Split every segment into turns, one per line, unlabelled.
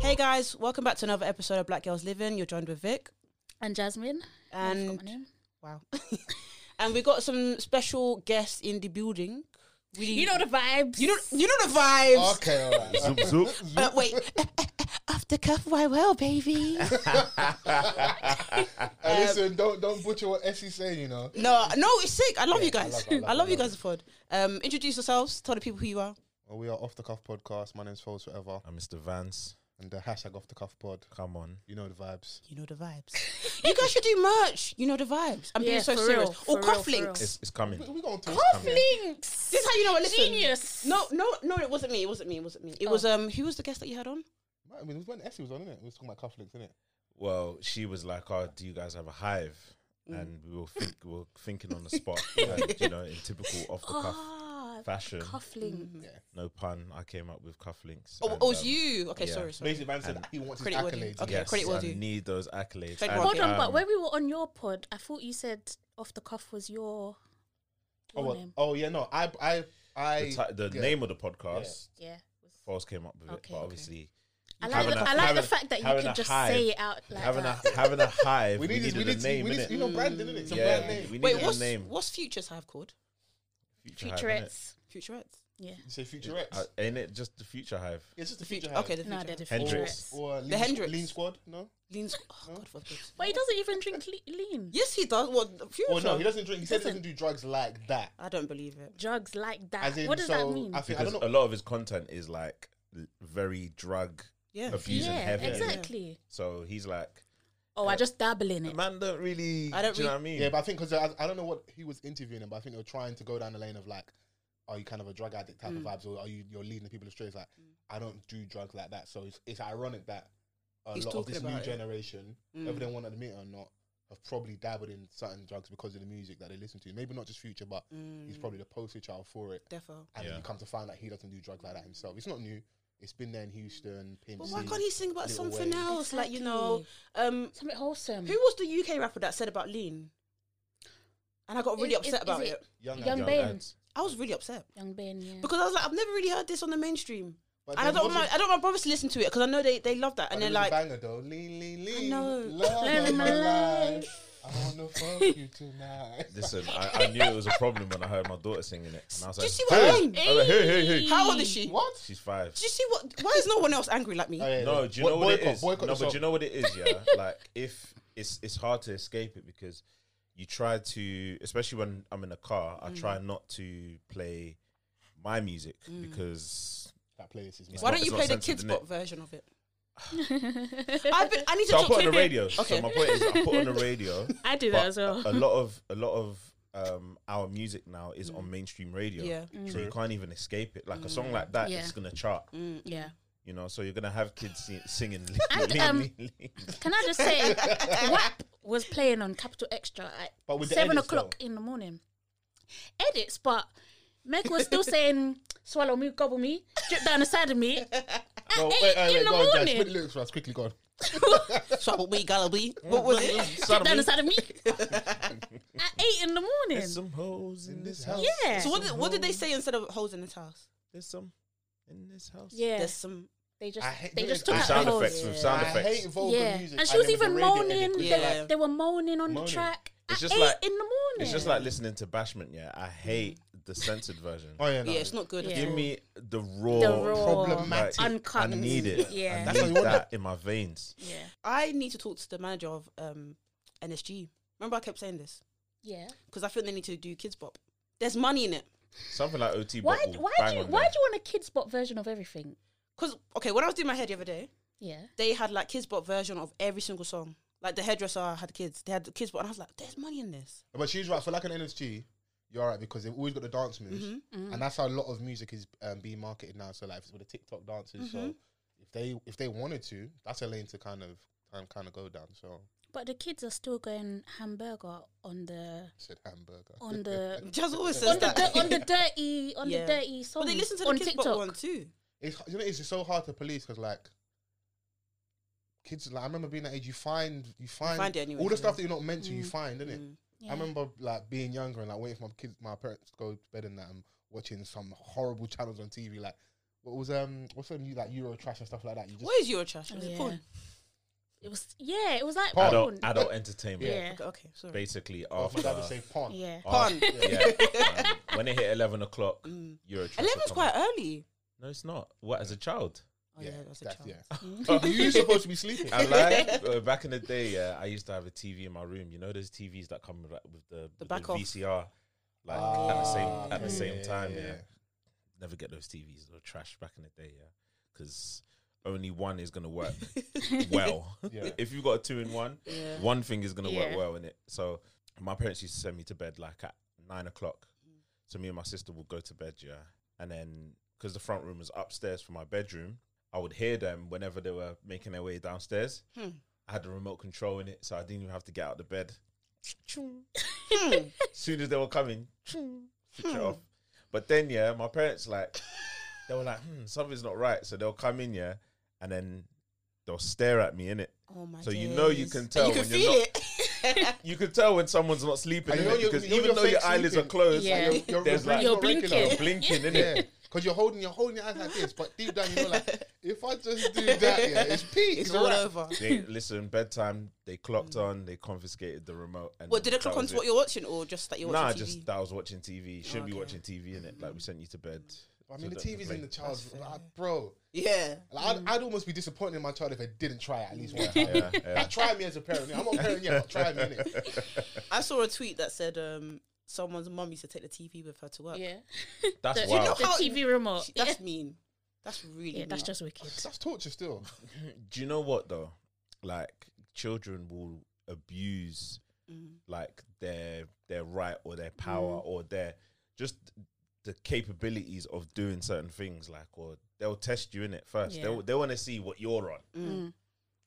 Hey guys, welcome back to another episode of Black Girls Living. You're joined with Vic.
and Jasmine. I forgot my
And
name.
wow. and we got some special guests in the building. We,
You know the vibes.
you know you know the vibes.
Okay, all right.
Zoop, zoop.
Uh, wait. Off the cuff, why well, baby.
Hey, listen, don't don't butcher what Essie say. You know,
no, no, it's sick. I love you guys. I
I
love,
love- I
you guys, Pod. Um, introduce yourselves. Tell the people who you are.
well, we are off the cuff podcast. My name's Foles Forever,
I'm Mr. Uh, Vance.
and the hashtag off the cuff pod.
Come on.
You know the vibes.
You know the vibes. you guys should do merch. You know the vibes. I'm being
Yeah,
so
for
serious.
real,
or
for real,
cuff
for real.
links.
It's, it's coming.
We gonna talk.
links.
This is how you know what. Listen,
Genius.
No, no, no. It wasn't me. It wasn't me. It wasn't me.
Oh.
It was um. Who was the guest that you had on?
I mean, it was when Essie was on, innit? We was talking about cufflinks, innit?
Well, she was like, "Oh, do you guys have a hive?"
Mm.
And we were, think, we were thinking on the spot, and, you know, in typical off the cuff
Ah,
fashion.
cufflink.
No pun. I came up with cufflinks.
Mm-hmm. Oh,
and,
oh, it was
um,
you. Okay,
yeah.
sorry, sorry.
Basically, man said he wants his
Credit where due.
accolades.
Okay,
yes,
credit where
I
due.
need those accolades.
Trademark.
And,
Hold on, but
um,
when we were on your pod, I thought you said off the cuff was your,
Oh,
your
well,
name.
oh yeah, no, I I I
the, ti- the
yeah.
name of the podcast,
Yeah.
False came up with it,
Okay,
but
okay.
obviously
I like,
having
the,
a-
I like the
having-
fact that you
having
can
a
just
hive.
say it out like
having
that.
a having a hive,
We, need, we
needed
need
a
to-
name
we
in
need
it.
to- you know branding, innit? It's a
yeah,
brand name.
we needed
Wait,
a
what's
name.
what's Futures Hive called?
Future Hive, innit?
Featurettes.
Futurettes.
Yeah.
You say futurettes.
Uh, ain't it just the future hive?
it's just the
The
future.
future.
Hive.
Okay, the
No,
future.
they're the
Hendrix.
featurettes.
Or lean,
The Hendrix.
lean squad. No.
Leans. Oh, God forbid.
But he doesn't even drink le- lean.
Yes, he does. What the future?
Well, Oh, no, he doesn't drink. He said he
Doesn't.
doesn't do drugs like that.
I don't believe it.
Drugs like that.
As in,
what does
so
that mean?
I think I
because
don't
a
know.
lot of his content is like l- very drug
Yeah.
abuse and
yeah,
heavy.
exactly.
So he's like,
Oh, I just dabble in
the
it.
man don't really.
I
I
don't
don't. Do you know
re-
what I mean?
Yeah, but I think because I, I don't know what he was interviewing him, but I think they were trying to go down the lane of like, are you kind of a drug addict
Mm.
type of vibes, or are you you're leading the people astray? It's like I don't do drugs like that, so it's it's ironic that a
He's
lot of
talking
this new
about it. Mm.
generation, whether they want to admit it or not, have probably dabbled in certain drugs because of the music that they listen to. Maybe not just Future, but he's probably the poster child for it.
Mm, Defo.
And
Yeah.
then you come to find out he doesn't do drugs like that himself. It's not new. It's been there in Houston. Pimp
But why
C.
can't he sing about
Little
something
Wayne.
else? Like you know, um,
Something wholesome.
who was the UK rapper that said about lean? And I got really
Is-
upset
is-
about
is
it.
it-
Young,
Young
Adult.
Ben.
ads.
I was really upset
Young Ben, yeah.
because I was like, I've never really heard this on the mainstream.
But
and I
there
don't want my
wasn't-
I don't want my brothers to listen to it because I know they, they love that and
But
they're
it was a
like
banger though. Lean, lean, lean.
know.
Love
Love
of
of
my
my
life. I wanna fuck you tonight.
Listen, I, I knew it was a problem when I heard my daughter singing it, and I was
Do you
like,
see what I mean?
I was like, hey, hey, hey.
How old is she?
What?
She's five.
Do you see what? Why is no one else angry like me?
Oh, yeah,
No,
yeah.
do you know
Boy-
what
boycott,
it is?
Boycott
no,
the
but do
song.
you know what it is? Yeah, like if it's it's hard to escape it because you try to, especially when I'm in a car, I try not to play my music because
that playlist is mad.
Why
not-
don't you
it's not
play the
censored,
kids'
innit?
bop version of it? I've been, I need to
so I
talk
put on
to
the radio.
Okay.
So my point is, I put on the radio.
I do
but uh,
that as well.
A, a lot of a lot of um, our music now is
Mm.
on mainstream radio.
Yeah.
So you can't even escape it. Like a song like that,
Yeah.
it's gonna chart.
Mm,
yeah.
You know, so you're gonna have kids sing, singing.
And,
lean,
um,
lean, lean.
Can I just say, WAP was playing on Capital Extra at
But with the
seven
edits,
o'clock in the morning. Edits, but Meg was still saying, swallow me, gobble me, drip down the side of me. At
No,
eight
wait, wait,
in
wait,
the
go on, Jazz.
morning.
Spit the lyrics for us, quickly, go on.
Swabble wee gullah wee. What was it?
drip down the side of me. At eight in the morning.
There's some hoes in this house.
Yeah.
So what did, what did they say instead of holes in this house?
There's some in this house.
yeah.
There's some.
They just,
I hate
they
doing
just
that.
took
With
out
sound
the hoes.
effects. With sound
I
effects.
hate vocal
Yeah.
music.
And she was
then with
even
the radio edit
moaning.
was
They,
Yeah.
like-
were, they were moaning on the
Moaning.
track
It's
at
just
eight
like-
in the morning.
It's just like listening to Bashment. Yeah, I hate the censored version.
Oh, yeah, no.
Yeah, it's not good.
Mm. Yeah.
At
Give
all.
me the raw,
The raw.
Problematic.
like,
Uncut.
I need it.
Yeah.
I
That's what
need
you want.
that in my veins.
yeah.
I need to talk to the manager of um, NSG. Remember, I kept saying this
Yeah.
because I think they need to do kids' bop. There's money in it.
Something like OT
Why,
bottle.
why,
bang
do you,
on
why
there.
do you want a kids' bot version of everything?
Cause okay, when I was doing my hair the other day,
Yeah.
they had like kids' bop version of every single song. Like the hairdresser had kids. They had the kids' bop, and I was like, "There's money in this."
But she's right. For like an NSG, you're right because they've always got the dance moves,
Mm-hmm.
and that's how a lot of music is um, being marketed now. So like it's with the TikTok dances. So if they if they wanted to, that's a lane to kind of kind kind of go down. So
But the kids are still going hamburger on the
I said hamburger.
on the
Just always says
on the,
that.
di- on the dirty on
Yeah.
the dirty song.
But they listen to the
on
kids' bop one too.
It's you know it's so hard to police because like kids. Like I remember being that age, you find you find,
find it anyway,
all the
yeah.
stuff that you're not meant to. You find, innit?
Mm.
Yeah.
I remember like being younger and like waiting for my kids, my parents to go to bed and that, and watching some horrible channels on TV. Like, what was um, what's the new like Euro trash and stuff like that? You just
What is Eurotrash?
Oh,
Is
yeah.
it porn?
It was yeah, it was like
Porn.
porn.
Adult, adult entertainment.
Yeah.
Okay, okay, sorry.
Basically,
oh,
after,
my dad would say porn.
Yeah.
after-
Porn.
yeah, um, when it hit eleven o'clock,
Mm.
you're a trooper
Eleven's
coming.
quite early.
No, it's not. What as a child?
Oh yeah, that's a
that's-
child.
yeah. You're supposed to be sleeping.
I like uh, back in the day. Yeah, I used to have a TV in my room. You know those TVs that come with, like, with the, with
back off.
VCR, like at
Ah,
the same at the same time. Yeah, never get those TVs. They were trash back in the day. Yeah, because only one is gonna work well.
Yeah.
if you've got a two in one,
Yeah.
one thing is gonna
Yeah.
work well in it. So my parents used to send me to bed like at nine o'clock. So me and my sister would go to bed, yeah, and then because the front room was upstairs from my bedroom, I would hear them whenever they were making their way downstairs.
Hmm.
I had the remote control in it, so I didn't even have to get out of the bed.
Hmm.
As soon as they were coming, switch it off. But then, yeah, my parents like they were like, hmm, something's not right. So they'll come in, yeah, and then they'll stare at me in it.
Oh my
So you know you
days.
can
And
tell
You can
when you're
feel
not-
it.
You can tell when someone's not sleeping
And
in
you know
it
you're-
because
you know
even
you're
though your
fake
eyelids are
sleeping.
closed,
Yeah.
Like, your- your
there's
brain's
like
You're
not regular.
blinking.
you're blinking in
Yeah,
it.
because you're holding you're holding your eyes like this, but deep down you know like if I just do that, yeah, it's peak.
It's
It's
all
alright.
over.
They, listen, bedtime. They clocked on. They confiscated the remote. And
What did it
that
clock
was
onto what you're watching, or just that you're
Nah,
watching TV?
just that I was watching TV. You Should be
okay.
watching TV in it. Like we sent you to bed.
I mean,
So
the
that-
TV's in the
like-
child's like, bro.
yeah.
Like, I'd, I'd almost be disappointed in my child if I didn't try at least one time.
Yeah, yeah.
Like, try me as a parent. innit? I'm not a parent yet, but try me. Innit?
I saw a tweet that said um, someone's mum used to take the TV with her to work.
Yeah.
That's
The,
wild.
know
the
how-
TV remote.
She- That's mean. That's really.
yeah, that's
mean.
just wicked.
That's torture still.
Do you know what though? Like children will abuse
Mm.
like their their right or their power or their just the capabilities of doing certain things. Like, or they'll test you in it first.
Yeah.
They'll, they want to see what you're on.
Mm.
Mm.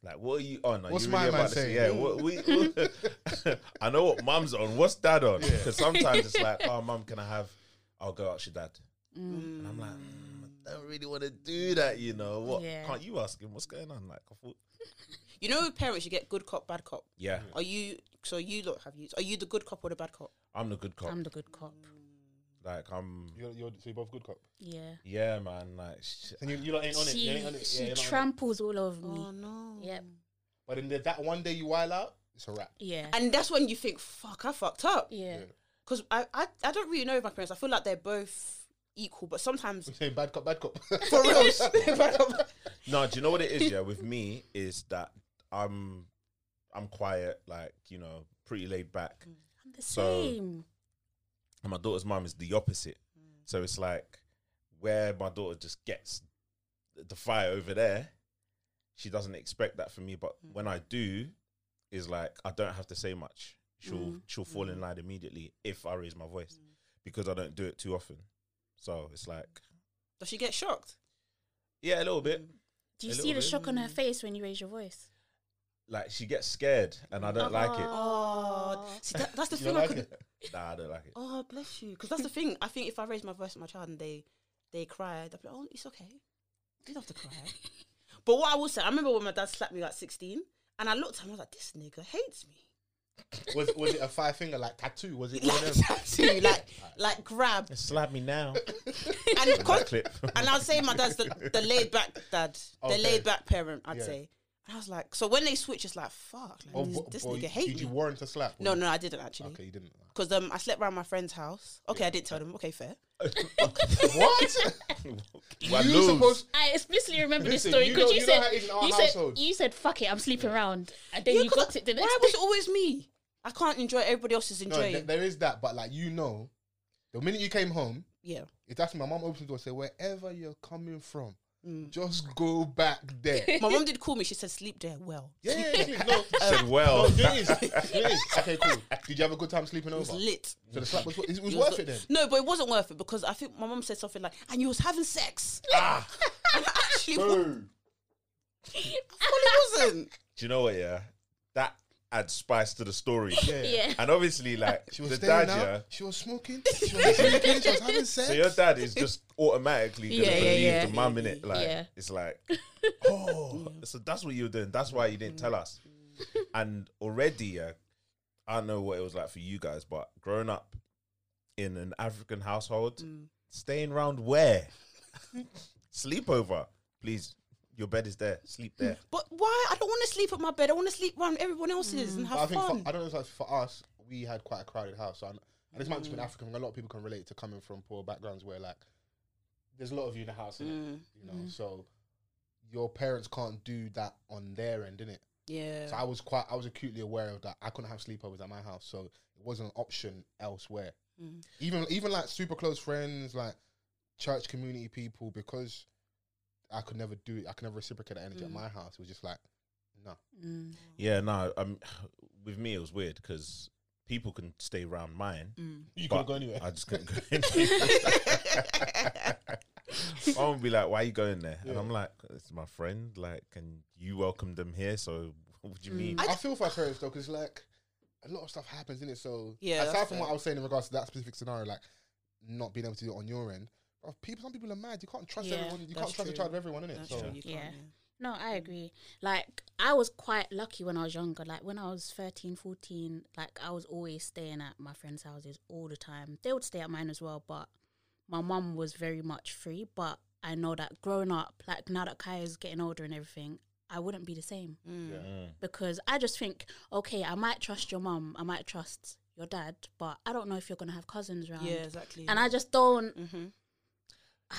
Like, what are you on? Are
What's
you
my man
about to
saying?
say, Yeah, what, we, I know what mum's on. What's dad on?
Yeah.
Because sometimes it's like, oh, mum, can I have? I'll go out to dad. And I'm like, mm, I don't really want to do that, you know. What?
Yeah.
Can't you ask him what's going on? Like, I thought,
You know, with parents, you get good cop, bad cop.
yeah,
Are you? So you lot have you? Are you the good cop or the bad cop?
I'm the good cop.
I'm the good cop.
like, I'm.
You're, you're, so you're both good cop.
Yeah.
Yeah, man. Like, sh-
And you, you lot ain't on it. You
She
ain't on it. Yeah,
she
you're not on it.
tramples all over me.
no.
Yep.
But in the, that one day you wild out, it's a wrap.
Yeah.
And that's when you think, fuck, I fucked up.
yeah.
Yeah.
Because I, I, I don't really know my parents. I feel like they're both equal, but sometimes
I'm saying bad cop, bad cop.
for real. bad cop, bad-
no, do you know what it is? Yeah, with me is that I'm, I'm quiet. Like, you know, pretty laid back.
I'm the
So-
same.
and my daughter's mum is the opposite. So it's like where my daughter just gets the fire over there, she doesn't expect that from me. But when I do, is like I don't have to say much. She'll she'll fall in line immediately if I raise my voice because I don't do it too often. So it's like
Does she get shocked?
yeah, a little bit.
Do you
a
see
little
the
bit.
shock on her face when you raise your voice?
Like she gets scared and I don't like it.
Oh, see, that, that's the
You
thing. I
like
could,
it?
Nah, I don't like it.
Oh, bless you. Because that's the thing. I think if I raise my voice to my child and they they cry, they'll be like, oh, it's okay. You don't have to cry. but what I will say, I remember when my dad slapped me at 16 and I looked at him, I was like, this nigga hates me.
Was, was it a five finger like tattoo? Was it one
Like,
of them?
tattoo, like, like grab.
Slap me now.
And,
That clip.
and I'd say my dad's the, the laid back dad, the
Okay.
laid back parent, I'd
Yeah.
say. And I was like, so when they switch, it's like, fuck, like,
Or-
this,
or-
this
or
nigga
Oh, Did
hates
you
me.
warrant a slap?
No, no, I didn't actually.
Okay, you didn't.
Because um, I slept around my friend's house. Okay, I did tell them. Okay, fair.
what?
Walloons.
you supposed
I explicitly remember this
Listen,
story
you
because
know-
you,
you know
said
how it is in our
you said
household.
you said fuck it, I'm sleeping around, and then
Yeah,
you
'cause
got it the
Why
next
was
day.
it always me? I can't enjoy it. Everybody else is
no,
enjoying.
th- there is that, but like you know, the minute you came home,
yeah.
It's actually my mom opens the door and say, wherever you're coming from,
Mm.
just go back there.
My mom did call me. She said, sleep there well.
yeah, yeah, yeah, no,
Said, well,
no, it is, it is. Okay, cool. Did you have a good time sleeping
It was
over?
lit.
So the slap was, it was
It
worth
was-
it then.
No, but it wasn't worth it because I think my mom said something like, and you was having sex.
Ah."
and I actually, wa- I fully wasn't.
do you know what? Yeah, that adds spice to the story.
Yeah.
And obviously, like
She was
the
staying
dad,
out,
yeah.
she was smoking, she was sleeping, she was having sex.
So your dad is just automatically gonna
Yeah, yeah,
believe
yeah.
the mum in it. Like
Yeah.
it's like, oh, so that's what you were doing. That's why you didn't tell us. And already, yeah, I don't know what it was like for you guys, but growing up in an African household,
Mm.
staying round where? Sleepover, please. Your bed is there. Sleep there.
But why? I don't want to sleep at my bed. I want to sleep around everyone else's and have
Mm. But I think
fun.
for, I don't know if that's for us. We had quite a crowded house, so I'm- and this might just be
Mm.
in Africa. A lot of people can relate to coming from poor backgrounds where like there's a lot of you in the house, innit?
Mm,
you know. So your parents can't do that on their end, innit?
yeah.
So I was quite, I was acutely aware of that. I couldn't have sleepovers at my house, so it wasn't an option elsewhere.
Mm.
Even, even like super close friends, like church community people, because I could never do it. I could never reciprocate that energy at
Mm.
my house. It was just like, no.
Mm.
Yeah, no. Um, with me it was weird because people can stay round mine.
Mm.
You
But
couldn't go anywhere.
I just couldn't go anywhere. I would be like, "Why are you going there?" And
Yeah.
I'm like, "It's my friend. Like, and you welcomed them here, so what do you
Mm.
mean?"
I
I, feel for our parents though, because like a lot of stuff happens in it. So
Yeah,
aside
that's
from what
fair.
I was saying in regards to that specific scenario, like not being able to do it on your end, bruv, people, some people are mad. You can't trust
Yeah,
everyone. You
that's
can't trust the
true.
child of everyone in it.
That's
So
true. You
Yeah.
can't,
No, I agree. Like, I was quite lucky when I was younger. Like, when I was 13, 14, like, I was always staying at my friends' houses all the time. They would stay at mine as well, but my mum was very much free. But I know that growing up, like, now that Kai is getting older and everything, I wouldn't be the same
Mm.
because I just think, okay, I might trust your mum, I might trust your dad, but I don't know if you're going to have cousins around.
Yeah. exactly.
And I just don't.
mm-hmm.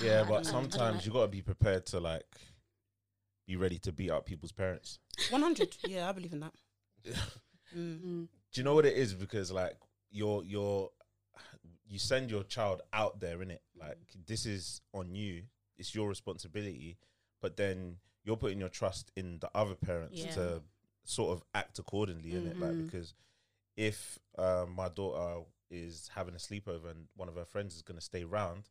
Yeah,
I don't
but
know. I don't
sometimes
like-
you gotta be prepared to like be ready to beat up people's parents.
100. yeah, I believe in that. Mm.
Mm,
Do you know what it is? Because like you're you're you send your child out there in it. Like
Mm.
this is on you. It's your responsibility. But then you're putting your trust in the other parents
Yeah.
to sort of act accordingly in it. Like
Mhm.
because if uh, my daughter is having a sleepover and one of her friends is going to stay round,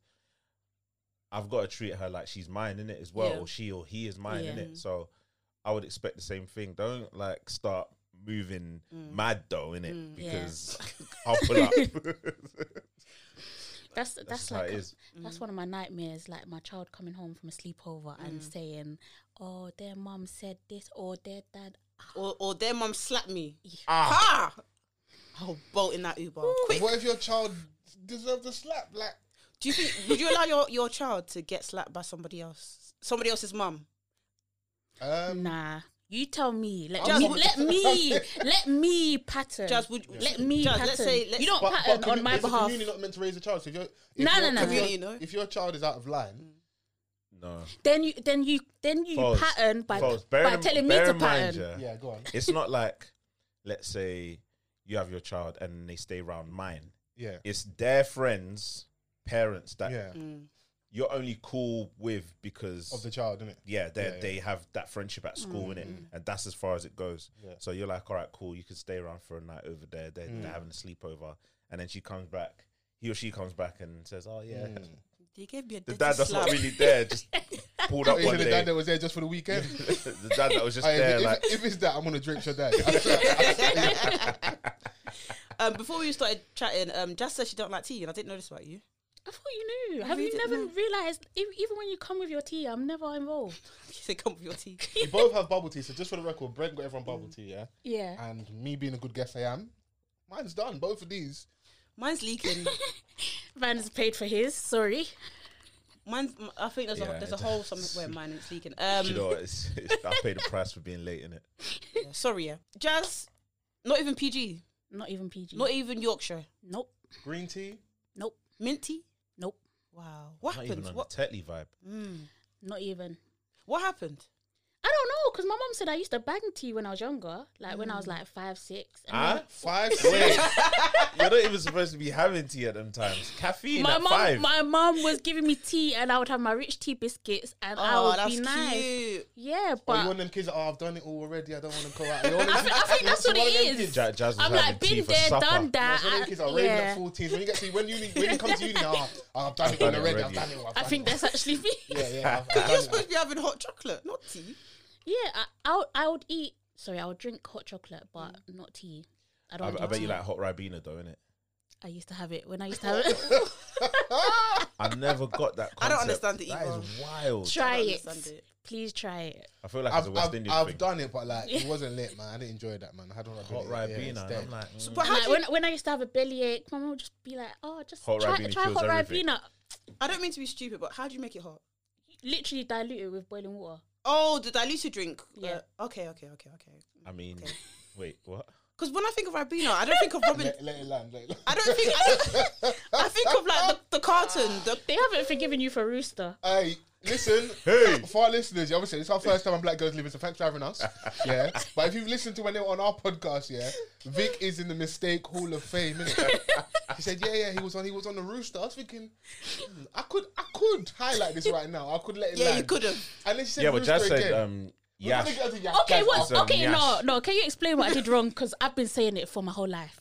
I've got to treat her like she's mine in it as well,
Yeah.
or she or he is mine in
Yeah.
it. So I would expect the same thing. Don't like start moving
Mm.
mad though in it
Mm.
Yeah.
because I'll pull up.
that's that's,
That's how
like
it
a-
is.
Mm.
That's one of my nightmares, like my child coming home from a sleepover and
Mm.
saying, Oh, their mum said this or their dad.
Or, or their mum slapped me.
Ah,
Ha! I'll bolt in that Uber. Quick.
what if your child deserved a slap? Like
Do you think, would you allow your, your child to get slapped by somebody else? Somebody else's mum?
um,
Nah. You tell me. Let
Jazz,
me
would-
let me let me pattern.
Jazz, would,
let me
Jazz,
pattern.
let's say, let's,
you don't
But,
pattern
but commu-
on my
is the
behalf.
community not meant to raise a child? So if your, if
No,
your,
no, no.
if your-
Community, no.
If your child is out of line,
no.
Then you then you then you
False.
pattern by
False. Bear
by
in-
telling me
bear
to
in mind,
pattern.
Mm.
yeah,
yeah, go on.
It's not like, let's say, you have your child and they stay around mine.
Yeah,
It's their friends, parents that
yeah,
Mm.
you're only cool with because
of the child, innit?
yeah, they
Yeah, yeah.
they have that friendship at school
Mm.
in it, and that's as far as it goes.
Yeah. Mm.
So you're like, all right, cool, you can stay around for a night over there. They're, they're having a sleepover, and then she comes back, he or she comes back and says, oh yeah,
Mm.
They gave me a
the
dirty
dad that's
slap.
not really there just pulled up
Is
one
it the dad
day.
that was there just for the weekend?
the dad that was just
Hey, if,
there,
it- if-
like
if it's that, I'm gonna drink your dad. I swear- I swear-
um, before we started chatting, um, Jazz said she don't like tea, and I didn't know this about you.
I thought you knew. Have
really
you
didn't
never
know.
realized e- even when you come with your tea, I'm never involved.
She said, "Come with your tea."
we both have bubble tea. So just for the record, Brent got everyone bubble tea, yeah.
Yeah.
And me being a good guest, I am. Mine's done. Both of these.
Mine's leaking.
Van's paid for his, sorry.
Mine's. I think there's
Yeah,
a there's a
it
hole
does.
somewhere where mine is leaking. Um,
you know, what, it's, it's, I paid the price for being late in it.
yeah, sorry, yeah. Jazz, not even PG,
Not even PG.
not e-, even Yorkshire,
nope.
Green tea.
Nope.
minty.
Nope.
Wow, what
Not even
happened?
on
What
the Tetley vibe.
mm,
Not even.
what happened?
I don't know because my mom said I used to bang tea when I was younger, like when I
Mm.
was like five, six. And
Huh?
Five.
Wait, you're not even supposed to be having tea at them times. Caffeine
my
at
mom,
five.
my mom was giving me tea, and I would have my rich tea biscuits, and
oh,
I would
that's
be nice.
cute.
Yeah,
Or you
but
want them kids? that, Oh, I've done it all already. I don't want to go out. You want them-
I, thi- I think that's what
One of them
it
kids-
is.
Ja- Jazz was
I'm
having
like
tea
been
for
there,
supper.
done that.
One of them
I-
kids are raving
yeah.
at full teens. When you get to when you when you come to uni, oh, I've done it
done it
already. I've
already.
done it. I've
I
done
think
it.
that's actually me.
Yeah, yeah. I've,
You're
I've done
supposed
it.
to be having hot chocolate, not tea.
Yeah, I, I would- I would eat. Sorry, I would drink hot chocolate, but not tea. I
Mm. I,
don't. do
I bet
tea.
you like hot Ribena though, innit?
I used to have it when I used to have it.
I I never got that. Concept.
I don't understand it
That is wild.
Try
don't
it.
understand it.
Please try it.
I feel like it's a
I've,
West
I've,
Indian
I've
thing.
done it, but like it wasn't lit, man. I didn't enjoy that, man. I had not
hot Ribena. and I'm like,
So,
mm.
but how
Like
do you,
when, when I used to have a bellyache, my mum would just be like, "Oh, just
Hot
try,
Ribena
try
kills
hot
everything.
Ribena.
I don't mean to be stupid, but how do you make it hot?
Literally dilute it with boiling water.
Oh, the diluted drink.
Yeah.
Uh, okay, okay, okay, okay.
I mean,
Okay.
mm. wait, what?
Because when I think of Ribena, I don't think of Robin.
let, let it land. Let it land.
I don't think. I, don't, I think of like the, the carton. The,
They haven't forgiven you for rooster.
Hey, listen.
Hey.
For our listeners, yeah, obviously, it's our first time on Black Girls Living, so thanks for having us. Yeah. But if you've listened to when they were on our podcast, yeah, Vic is in the Mistake Hall of Fame, innit? he said, yeah, yeah, he was on he was on the rooster. I was thinking, hmm, I could I could highlight this right now. I could let it
yeah,
land.
you could have.
And then she said
Yeah, but
rooster
Jazz said,
again.
um,
We're
yeah.
gonna get to Yash.
Okay,
Jazz,
what?
it's, um,
okay, no,
Yash.
no. Can you explain what I did wrong? Because I've been saying it for my whole life.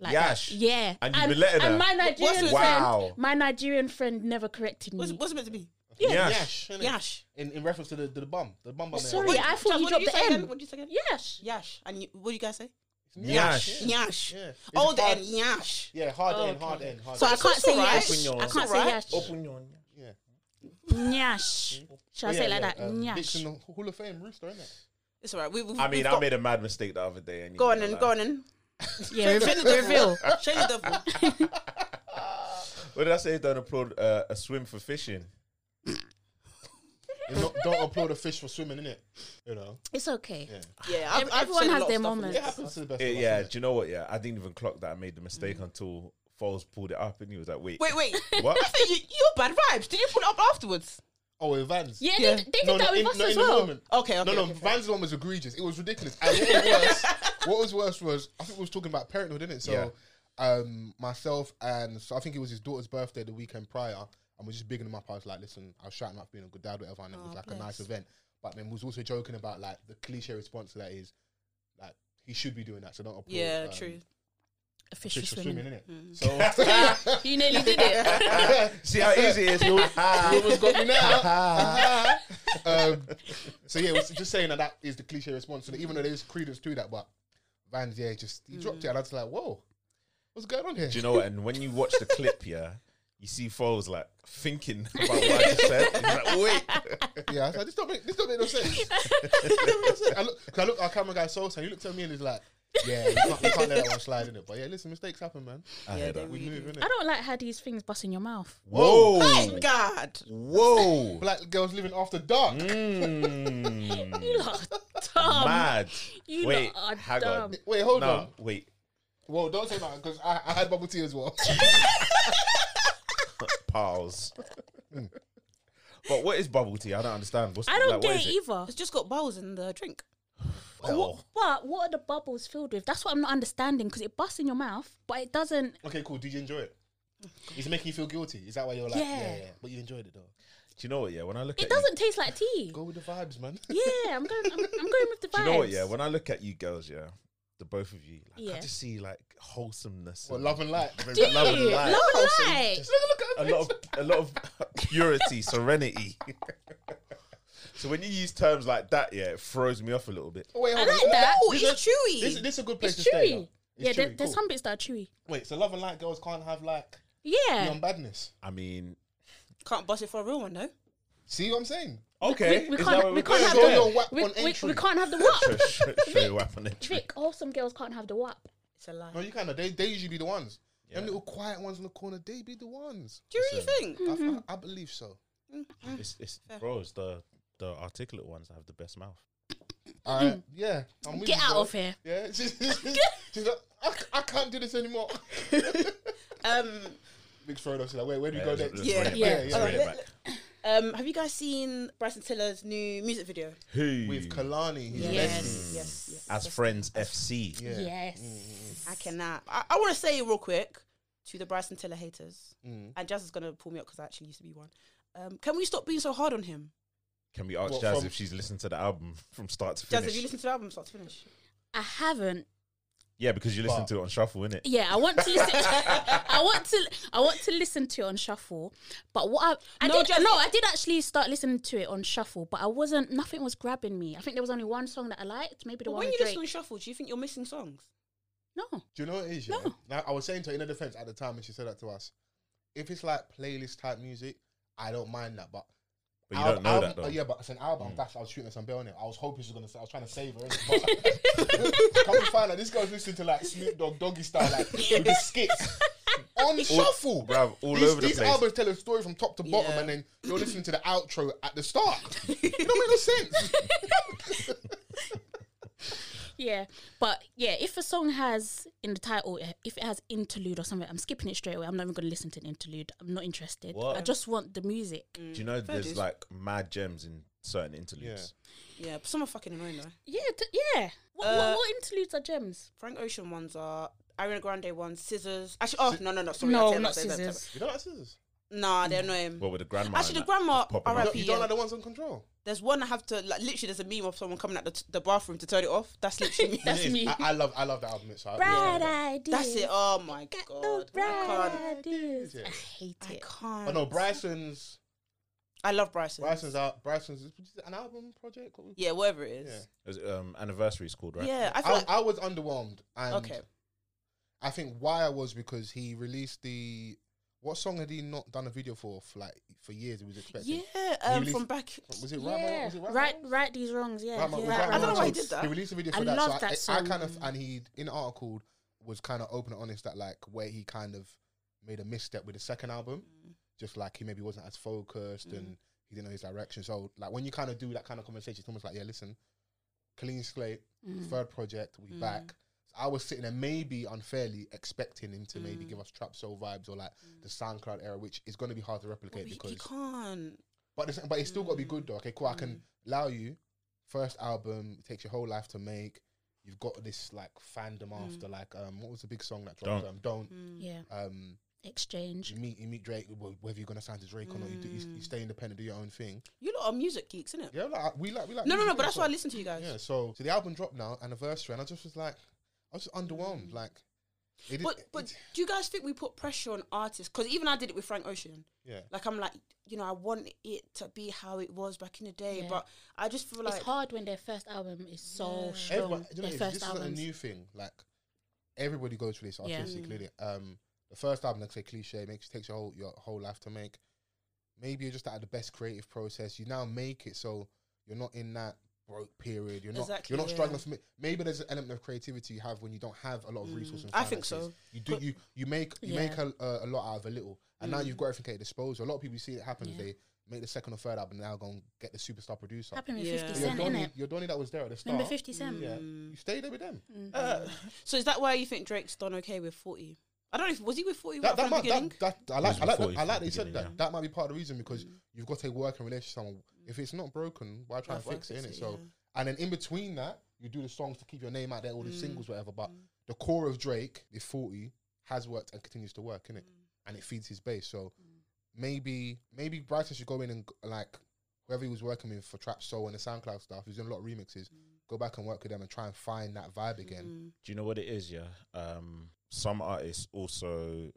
Like
Yash.
that. yeah.
And you've been letting
and
her?
my
What's
Nigerian
it-
friend,
Wow.
my Nigerian friend never corrected me.
What's, what's it meant to be?
Yash.
Yash, innit?
Yash.
In, in reference to the, to the bum, the bum bum.
Sorry,
man.
I
Jazz,
thought you
what did
dropped the
say again?
N.
What did you say again?
Yash.
Yash. And you, what do you guys say?
Yash.
Yeah.
Yash.
Yeah. It's
Oh, the
hard-
end. Yash.
Yeah, hard
Oh,
end, hard
okay.
end, hard
So I
end.
can't say
alright.
yash.
Open your-
I can't say
alright.
yash.
Open your.
Yeah.
Nyash. Should I
But
say it
yeah,
like
yeah,
that?
um, Vic's
Nyash.
in the Hall of Fame, rooster, isn't it?
It's alright. We, we,
I mean,
we've
I
got-
made a mad mistake the other day. And
Go on then. Go on then.
Yeah, reveal the reveal.
Show the devil.
What did I say? Don't applaud uh, a swim for fishing.
You know, don't applaud a fish for swimming, innit? You know,
It's okay.
Yeah.
Yeah,
Ev- everyone
said a
has
lot of
their
stuff on
moments.
it
this.
happens to the best.
Yeah,
of us,
yeah,
innit?
do you know what? Yeah, I didn't even clock that I made the mistake until Foles pulled it up, and he was like, "Wait,
Wait, wait.
What?
I think you, you're bad vibes. Did you put it up afterwards?
Oh, with Vans.
Yeah,
Yeah.
they, they did that with
in,
us
no,
as
in the
well.
moment.
Okay, okay.
no, no,
okay, fair.
Vans one was egregious. It was ridiculous. And what was worse, what was worse was I think we was talking about parenthood, innit? So, um, myself and so I think it was his daughter's birthday the weekend prior, and we just bigging him up. I was like, listen, I was shouting out for being a good dad, whatever, and it
Oh,
was
Aw,
like
bless.
a nice event. But then we was also joking about like the cliche response to that is, like he should be doing that, so don't applaud.
Yeah,
um,
true.
Official
Fish for swimming,
swimming.
innit?
Mm.
So.
You nearly did it.
see how easy it is."
You almost got me
now.
um, so yeah, it was just saying that that is the cliche response, and even though there's credence to that, but Vans, yeah, just he dropped it, and I was like, whoa, what's going on here?
Do you know what? And when you watch the clip, yeah, you see Foles like thinking about what I just said. He's like, wait.
yeah, I was like, this don't make this don't make no sense. This don't make no sense. I look, 'cause I look at our camera guy Soul, and he looked at me and he's like, yeah, we can't, we can't let that one slide in it. But yeah, listen, mistakes happen, man.
I
Yeah,
heard
they
that.
We
really
move
do.
in
I
it.
don't like how these things bust in your mouth.
Thank
Whoa.
God.
Oh. Whoa.
Black girls living after dark.
Um,
Mm.
You lot are dumb.
Mad.
You
Wait,
lot are
hang on.
dumb.
Wait, hold on.
No, wait.
Well, don't say that because I, I had bubble tea as well.
Pause. but what is bubble tea? I don't understand. What's,
I don't
like,
get
what
it
is
either.
It's just got bowls in the drink.
Well,
But what are the bubbles filled with? That's what I'm not understanding because it busts in your mouth, but it doesn't.
okay, cool. Did you enjoy it? Is it making you feel guilty? Is that why you're like,
Yeah.
yeah, yeah, yeah. but you enjoyed it though?
Do you know what? Yeah, when I look
It
at
doesn't taste like tea.
Go with the vibes, man.
Yeah, I'm going. I'm, I'm going with the vibes.
you, do you know what? Yeah, when I look at you girls, yeah, the both of you, like, I
Yeah.
just see like wholesomeness,
Well,
and
love and Oh, light.
very
Do you?
love and light.
Love and light.
a lot of a lot of purity, serenity. so when you use terms like that, yeah, it throws me off a little bit.
Wait,
I
hold on.
like that.
Oh, it's chewy.
This, this is a good place
It's
to stay.
chewy.
though. It's
Yeah, there,
chewy,
there's
cool.
some bits that are chewy.
Wait, so love and light girls can't have like
Yeah,
young badness.
I mean,
Can't bust it for a real one though.
See what I'm saying?
okay,
we
is
can't-
that
we
what
can't
we're
have
Show
doing?
that.
your whack
we,
on
we,
entry.
we can't have the wop.
Show- show- show your weapon and trick.
Vic, all some girls can't have the wop.
It's a lie.
No, you kind of. They, they usually be the ones. Them
Yeah.
little quiet ones in the corner, they be the ones.
Do you really
Listen.
think?
I-
Mm-hmm.
I, I believe so.
It's, it's bro, it's the the articulate ones that have the best mouth.
All right. Yeah. I'm
Mm-hmm.
with
Get
you,
out
bro.
of here.
Yeah. She's, she's, she's like, I, c- I can't do this anymore.
Um,
Big throw though. She's like, wait, where do we
Yeah,
go
let's-
next?
let's bring it
Yeah,
back,
yeah,
let's bring
yeah.
it back.
um, have you guys seen Bryson Tiller's new music video?
Who
With Kalani. He's
Yes.
Yes. yes.
as friends FC?
Yeah. Mm.
Yes.
I cannot. I, I want to say real quick to the Bryson Tiller haters,
Mm.
and Jazz is gonna pull me up because I actually used to be one. Um, can we stop being so hard on him?
Can we ask
What,
Jazz
from-
if she's listened to the album from start to
Jazz, have
finish?
you listened to the album start to finish?
I haven't.
yeah, because you listen
But-
to it on shuffle, innit?
Yeah, I want to listen. I want to. I want to listen to it on shuffle. But what I, I
No,
did,
just-
no, I did actually start listening to it on shuffle. But I wasn't. Nothing was grabbing me. I think there was only one song that I liked. Maybe the
But
one
when you
with
listen
Drake.
to shuffle, do you think you're missing songs?
no.
Do you know what it is? Yeah.
No.
Now, I was saying to her in her defense at the time, and she said that to us. if it's like playlist type music, I don't mind that. But
But you
al-
don't know
album,
that though.
oh, yeah, but it's an album.
Mm.
That's I was shooting some bell on it. I was hoping she was gonna. Say, I was trying to save her. innit? But come to find out, this girl's listening to like Snoop Dogg, Doggy Style, like with the skits on shuffle.
Bruv, all
these
over the
these
place.
albums tell a story from top to bottom,
Yeah.
and then you're listening to the outro at the start. It don't make no sense.
Yeah, but yeah, if a song has in the title, if it has interlude or something, I'm skipping it straight away. I'm not even going to listen to an interlude. I'm not interested.
What?
I just want the music.
Do you know there's
dues.
like mad gems in certain interludes?
Yeah, but some are fucking annoying though.
Yeah, t- yeah. What,
Uh,
what, what interludes are gems?
Frank Ocean ones are Ariana Grande ones, Scissors. Actually, oh no no no sorry,
no,
I said- I
not
said- I said-
scissors.
You don't like scissors.
Nah, they're annoying.
Well, with the grandma.
Actually, the
and that,
grandma,
just popping
You
RIP.
up.
don't, you don't
yeah.
like the ones on control.
There's one I have to like. Literally, there's a meme of someone coming out the, t- the bathroom to turn it off. That's literally me.
That's
It is.
me.
I, I love I love that album. So I-
Bright ideas.
That's it. Oh my
Got
god,
the
I
bright
can't.
ideas.
Yeah.
I hate
I
it.
can't.
Oh no, Bryson's
I love Bryson.
Bryson's out. Bryson's is it an album project. What we-
Yeah, whatever it is.
Yeah.
It was, um, anniversary is called, right?
Yeah, I
I,
feel like
I was underwhelmed, and
Okay.
I think why I was because he released the what song had he not done a video for for like for years? It was expected.
yeah, um,
released-
from back.
Was it right?
Yeah,
Was it right?
right, right these wrongs. Yeah,
Right,
yeah.
was right
I don't know why he
So
did that.
He released a video
I
for that.
love
so
that
I, I
song.
kind of and he in the article was kind of open and honest that like where he kind of made a misstep with the second album, just like he maybe wasn't as focused and he didn't know his direction. So like when you kind of do that kind of conversation, it's almost like yeah, listen, clean slate,
Mm.
third project, we back. So I was sitting there maybe unfairly expecting him to maybe give us trap soul vibes or like
Mm.
the SoundCloud era, which is going to be hard to replicate
He,
because
he can't. Mm.
but it's, but it's still got to be good though. Okay, cool. I can allow you. First album it takes your whole life to make. You've got this like fandom after like um what was the big song that dropped?
Don't.
Um, don't.
Mm.
Yeah,
Um,
exchange.
you meet you meet Drake. wh- Whether you're gonna sign to Drake or not, you, do, you, you
Mm.
stay independent, do your own thing.
You lot are music geeks, innit?
Yeah, like, I- we like we like.
No, no,
music
no. But
and
that's why I
stuff.
listen to you guys.
Yeah, so so the album dropped now, anniversary, and I just was like, I was just underwhelmed. Like, it,
Mm. But
it-
but
it-
do you guys think we put pressure on artists? Because even I did it with Frank Ocean.
yeah,
Like I'm like, you know, I want it to be how it was back in the day,
Yeah.
but I just feel like
it's hard when their first album is so strong.
everyone, you know,
their
it's-
first
this isn't a
albums.
new thing. Like everybody goes through this
Yeah.
artistic
Mm.
clearly. Um, the first album, like I say, cliche, makes takes your whole your whole life to make. Maybe you're just out of the best creative process. You now make it, so you're not in that broke period. You're not
Exactly,
you're not
yeah.
struggling for. ma- Maybe there's an element of creativity you have when you don't have a lot of
Mm,
resources.
I think so.
You do you you make you make
Yeah.
a, a, a lot out of a little, and now
Mm.
you've got everything at your disposal. A lot of people see it happen. They make the second or third album, now go and get the superstar producer.
Happened with
Yeah.
Fifty
But
Your
Cent,
Donny,
innit?
your Donny that was there at the start. Mm,
Remember Fifty Cent? Mm-hmm.
Yeah, you stay there with them.
Mm. Uh, So is that why you think Drake's done okay with forty? I don't know if was he with forty
That,
right
that,
from the
might,
beginning.
that, that I like. I like.
before
That,
you
I like
from
that you said
beginning,
that. That might be part of the reason because
Mm.
you've got a working relationship with someone. If it's not broken, why try
Why
and
try
fix it?
and
In it
fix it,
so, and then in between that, you do the songs to keep your name out there, all
Mm.
the singles, whatever. But the core of Drake, the forty, has worked and continues to work in it,
Mm.
and it feeds his base. So maybe maybe Bryson should go in and g- like whoever he was working with for Trap Soul and the SoundCloud stuff. He's doing a lot of remixes.
Mm.
Go back and work with them and try and find that vibe again.
Do you know what it is? Yeah. Um, some artists also,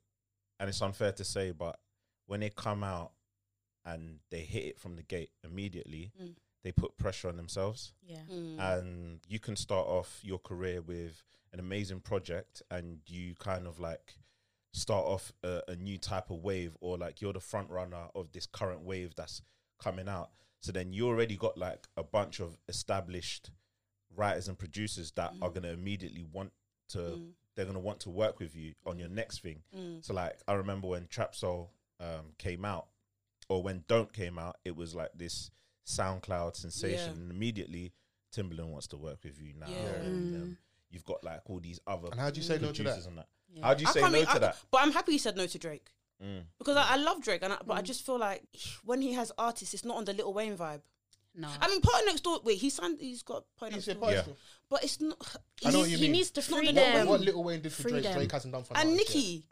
and it's unfair to say, but when they come out and they hit it from the gate immediately,
Mm.
they put pressure on themselves.
Yeah.
Uh,
And you can start off your career with an amazing project, and you kind of like start off a, a new type of wave, or like you're the front runner of this current wave that's coming out. So then you already got like a bunch of established writers and producers that are going to immediately want to
Mm.
Mm.
they're going to want to work with you on your next thing so like i remember when trap soul um, came out or when don't came out it was like this soundcloud sensation and immediately timberland wants to work with you now
Yeah.
and, um, you've got like all these
Mm.
other
And how do you say no to
producers
that?
and that how do you say
can't
no
really-
to
I-
that
But I'm happy he said no to Drake
Mm.
because I, I love Drake, and I, but I
Mm.
just feel like when he has artists, it's not on the Little Wayne vibe.
No.
I mean, Party Next Door. Wait, he signed. He's got Party
He's
Next
a
Door,
Yeah.
person.
but it's not.
I know
He's-
what you
he
mean.
needs to free
not the
What,
them.
what Little Wayne did for Drake,
freedom.
Drake hasn't done for an
and
artist
Nicki.
yet.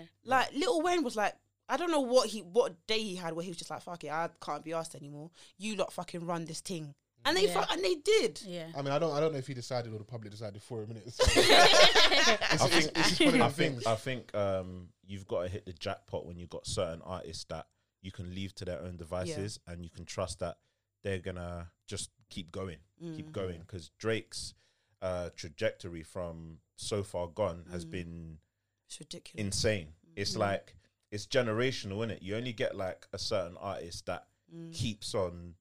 yeah.
Like Little Wayne was like, I don't know what he what day he had where he was just like, fuck it, I can't be asked anymore. You lot fucking run this thing, and they
Yeah.
fu- and they did.
Yeah.
I mean, I don't, I don't know if he decided or the public decided for him. Innit? So it's, it's, it's just one of
I
the
think
things.
I think um, you've got to hit the jackpot when you've got certain artists that you can leave to their own devices and you can trust that they're gonna just keep going,
Mm.
keep going. Because Drake's uh,
Mm.
trajectory from so far gone has been
It's ridiculous. Mm. Mm-hmm.
insane. It's like it's generational, innit? You only get like a certain artist that keeps on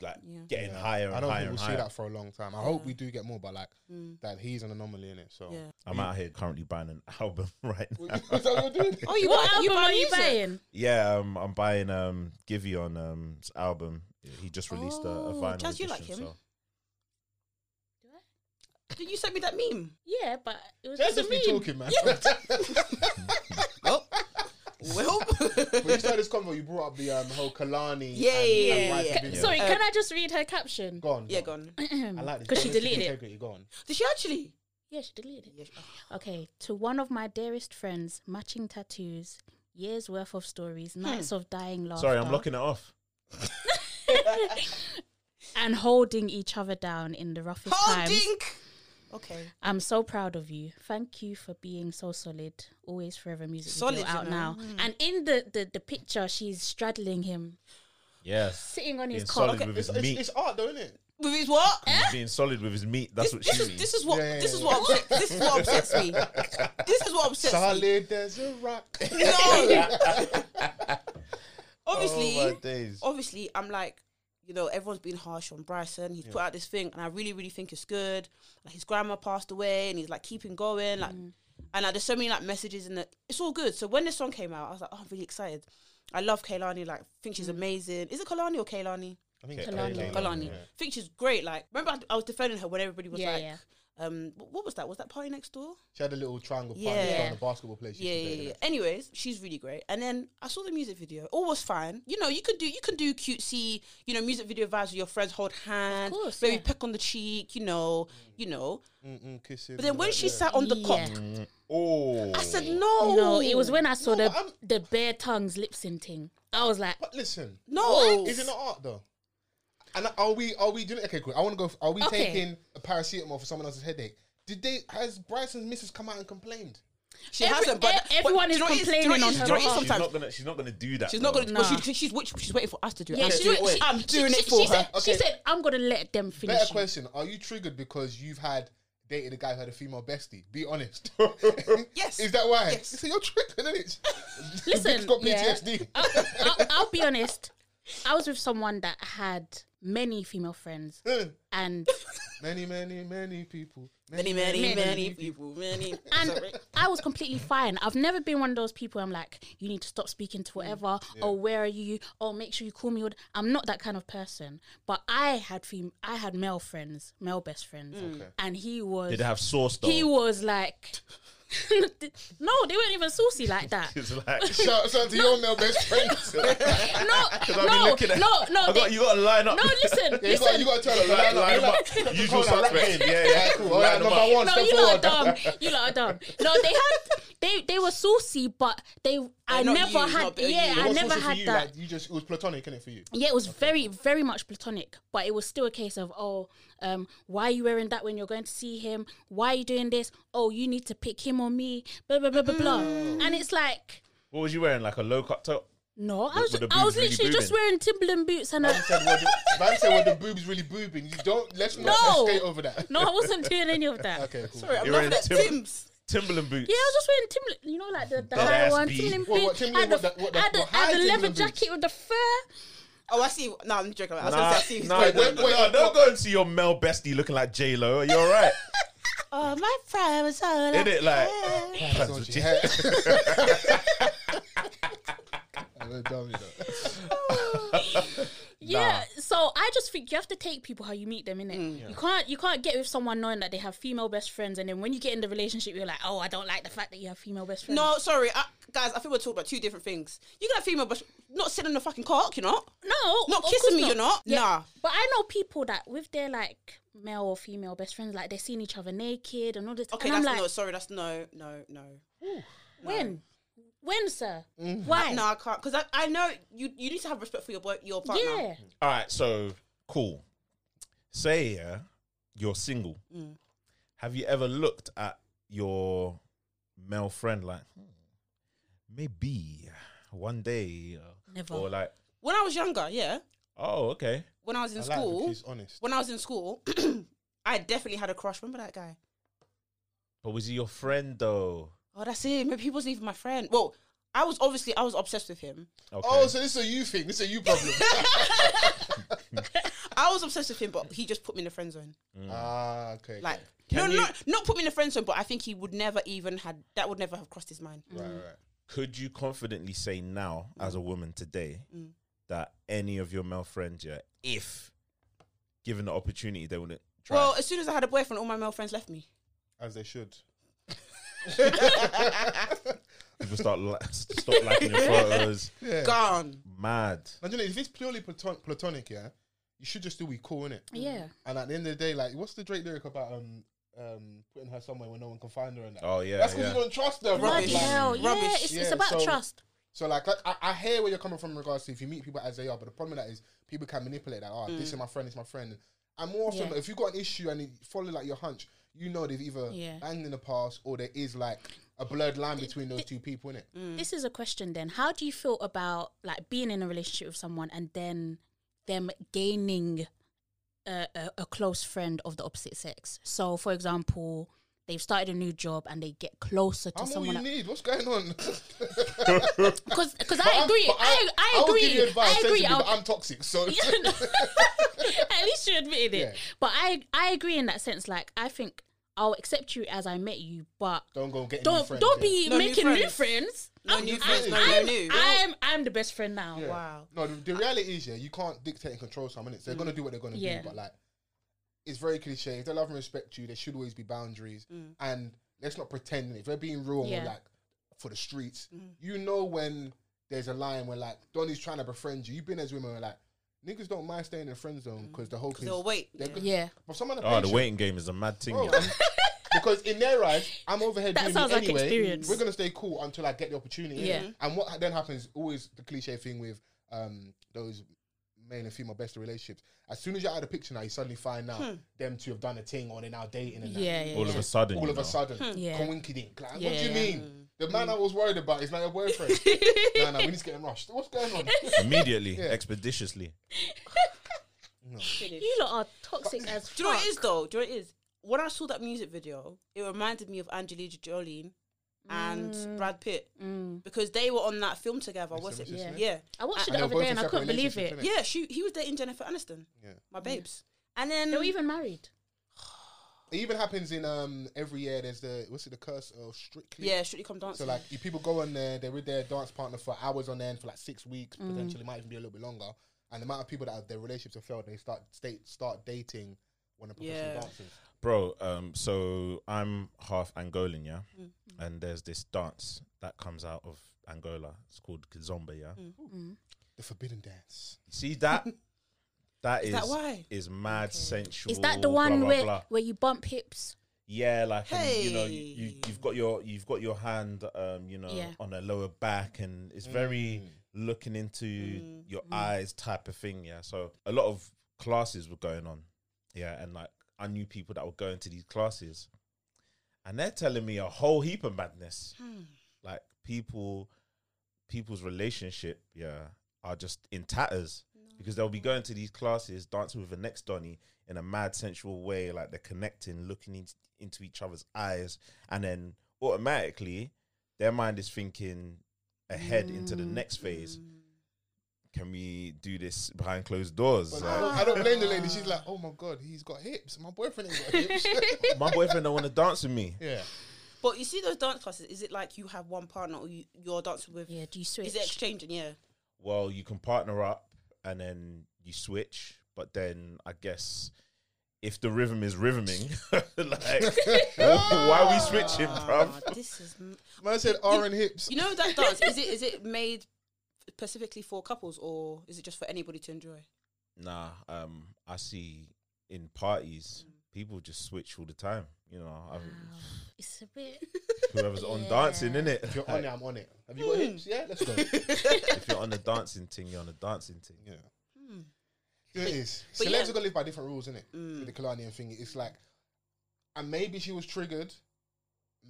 like
Mm. Yeah.
getting
Yeah.
higher and
I don't
higher
think
and
we'll
higher.
see that for a long time. I hope we do get more, but like
Mm.
that he's an anomaly in it. So
Yeah.
I'm out here currently buying an album right now.
Is that what you're doing?
Oh, you
What
buy-
album are you
music?
buying?
yeah, um, I'm buying um Giveon um's album. He just released a, a
Oh,
vinyl
Jazz, you
edition.
like him?
So.
Did you send me that meme?
Yeah, but it was
Jazz
just a
just be
meme.
talking, man.
Oh. Well,
when you started this convo, you brought up the um, whole Kalani.
Yeah,
and,
yeah,
and
yeah,
Rice
yeah.
video.
Sorry,
Uh,
can I just read her caption?
Go on.
yeah, gone.
I like this.
Because she
Journalistic
deleted it.
integrity, Go on.
Did she actually?
Yeah, she deleted it.
Yeah. Oh,
Okay, to one of my dearest friends, matching tattoos, years worth of stories,
Hmm.
nights of dying laughter.
Sorry, I'm locking it off.
And holding each other down in the roughest times.
Holding. Okay.
I'm so proud of you. Thank you for being so solid. Always forever music
Solid,
solid,
you
out
know. Hmm.
now. And in the, the the picture, she's straddling him,
Yes.
sitting on his
Being
cock.
solid with
It's,
his
it's,
meat.
it's art, though, isn't it?
With his what?
He's being solid with his meat. That's
This,
what
this
she
is
means.
this is what
Yeah, yeah,
this is
yeah.
what upset, this is what upsets me. This is what upsets me.
Solid as a rock.
No. obviously,
Oh, my days.
obviously, I'm like, you know, everyone's been harsh on Bryson. He's put out this thing, and I really, really think it's good. Like his grandma passed away, and he's like keeping going. Like,
Mm.
and like, there's so many like messages in it. It's all good. So when this song came out, I was like, oh, I'm really excited. I love Kaylani. Like, think she's
Mm.
amazing. Is it Kalani or Kaylani?
I think it's
Kalani.
Kalani.
Kalani.
Yeah.
Think she's great. Like, remember I, I was defending her when everybody was
Yeah,
like,
yeah.
um, wh- what was that? Was that party next door?
She had a little triangle
Yeah.
partner on the basketball place. she
yeah,
used to
yeah,
play,
yeah.
innit?
Anyways, she's really great. And then I saw the music video. All was fine. You know, you can do you can do cutesy, you know, music video vibes with your friends, hold hands,
course,
maybe
yeah.
peck on the cheek, you know, you know.
Mm-mm, kissing.
But then when
like,
she
yeah.
sat on the cop,
Mm. Yeah.
Oh,
I said no.
No, it was when I saw
No,
the
but I'm-
the bare tongues lip syncing. I was like,
But listen,
no.
is it not art though? And are we are we doing okay? Cool. I want to go. Are we
Okay.
taking a paracetamol for someone else's headache? Did they? Has Bryson's missus come out and complained?
She
Every-
hasn't. But,
e-
but do you
everyone is
know what it do you know what
complaining
it
on
do you know
her
what it is
behalf.
she's not
Sometimes
gonna. She's not gonna do that.
she's not
though.
going to. because
Nah.
She, she's wait, she's waiting for us to do it.
yeah,
I'm,
she,
doing,
went-
it. I'm
she-
doing
she-
it for
she
her.
Said, She said, "I'm gonna let them finish."
Better
you."
question: Are you triggered because you've had dated a guy who had a female bestie? Be honest.
Yes.
Is that why?
Yes.
So you're triggered, isn't it?
Listen,
has got
yeah.
PTSD.
I'll, I'll, I'll be honest. I was with someone that had many female friends,
Hmm.
and
many, many, many people.
Many, many, many
many
people, many.
and
Sorry.
I was completely fine. I've never been one of those people. I'm like, you need to stop speaking
Hmm,
to whatever. Oh, where are you? Oh, make sure you call me. I'm not that kind of person. But I had fem- I had male friends, male best friends,
Hmm.
and he was
Did it have sauce though?
he was like, no, they weren't even saucy like that.
It's like.
Shout, shout to your male best friends.
No,
I've been
no,
looking at-
no, no,
I got,
they-
you got to line up.
no. Listen,
Yeah, you, got,
listen.
you got to tell them.
Line-
Line,
line
line,
them up. Usual suspects. Yeah, yeah.
cool. All right,
Line them
number
up.
one,
No,
step
you lot are
forward.
dumb. You lot are dumb. No, they had they they were saucy, but they I
not
never
you,
had
not-
yeah
you.
I
What's
never
also for
had
you,
that.
Like, you just it was platonic, innit, for you?
yeah, it was very very much platonic, but it was still a case of oh, um, why are you wearing that when you're going to see him? Why are you doing this? Oh, you need to pick him or me. Blah blah blah blah blah. And it's like.
What was you wearing? Like a low cut top?
No, I
Were-
was,
were the
I was
boobs really
literally just
booming?
wearing Timberland boots and a,
said, well, the, man said, well, the boob's really boobing. You don't, let's not
No.
escape over that.
no, I wasn't doing any of that.
Okay, cool.
Sorry, I'm
You're
laughing
in
at
Tim-
Tim's.
Timberland boots.
Yeah, I was just wearing Timberland, you know, like the, the
Dead
high
ass
one,
B.
Timberland
What, what,
boots. I had
Timberland-
the,
what, the- what, the-
I had the,
what,
I had
high
the leather
Timberland boots?
jacket with the fur.
Oh, I see. No, I'm joking. I was
Nah,
going to say, I see.
nah,
Wait,
don't-
wait, wait,
no,
wait,
don't
what-
go and see your male bestie looking like J Lo. You're all right,
Oh, my friend was all
isn't it? Like,
That's what she had. I'm gonna tell you that.
Yeah, so I just think you have to take people how you meet them, innit?
Mm.
You can't you can't get with someone knowing that they have female best friends, and then when you get in the relationship, you're like, oh, I don't like the fact that you have female best friends.
No, sorry, I, guys. I think we're talking about two different things. You got a female, but not sitting on the fucking cock, you know?
no,
Not
of
kissing
course
me, you're not? Nah.
But I know people that with their like male or female best friends, like they're seeing each other naked and all this.
Okay,
and I'm
that's
like,
no. Sorry, that's no, no, no.
when, when, sir,
Mm.
why?
No, I can't because I, I know you. You need to have respect for your boy, your partner.
yeah,
Mm.
all right. So cool. Say yeah, you're single. Have you ever looked at your male friend like hmm, maybe one day, uh,
Never.
or like
When I was younger, yeah.
oh okay,
When I was in
I like
school,
that she's honest.
when I was in school, I definitely had a crush. Remember that guy?
but was he your friend though?
Oh, that's it. Maybe he wasn't even my friend. Well, I was obviously I was obsessed with him.
Okay.
Oh, so this is a you thing. This is a you problem.
I was obsessed with him, but he just put me in the friend zone.
ah, okay.
Like
Can
no,
you-
not not put me in the friend zone, but I think he would never even had that would never have crossed his mind.
okay. right, right.
Could you confidently say now, as a woman today,
Mm.
that any of your male friends, yeah, if given the opportunity, they wouldn't try?
Well, as soon as I had a boyfriend, all my male friends left me.
As they should.
People start li- stop liking your photos.
Yeah.
Gone.
Mad.
And you know, if it's purely platon- platonic, yeah, you should just still be cool, innit?
Yeah.
And at the end of the day, like, what's the Drake lyric about um um putting her somewhere where no one can find her and that?
Oh yeah.
That's because
yeah.
you don't trust them.
Bloody
Rubbish.
Like,
hell. Yeah,
Rubbish.
it's, it's
Yeah,
about
so-
trust.
So like, like I, I hear where you're coming from in regards to if you meet people as they are, but the problem with that is people can manipulate that. Oh, this is my friend, it's my friend. And more often,
Mm. Yeah.
if you've got an issue and you follow like your hunch, you know they've either
Yeah.
banged in the past or there is like a blurred line between those two people, innit?
Mm.
This is a question then. How do you feel about like being in a relationship with someone and then them gaining a, a, a close friend of the opposite sex? So, for example, they've started a new job and they get closer to
I'm all
someone.
you
that-
need. What's going on?
Because because
But
I
I'm-
agree,
but
I, I,
will give
agree,
you advice,
I agree.
sensibly, but
I'll-
I'm toxic, so
At least you admitted it.
Yeah.
But I I agree in that sense. Like I think I'll accept you as I met you, but
don't go get
don't
new friends.
don't
yeah.
be
No new
making new
friends.
friends.
No
I'm-
new
I'm-
friends, no
I'm,
new.
I'm, I'm the best friend now.
Yeah.
Wow.
No, the, the reality is, yeah, you can't dictate and control someone. It's, they're gonna do what they're gonna
Yeah.
do, but like, it's very cliche. If they love and respect you, there should always be boundaries. And let's not pretend if they're being real and
Yeah.
we're like for the streets, you know when there's a line where like Donnie's trying to befriend you. You've been as women where like niggas don't mind staying in the friend zone because the whole cause
they'll wait, yeah.
Yeah.
But some of the
Oh, the
patience-
waiting game is a mad thing.
Bro,
yeah.
I'm- Oh. because in their eyes, I'm over here
That
doing
sounds
it
like
anyway.
experience.
We're gonna stay cool until I get the opportunity.
Yeah.
innit? And what then happens is always the cliche thing with um those male and female best relationships. As soon as you're out of the picture now, you suddenly find out them two have done a thing or they're now dating and that.
Hmm. Yeah, yeah,
All of
yeah.
a sudden.
All
you
of
know.
a sudden,
Yeah.
coinky dink. Like, what
Yeah, Hmm.
do you
yeah.
mean? The man I was worried about is now your boyfriend. no, no, we need to get him rushed. What's going on?
Immediately, expeditiously.
Finished.
You lot are toxic as
Do you know
fuck.
what it is though? Do you know what it is? When I saw that music video, it reminded me of Angelina Jolie and
Mm.
Brad Pitt because they were on that film together. Was it?
Mr.
Yeah.
Smith.
yeah,
I watched it
And
the other
they were both
day
in
and I
separate
couldn't believe
relationships,
it.
innit?
She he was dating Jennifer Aniston,
Yeah.
my babes, and then
They were even married.
It even happens in um every year. There's the what's it? The curse of strictly.
yeah, Strictly Come
So
Dancing.
like, if people go on there, they're with their dance partner for hours on end for like six weeks,
Mm.
potentially might even be a little bit longer. And the amount of people that have, their relationships have failed, they start state start dating one of professional
Yeah.
dancers.
Bro, um, so I'm half Angolan, yeah?
Mm.
And there's this dance that comes out of Angola. It's called Kizomba, yeah?
The forbidden dance.
See that? That is,
that why?
is mad sensual.
Is that the
blah,
one
blah,
where
blah.
where you bump hips?
Yeah, like and, you know, you, you
Hey.
you've got your you've got your hand, um, you know,
Yeah.
on her lower back, and it's very
Mm.
looking into your eyes type of thing. Yeah, so a lot of classes were going on. Yeah, and like I knew people that were going to these classes, and they're telling me a whole heap of madness. Like people, people's relationship, yeah, are just in tatters because they'll be going to these classes, dancing with the next Donny in a mad sensual way, like they're connecting, looking in- into each other's eyes, and then automatically their mind is thinking ahead into the next
Mm.
phase. Can we do this behind closed doors?
But
Like,
I, I don't blame the lady. She's like, oh my god, he's got hips. My boyfriend ain't got hips.
my boyfriend don't want to dance with me.
yeah.
But you see those dance classes? Is it like you have one partner or you, you're dancing with?
Yeah, do you switch?
Is it exchanging? Yeah.
well, you can partner up and then you switch, but then I guess if the rhythm is rhythming, like why are we switching, bruv?
Ah, this is. m-
Man said R and hips.
You know that dance? is it is it made specifically for couples or is it just for anybody to enjoy?
Nah, um, I see in parties
Mm.
people just switch all the time. You know, I,
Oh, It's a bit.
whoever's on dancing, innit?
If you're on it, I'm on it. Have you
Hmm.
got hips? Yeah, let's go.
if you're on the dancing thing, you're on the dancing thing.
Yeah. It is.
but
Celebs
yeah.
are gonna live by different rules, innit?
Mm.
With the Kalanian thing, it's like, and maybe she was triggered.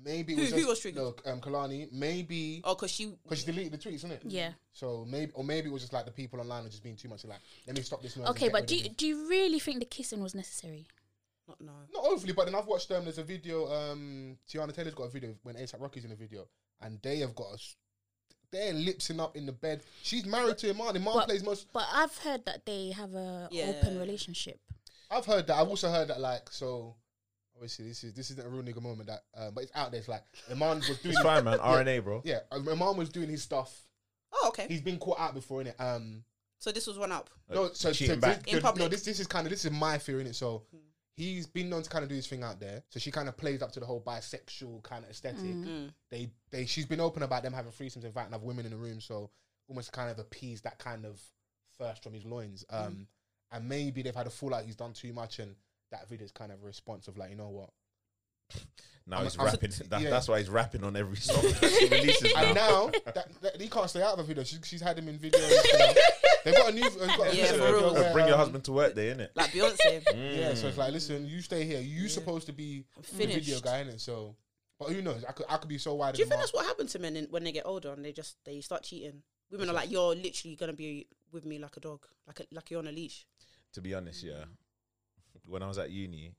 Maybe it
Who-
was
who
just-
was triggered?
No, um, Kalani. Maybe
Oh, because she.
because she deleted the tweets, innit?
Yeah.
So maybe, or maybe it was just like the people online are just being too much. Like, let me stop this noise. and
Okay,
get
but
rid
do
of
you,
it.
do you really think the kissing was necessary?
Not no.
not overly. But then I've watched um, there's a video. Um, Tiana Taylor's got a video when ASAP Rocky's in a video, and they have got a s- They're lipsing up in the bed. She's married to Iman. Iman
But-
plays most.
But I've heard that they have a
Yeah.
open relationship.
I've heard that. I've also heard that. Like so, obviously this is this isn't a real nigga moment. That uh, but it's out there. It's like Iman was doing.
It's fine, man. RNA, bro.
yeah, uh, Iman was doing his stuff.
Oh, okay.
He's been caught out before, innit? Um,
So this was one up.
no, so, so
Uh,
this-
cheating back.
In
the- no,
public. Hmm.
this this is kind of this is my theory, innit? So he's been known to kind of do his thing out there. So she kind of plays up to the whole bisexual kind of aesthetic.
Hmm.
Mm.
They they she's been open about them having threesomes, inviting other women in the room. So almost kind of appeased that kind of thirst from his loins.
Hmm.
Um, and maybe they've had a fallout. He's done too much, and that video's kind of a response of like, you know what?
Now
I'm-
he's
I'm-
rapping. That,
yeah.
That's why he's rapping on every song that he releases now.
And now that, that- he can't stay out of a video. She's, she's had him in videos. you
Mm.
know. They've got a new. they've got a
Yeah,
video
for real.
where,
Or bring your
um,
husband to work day, innit?
Like Beyonce.
Yeah, so it's
Mm.
like, listen, you stay here. You supposed to be the
Mm. finished.
video guy, innit? So, but who knows? I could, I could be so wide.
Do you
in
think
the
that's what happened to men in, when they get older and they just they start cheating? Women are like, you're literally gonna be with me like a dog, like a, like you're on a leash.
to be honest, yeah. When I was at uni,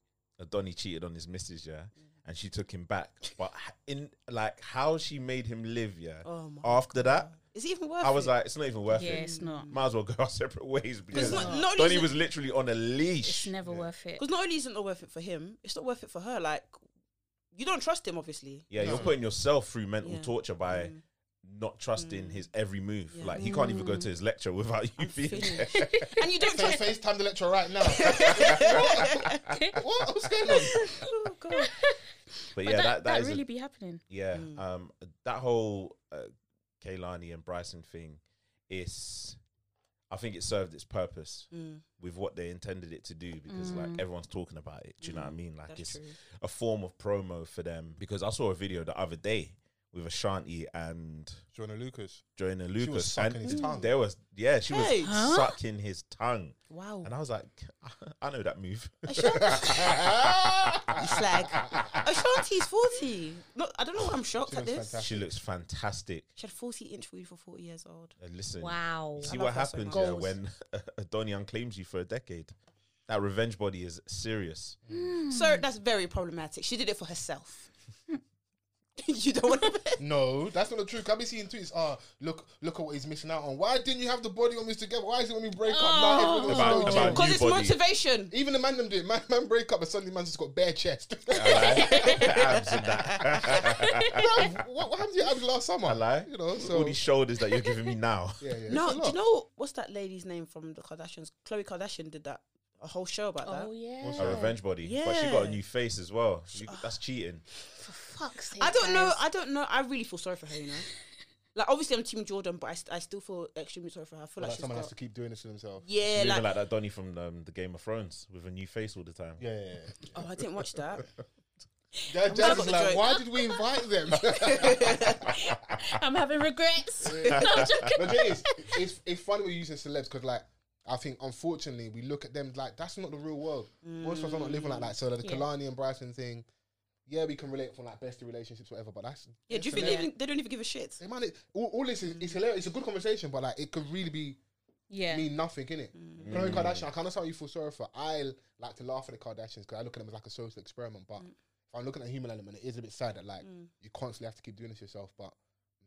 Donny cheated on his missus, yeah, and she took him back. But h- in like how she made him live, yeah.
Oh my
After that,
Is it even worth?
I was
it?
like, it's not even worth
Yeah,
it.
it's not.
Might as well go our separate ways because
not- not
Donny
even-
was literally on a leash.
It's never worth it.
because not only isn't it worth it for him, it's not worth it for her. Like, you don't trust him, obviously.
yeah, you're
No.
putting yourself through mental
Yeah. Mm.
torture by not trusting his every move.
Yeah.
Like he can't even go to his lecture without you being there.
Finished. and you don't
Face-
trust.
FaceTime the lecturer right now. what? what? What's going on?
oh god.
But
But
yeah,
that,
that,
that
is a-
really be happening.
Yeah,
Mm.
um, that whole uh, Kaylani and Bryson thing is, I think it served its purpose
Mm,
with what they intended it to do because like
Mm.
everyone's talking about it. Do you know what I mean? Like it's a form of promo for them because I saw a video the other day with Ashanti and
Joanna Lucas.
Joanna
was
Lucas
sucking
and
his tongue.
there was yeah she
Hey.
was
Huh? Oh.
sucking his tongue
Wow.
and I was like I know that move.
It's like Oh, Ashanti's forty. No, I don't know. why I'm shocked
She
at
looks
this.
fantastic.
she looks fantastic.
She had forty inch weed for forty years old.
Uh, listen,
Wow.
You see
love
what
her so
happens
much.
yeah, when Adonian claims you for a decade. That revenge body is serious.
Mm.
Mm.
So that's very problematic. She did it for herself. you don't want to.
No, that's not the truth. I've been seeing tweets. Ah, look, look at what he's missing out on. Why didn't you have the body on this together? Why is it when we break
Oh.
up? Now everyone's
About-
so
about
chill.
you.
Because it's
body.
motivation.
Even the man them do it. Man, man break up and suddenly man's just got bare chest.
I lie. Abs and that.
what, what happened to your abs last summer?
I lie.
You know, so
All these shoulders that you're giving me now.
yeah, yeah.
No,
it's a
do
lot.
you know what's that lady's name from the Kardashians? Chloe Kardashian did that a whole show about that.
Oh yeah.
A revenge body. But she got
Yeah.
a
Ah.
new face as well. You- that's cheating.
For fuck's sake.
I don't know.
guys.
I don't know. I really feel sorry for her. You know, like obviously I'm Team Jordan, but I, st- I still feel extremely sorry for her. I feel like,
Like
she's
someone
got
has to keep doing this to themselves.
yeah,
Moving
like,
like, that Donnie from um, the Game of Thrones with a new face all the time.
Yeah, yeah, yeah.
oh, I didn't watch that.
Yeah, Jazz
got
is
the
like,
joke.
why did we invite them?
I'm having regrets. no, I'm joking.
the thing is, it's, it's funny we're using celebs because, like, I think unfortunately we look at them like that's not the real world. Most of us are not living like that. So the
Mm.
Yeah.
Kalani and Bryson thing, yeah, we can relate from like best of relationships, whatever. But that's
Yeah, do you think they,
they?
even, they don't even give a shit?
They might, all, all this is it's hilarious. It's a good conversation, but like it could really be
Mm. Yeah.
mean nothing, innit?
Mm.
Khloe Kardashian, I kind of how you feel sorry for. I l- like to laugh at the Kardashians because I look at them as like a social experiment. But
Mm.
if I'm looking at the human element, it is a bit sad that like
Mm,
you constantly have to keep doing this yourself. But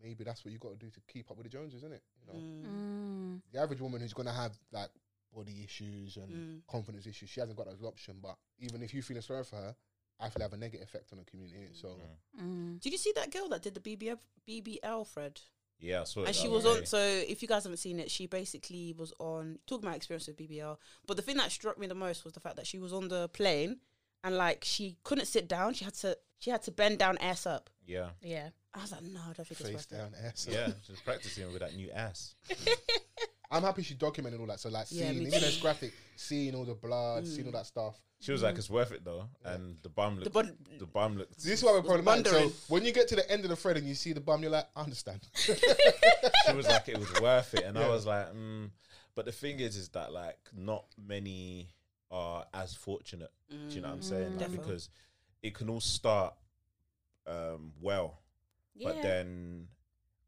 maybe that's what you got to do to keep up with the Joneses, isn't it? You know,
Mm.
the average woman who's gonna have like body issues and
Mm.
mm.
confidence issues, she hasn't got that as an option. But even if you feel sorry for her, I feel have a negative effect on the community. innit? So
Mm.
Did you see that girl that did the BBL, BBL Fred?
Yeah, I saw
Oh,
it.
And
the
she
other
was
day.
on. So if you guys haven't seen it, she basically was on talking about experience with BBL. But the thing that struck me the most was the fact that she was on the plane and like she couldn't sit down. She had to she had to bend down, ass up.
Yeah.
Yeah.
I was like, no, I don't think it's
face
worth it.
down, ass. up.
Yeah. She was practicing with that new ass.
I'm happy she documented all that. So like
Yeah,
seeing
me
even though
too. Mm.
it's graphic, seeing all the blood, seeing all that stuff.
She was like, it's worth it though. And the bum looked. The,
bun-
bum looked.
This is why we're problematic. So
wondering.
when you get to the end of the thread and you see the bum, you're like, I understand.
she was like, it was worth it, and I was like, mm. but the thing is, is that like not many are as fortunate.
Mm,
Do you know what I'm saying? Like,
Defo.
because it can all start um, well,
Yeah.
but then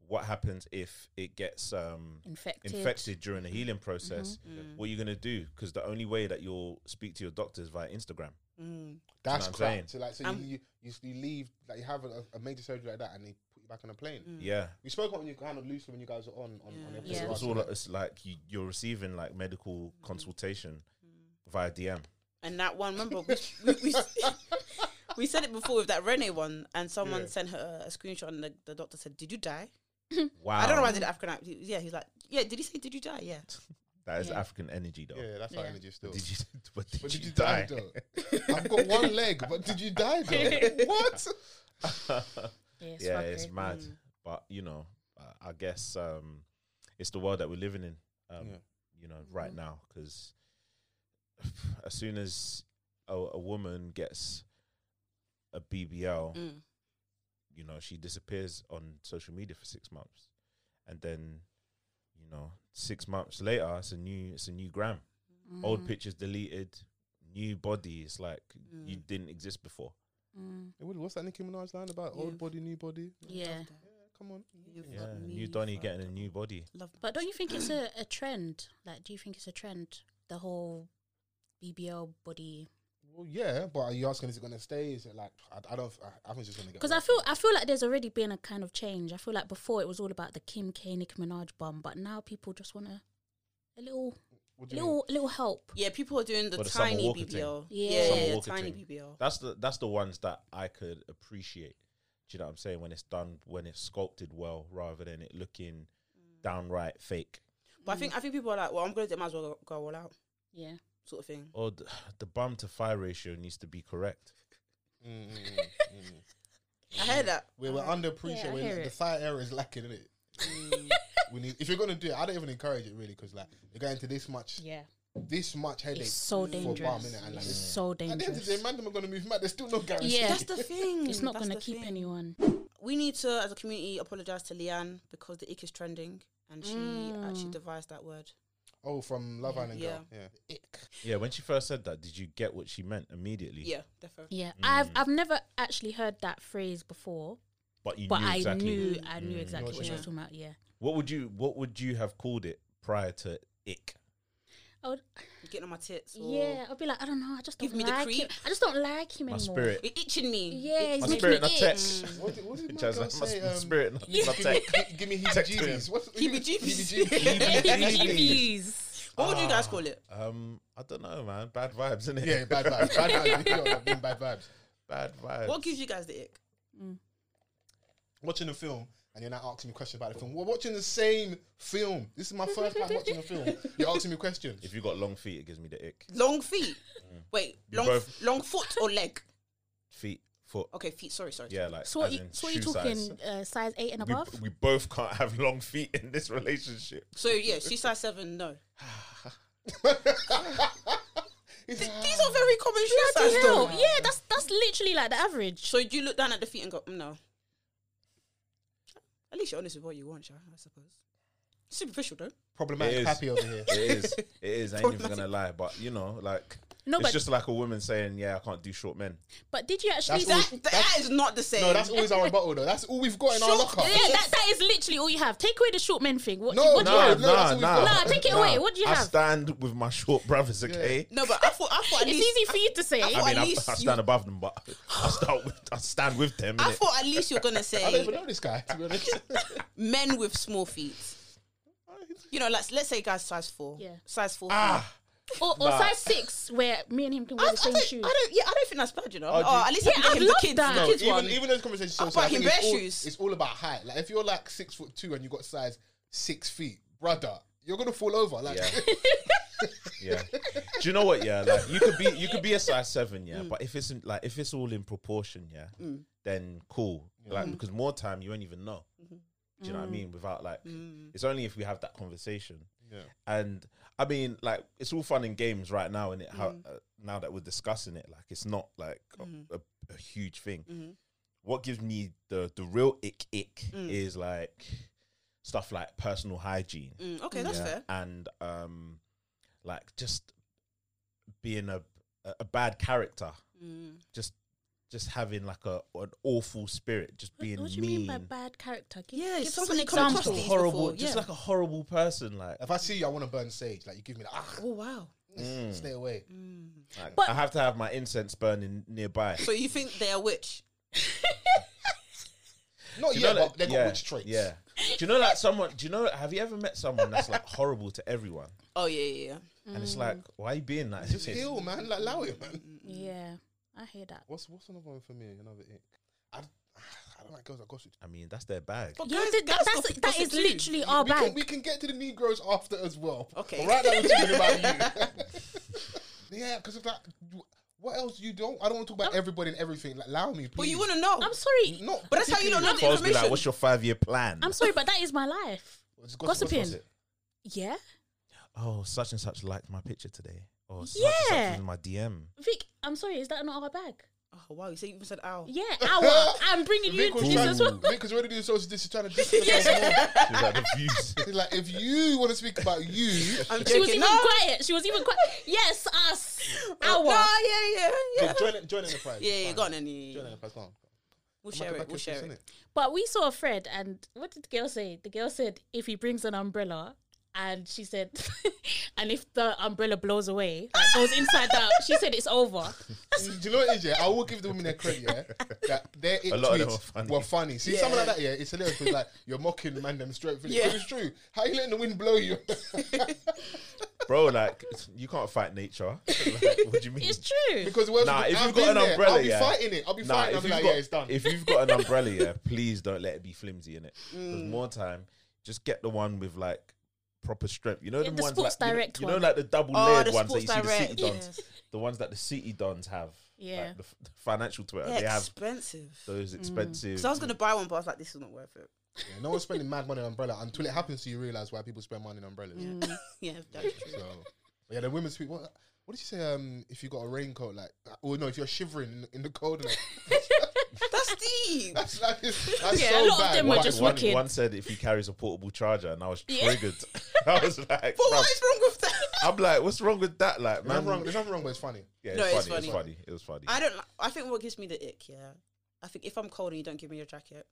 what happens if it gets um,
infected.
infected during
Mm-hmm.
the healing process?
mm,
What are you gonna do? Because the only way that you'll speak to your doctor is via Instagram.
Mm.
That's
what I'm
crap.
saying?
Um,
So like, so you, you you you leave like you have a, a major surgery like that, and they put you back on a plane.
yeah.
We spoke on you kind of loosely when you guys were on on, on
Mm. Yeah. Mm-hmm.
Yeah.
episode
So
last
it's all
week.
it's like you, you're receiving like medical consultation via DM.
mm. And that one, remember, we, we, we, we said it before with that Rene one, and someone
Yeah.
sent her a screenshot, and the, the doctor said, "Did you die?"
Wow,
I don't know why I did African. act- Yeah, he's like, "Yeah, did he say did you die?" Yeah,
that is
Yeah.
African energy though.
Yeah, that's
Yeah.
our energy still.
Did you? But did,
but
you, die?
though? I've got one leg, but did you die though? what?
Um,
Yes,
yeah,
fuck
it's
it.
mad.
Mm.
But you know, uh, I guess um, it's the world that we're living in. Um,
Yeah.
You know, right
Mm.
now, because as soon as a, a woman gets a BBL,
Mm.
you know, she disappears on social media for six months, and then, you know, six months later, it's a new, it's a new gram.
Mm,
Mm.
Old pictures deleted, new body. It's like you
Mm.
didn't exist before.
Mm.
Hey, Willie, What's that Nicki Minaj line about? Old
Yeah.
body, new body.
Yeah.
Come on.
You've
Yeah,
got me
new Donny
fucked
getting a
up.
new body.
Love
But don't you think it's a, a trend? Like, do you think it's a trend? The whole BBL body.
Well, yeah, but are you asking is it gonna stay? Is it like I, I don't? I, I think it's just gonna get.
Because I feel I feel like there's already been a kind of change. I feel like before it was all about the Kim K, Nicki Minaj bum, but now people just want a, a little
What do you mean?
little little help.
Yeah, people are doing the
Or the Summer
tiny
Walker
BBL.
thing.
Yeah,
Yeah.
yeah,
Summer
yeah,
Walker
tiny
thing.
BBL.
That's the that's the ones that I could appreciate. Do you know what I'm saying? When it's done, when it's sculpted well, rather than it looking
Mm.
downright fake.
But I think I think people are like, well, I'm gonna do it, might as well go, go all out,
Yeah.
sort of thing.
Or the, the bum to thigh ratio needs to be correct.
Mm, mm, mm, mm.
I heard that. Mm.
We're, we're underappreciated.
Yeah, I
we're-
hear
the
it.
thigh area is lacking, isn't it? we need, if you're gonna do it, I don't even encourage it really, because like you're going to this much,
Yeah.
this much headache.
It's so
for a bomb,
dangerous.
innit? And, like,
It's so
At the end of the day,
dangerous.
man, them are gonna move mad. There's still no guarantee.
Yeah.
That's the thing.
It's not
That's
going to
the
keep
thing.
anyone.
We need to, as a community, apologize to Leanne because the ick is trending, and she
Mm.
actually devised that word.
Oh, from Love Island
Yeah.
girl. Yeah. Ick.
Yeah, when she first said that, did you get what she meant immediately?
Yeah, definitely.
Yeah. I've
Hmm.
I've never actually heard that phrase before,
But you
but
knew
I
exactly. Hmm.
knew I knew exactly
Gotcha.
what she was talking about. Yeah.
What would you What would you have called it prior to ick?
I would,
Getting on my tits. Or
yeah, I'd be like, I don't know, I just don't
Give me the
like him.
creep.
I just don't like him
My
anymore.
spirit.
You're itching me.
Yeah, he's
My
making
spirit,
me
not
itch.
text.
What did, what did my
Just
girl
like, my,
say?
my
um,
spirit, not
Give
my
me,
text.
give me
Text to
heebie-jeebies.
him.
What's-
Heebie-jeebies.
Heebie-jeebies.
Jeez.
What would you guys call it?
Um, I don't know, man. Bad vibes, isn't it?
Yeah, bad vibes. Bad vibes. You know, like, being bad vibes.
Bad vibes.
What gives you guys the ick?
Watching a film and you're now asking me questions about the film. We're watching the same film. This is my first time watching a film. You're asking me questions.
If you got long feet, it gives me the ick.
Long feet. Wait,
You
long
both-
long foot or leg?
Feet, foot.
Okay, feet. Sorry, sorry.
Yeah, like
So what
as
you,
in
so what you
shoe
talking
size.
uh, size eight and
We,
above?
we both can't have long feet in this relationship.
So yeah, she's size seven. No,
It's like,
these are very common shoe
Bloody
sizes.
hell.
though.
Yeah, that's that's literally like the average.
So do you look down at the feet and go, "Mm, no. At least you're honest with what you want, Sha, I suppose. Superficial though.
It
problematic
is.
happy over here.
It is. It is. I ain't even gonna lie, but you know, like
No,
it's
but
just like a woman saying, "Yeah, I can't do short men."
but did you actually?
That's all-
That,
That, that is not the same.
No, that's always our rebuttal though. That's all we've got in our
Sure.
locker.
yeah, that, that is literally all you have. Take away the short men thing. What,
No,
what do
no,
you have?
no, that's what we've
got. Nah, take it away. What do you
I
have?
stand with my short brothers, okay?
no, but I thought I thought at
It's
least
easy for you to say.
I-
I mean,
At
I,
least
I
you-
stand above them, but I start with I stand with them.
I
innit?
thought at least you're gonna
I don't even
say
know this guy, to be honest.
men with small feet. You know, like let's say guys size four.
Yeah.
Size four.
ah,
or or
Nah.
size six, where me and him can
I,
wear
I
the same
don't,
shoes.
I don't. Yeah, I don't think that's bad. You know.
Oh, do
Oh,
you-
at least yeah,
Yeah, I
give him the
love
kids.
that.
The
No,
kids
even
one.
even those conversations.
I'll
So, so
buy
I think
him
it's
bare
all,
shoes.
it's all about height. Like if you're like six foot two and you got size six feet, brother, you're gonna fall over. Like
yeah. Yeah, do you know what? Yeah, like you could be you could be a size seven, yeah, but if it's in, like if it's all in proportion, yeah, then cool. Like because more time you won't even know. Do you know what I mean? Without like,
Mm.
it's only if we have that conversation.
Yeah.
And I mean, like, it's all fun and games right now, and it how uh, now that we're discussing it, like, it's not like a, a, a huge thing. What gives me the the real ick ick is like stuff like personal hygiene
Mm, okay, that's fair.
and um, like just being a a bad character,
Mm.
just just having like a an awful spirit, just being
what do you
mean,
mean by bad character? Give,
Yeah,
give some
something that comes across
examples.
just a
these
horrible,
before,
just
yeah.
like a horrible person. Like,
if I see you, I want to burn sage. Like you give me like, ah,
Oh wow.
stay away.
Mm.
like,
But-
I have to have my incense burning nearby.
So you think they're a witch?
Not
Do
yet,
that-
but they got
yeah,
witch traits.
Yeah. Do you know like someone? Do you know? Have you ever met someone that's like horrible to everyone?
Oh yeah, yeah, yeah.
And it's like,
Mm.
why are you being like
Just
this?
heal, man. Like, allow it, man.
Yeah, I hear that.
Mm-hmm. What's what's another one for me? Another ick. I, I don't like girls that gossip.
I mean, that's their bag.
But
Yeah,
guys-
that,
guys
that's,
gossip-
that
gossip
is
too.
literally our
we can,
bag.
we can get to the Negroes after as well.
Oh, Okay.
But right now we're talking about you. yeah, because of that. What else you don't? I don't want to talk about everybody and everything. Like, allow me, please.
But you want to know.
I'm sorry.
Not
But that's how you don't know the
Foles be like,
information.
what's your five year plan?
I'm sorry, but that is my life.
Just
Gossiping.
gossip.
Yeah,
oh, such and such liked my picture today. Or such and
Yeah.
such was in my DM.
Vic. I'm sorry. Is that not our bag?
oh wow, you say you even said ow.
Yeah, our. I'm bringing you
Vic
into
was
this as well.
trying, Vic was already doing social distance, trying to distance herself more.
She was like, the views.
He's like, if you want to speak about you,
I'm
She
joking.
was even
No,
quiet. She was even quiet. Yes, us.
no,
Our.
yeah, yeah, yeah.
join, join, join enterprise.
Yeah, yeah,
Fine.
go on, then, yeah, yeah,
Join
yeah.
enterprise. Go on.
We'll
I'm
share
like,
it. We'll
okay,
share
isn't
it.
But we saw Fred, and what did the girl say? The girl said, if he brings an umbrella, and she said, and if the umbrella blows away, like goes inside out, she said it's over.
Do you know what it is? Yeah, I will give the women their credit. Yeah, that their it
A lot of them
tweets
were funny.
were funny. See,
Yeah.
something like that. Yeah, it's hilarious. Because, like you're mocking the man them straight. through.
Yeah.
But it's true. How you letting the wind blow you?
Bro, like, you can't fight nature. Like, what do you mean?
It's true.
because where's
Nah,
the,
if
I've
you've got
been
an
there.
umbrella,
I'll be
yeah.
fighting it. I'll be
Nah,
fighting.
if
I'll be
you've
like,
got,
yeah, it's done.
If you've got an umbrella, yeah, please don't let it be flimsy in it. Because
Mm.
more time, just get the one with like proper strength. You know
Yeah,
the
the
ones
Sports
like you know-
Direct
you know,
one.
like the double
Oh,
layered
the
ones that
Sports
you see the
Direct.
city dons, the ones that the city dons have.
Yeah.
like the, f- the financial Twitter,
Yeah,
they have
expensive.
those
Mm.
expensive.
So I was gonna buy one, but I was like, this is not worth it.
Yeah, no one's spending mad money on umbrella until it happens to you realize why people spend money on umbrellas.
yeah, that's true.
So, but yeah, the women speak. What, what did you say? Um, if you got a raincoat, like, oh no, if you're shivering in, in the cold, like,
That's deep.
that's like, that's that's
Yeah, a
so
lot of
bad.
them were
one,
Why-
just
one,
wicked.
one said if he carries a portable charger, and I was
Yeah.
triggered. I was like,
But
bruv,
what is wrong with that?
I'm like, what's wrong with that? Like,
There's nothing
man,
wrong. There's nothing wrong, but it's funny.
yeah,
No,
it's
it's
funny. It's
funny.
funny. It was funny.
I don't. li- I think what gives me the ick, yeah. I think if I'm cold and you don't give me your jacket,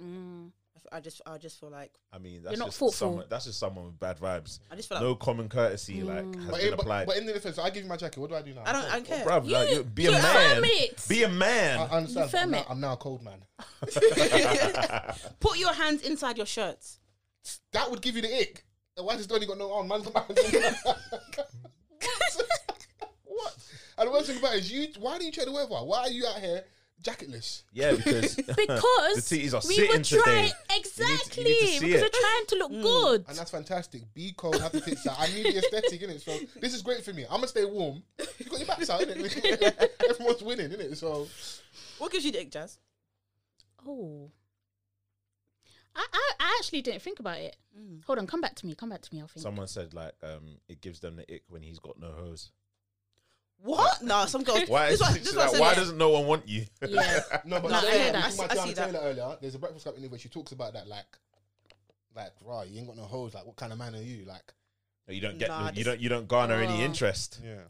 Mm.
I f- I, just, I just feel like,
I mean, that's
not
just
thoughtful.
someone. That's just someone with bad vibes.
I just feel like
no common courtesy like has
But,
been
in, but,
applied.
but in the defense, I give you my jacket. What do I do now?
I don't, I don't care.
Bruv, like,
Yeah,
you- be a
you
man.
affirm it.
Be a man.
I understand. but I'm
firm
now,
it.
I'm now a cold man.
Put your hands inside your shirts.
That would give you the ick. And Why does Donny got no arm? Man's got what? what? And the worst thing about it is you. Why do you check the weather? Why are you out here jacketless?
yeah, because
Because
the titties are
we
sitting
were trying
today.
exactly
You need to- you need to see
because
it.
we're trying to look good.
And that's fantastic. Be cold, have the tits out. I need the aesthetic in it. So this is great for me. I'm gonna stay warm. You got your backs out in it. Everyone's winning in it. So
What gives you the ick, Jazz?
Oh, I, I I actually didn't think about it.
Mm.
Hold on, come back to me. Come back to me. I think.
Someone said like um, it gives them the ick when he's got no hose.
What? No, some girls.
Why?
Oh, this
Is
one-
it-
this one
like,
said
why
it.
doesn't no one want you?
Yeah.
no, but
No,
no,
I hear
yeah,
that.
I
I
was
s- I
talking
see
about Tiana
that.
Taylor earlier. There's a breakfast club in it where she talks about that, like, like, right, you ain't got no hoes. Like, what kind of man are you? Like,
No, You don't get.
Nah,
no- you
this-
don't. You don't garner any
Oh.
interest.
yeah.
Do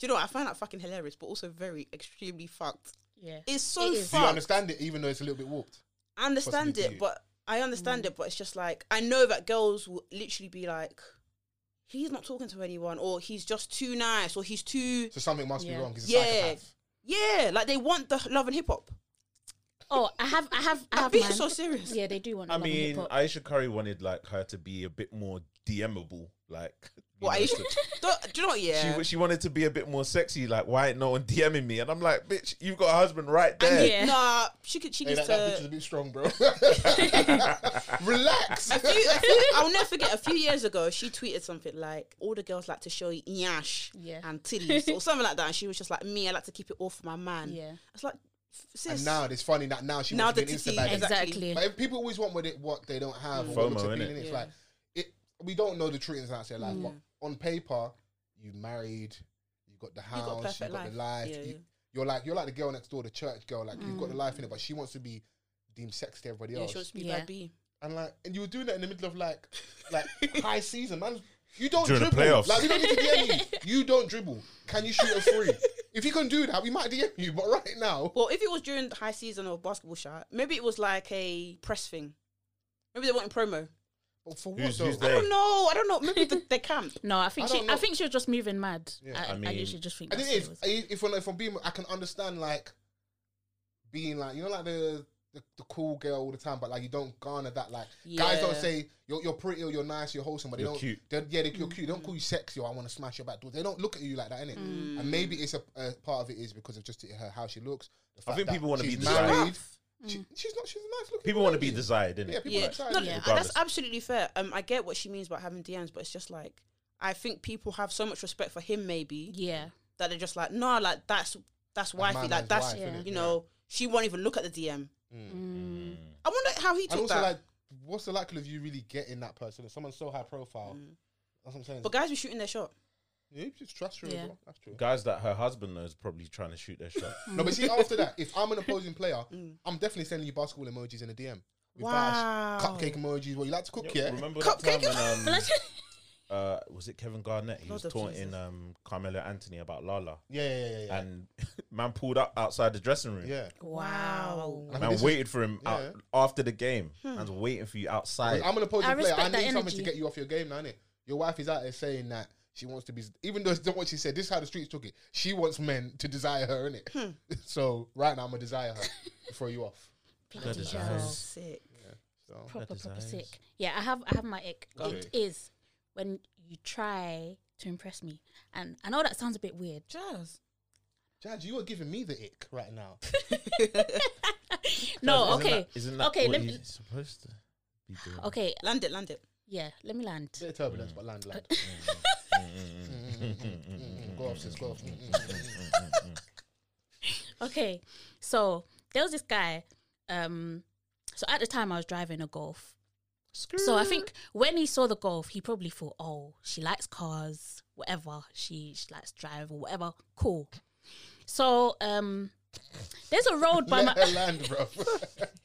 you know what? I find that fucking hilarious, but also very extremely fucked.
yeah.
It's so
It is.
Do you
fucked.
understand it, even though it's a little bit warped?
I understand
possibly do you?
it, but I understand
Mm.
it, but it's just like I know that girls will literally be like, he's not talking to anyone, or he's just too nice, or he's too
So something must
Yeah.
be wrong. He's a
Yeah.
psychopath.
yeah. Like they want the love and hip hop.
Oh, I have, I have, I
That
have.
beat
Mine.
is so serious.
yeah, they do want.
I
love and
mean,
hip-hop.
Aisha Curry wanted like her to be a bit more DMable. Like, you
What
know,
Aisha?
so-
Don't- do you know what?
She
Yeah.
wa- she wanted to be a bit more sexy. Like, why ain't no one DMing me? And I'm like, bitch, you've got a husband right there.
yeah.
Nah, she could. She
Hey,
needs
that, that bitch is a
to.
bit strong, bro. Relax.
A few, a few, I'll never forget. A few years ago, she tweeted something like, "All the girls like to show you nyash
Yeah.
and titties or something like that," and she was just like, "Me, I like to keep it all for my man."
Yeah.
it's like, f- sis,
And now it's funny that now she
Now
wants
the
to be an Insta
titty-
baddie.
Exactly.
exactly.
But if people always want what they, what they don't have, or
FOMO,
what looks appealing,
innit?
it's
Yeah. Mm.
like it. We don't know the truth inside their life, but on paper, you married, you got the
got a
house, you
perfect
got the life.
life. Yeah,
you,
yeah.
You're like you're like the girl next door, the church girl. Like you've got the life in it, but she wants to be deemed sexy to everybody
yeah,
else.
she wants to be
Yeah.
bad B.
and like, and you were doing that in the middle of like, like high season, man. You don't
During the
dribble.
playoffs.
Like we don't need to DM you. You don't dribble. Can you shoot a three? If you can do that, we might DM you. But right now,
Well, if it was during the high season of basketball shot, maybe it was like a press thing. Maybe they wanted promo.
but for what
Who's-
though?
who's
I
there?
don't know. I don't know. Maybe the, they camp.
No, I think
I
she.
don't know.
I think she was just moving mad.
Yeah.
I,
I
I,
mean-
usually just think.
I
that's
think
what
it
it was.
is. I- If I'm, if I'm being, I can understand like being like you know like the the, the cool girl all the time, but like you don't garner that. Like guys don't
Yeah.
say you're, you're pretty or you're nice, you're wholesome, but they
You're
don't.
cute.
they're- Yeah, they, you're cute. They don't call you sexy or I want to smash your back door. They don't look at you like that,
Mm.
innit? And maybe it's a, a part of it is because of just her how she looks. The fact
think
that
people wanna
she's
be desired.
married.
Mm.
She, she's not. She's a nice looking.
People want to be
lady.
desired, innit?
Yeah, people
Yeah,
like that.
no,
Yeah.
yeah.
Regardless.
that's absolutely fair. Um, I get what she means about having DMs, but it's just like I think people have so much respect for him, maybe
Yeah.
that they're just like, no, like that's that's wifey,
Like, my
like
man's
that's
wife,
Yeah.
innit?
you know, she won't even look at the DM.
Mm.
I wonder how he
And
took
also,
that.
like, what's the likelihood of you really getting that person? If someone's so high profile, that's what I'm saying.
Mm. but guys were shooting their shot.
yeah, it's trust true.
Yeah.
Well. That's true.
Guys that her husband knows probably trying to shoot their shot.
No, but see, after that, if I'm an opposing player, I'm definitely sending you basketball emojis in a DM.
Mm.
With
Wow.
bash, cupcake emojis. What you like to cook?
Yeah,
Yeah.
Remember that time
Cupcake.
when um, uh, was it Kevin Garnett? He
Lord
was
of
taunting
Jesus.
um, Carmelo Anthony about Lala,
Yeah, yeah, yeah, yeah, yeah.
and man pulled up outside the dressing room.
yeah.
Wow.
I mean,
Man
this is-
waited for him out
Yeah.
after the game.
Hmm.
Man's waiting for you outside.
I'm an opposing
I
player. I
respect that
need something to
energy.
get you off your game now, innit? Your wife is out there saying that she wants to be, even though it's not what she said, this is how the streets took it. She wants men to desire her, innit?
Hmm.
so right now, I'm going to desire her throw you off.
Bloody
is
hell.
nice.
Sick.
So,
Proper, proper
desires.
sick. Yeah, I have I have my ick.
Go on.
It is when you try to impress me. And I know that sounds a bit weird.
Jazz.
Jaj, you are giving me the ick right now.
No,
Isn't
Oh, okay.
that- isn't that
okay,
what
let
he's
me-
supposed to be doing?
Okay,
Land it, land it.
yeah, let me land.
Bit of turbulence, but land, land. Mm, Go off, sis, go off. Mm, mm, mm, mm.
Okay. So there was this guy, um so at the time I was driving a golf. So I think when he saw the golf, he probably thought, "Oh, she likes cars, whatever. She, she likes drive or whatever. Cool." So um, there's a road by
Let
my
her land, bro.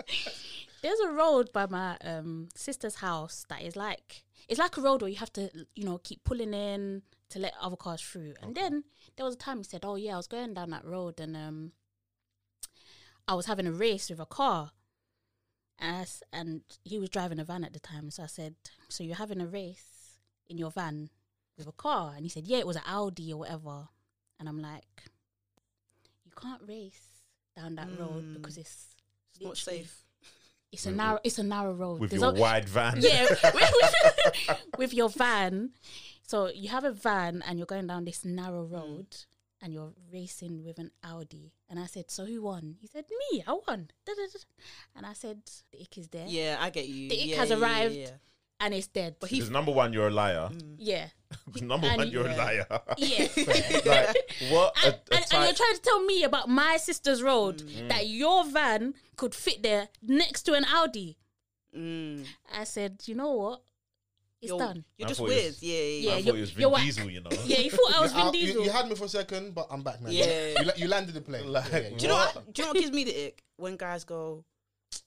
there's a road by my um sister's house that is like it's like a road where you have to you know keep pulling in to let other cars through and then there was a time he said oh yeah i was going down that road and um i was having a race with a car and, I s- and he was driving a van at the time so i said so you're having a race in your van with a car and he said yeah it was an audi or whatever and i'm like you can't race down that road because it's
Hmm. It's not
literally-
safe.
it's a narrow it's a narrow road
With
There's
your
o-
wide van.
yeah with, with your van so you have a van and you're going down this narrow road and you're racing with an audi and i said so who won he said me i won Da, da, da. and i said the ick is there
Yeah, I get you.
The ick
yeah,
has
yeah, yeah,
arrived.
yeah.
and it's dead
But he-
Because number one, you're a liar.
Mm.
yeah
number
and-
one, you're a
yeah.
liar.
yeah
like, what a,
And, and,
a
and
type-
you're trying to tell me about my sister's road that your van could fit there next to an Audi.
Mm.
I said, you know what? It's
You're,
done.
You're
I
just
thought he
weird.
was-
Yeah, yeah,
Yeah,
yeah.
I thought
you're-
it was
you're
Vin
wa-
Diesel, you know.
Yeah, you thought I was Vin
Out- you,
Diesel.
you had me for a second, but I'm back now.
Yeah.
You, la- you landed the plane.
Like,
Yeah, yeah, yeah.
Do you know? What, do you know what gives me the ick when guys go,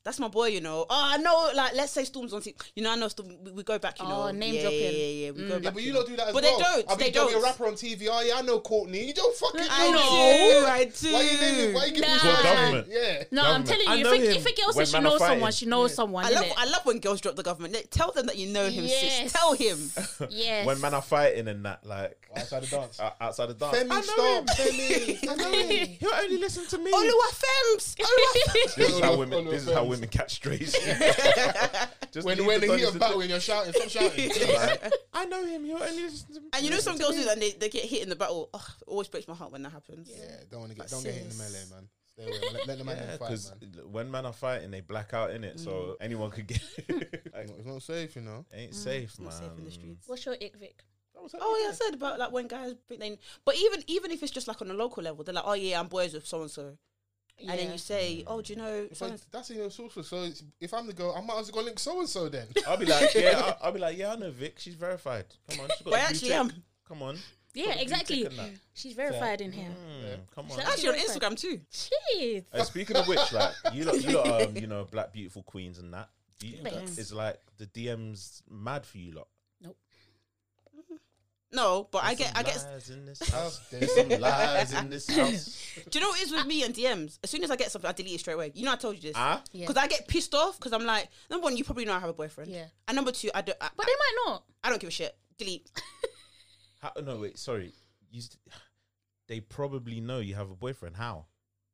"That's my boy," you know. Oh, I know. Like, let's say Storm's on. T- you know, I know Storm. We, we go back. You
Oh,
know,
name
yeah,
dropping.
Yeah, yeah, yeah. We go
Mm.
back.
Yeah, but you
know.
lot do that as
But they
well.
don't,
I've
they
been doing a
don't.
rapper on TV. Oh, yeah, I know Courtney. You don't fucking know.
I
No.
do. I do.
Why you naming? Why you giving
Nah.
me
Well,
shit?
government.
Yeah.
No,
Government.
I'm
I
telling you,
know
if, a,
him.
if a girl
When
says she
man are
knows someone,
fighting.
she knows someone.
I love.
innit?
I love when girls drop the government. Let- Tell them that you know him.
Yes.
Sis. Tell him.
yes.
When men are fighting and that, like
Outside the dance.
o- outside the dance.
Femi, stop. Femi. I know him.
He'll only listen to me.
Oluwafems. Oluwafems.
This is how
Olu-
women.
Olu
This is how
Fems.
women catch strays. Just
When,
leave
when the heat
Donnies
of
to
battle,
do-
when you're shouting, stop shouting. please.
Like, I know him. He'll only listen to me.
And you know some girls do that and they, they get hit in the battle. Oh, it always breaks my heart when that happens.
yeah, don't want to get, don't get hit in the melee,
sis.
man. Stay away. man. Let, let the man have a fight,
Because
man. Mm.
when men are fighting, they black out in it, so anyone could get. like,
It's not safe, you know.
ain't safe, man.
Mm, Not safe in the streets.
What's your ick, Vic?
Oh yeah, I said about like when guys think they. But even even if it's just like on a local level, they're like, oh yeah, I'm boys with so and so, and then you say, oh, do you know?
So
so-and-so?"
that's in your source. So it's, if I'm the girl, I might as well go link so and so then.
I'll be like, yeah, I'll, I'll be like, yeah, I know Vic. She's verified. Come on, she's got
But I
a blue
actually
tick.
am.
Come on,
yeah, exactly.
chicken that.
She's verified in here.
Mm, come on.
Actually, on Instagram too.
Jeez.
Uh, speaking of which, like you lot, you lot, um, you know, black beautiful queens and that. Do you,
Thanks.
it's like the DMs mad for you lot.
Nope.
No, but I
There's
get,
some
I get.
lies in this house.
How
There's
dare
some lies in this house.
Do you know what it is with me and DMs? As soon as I get something, I delete it straight away. You know, I told you this.
Ah,
Yeah.
Because I get pissed off because I'm like, number one, you probably know I have a boyfriend.
Yeah.
And number two, I don't. I,
But they might not.
I don't give a shit. Delete.
How, no, wait, sorry. You, st- they probably know you have a boyfriend. How?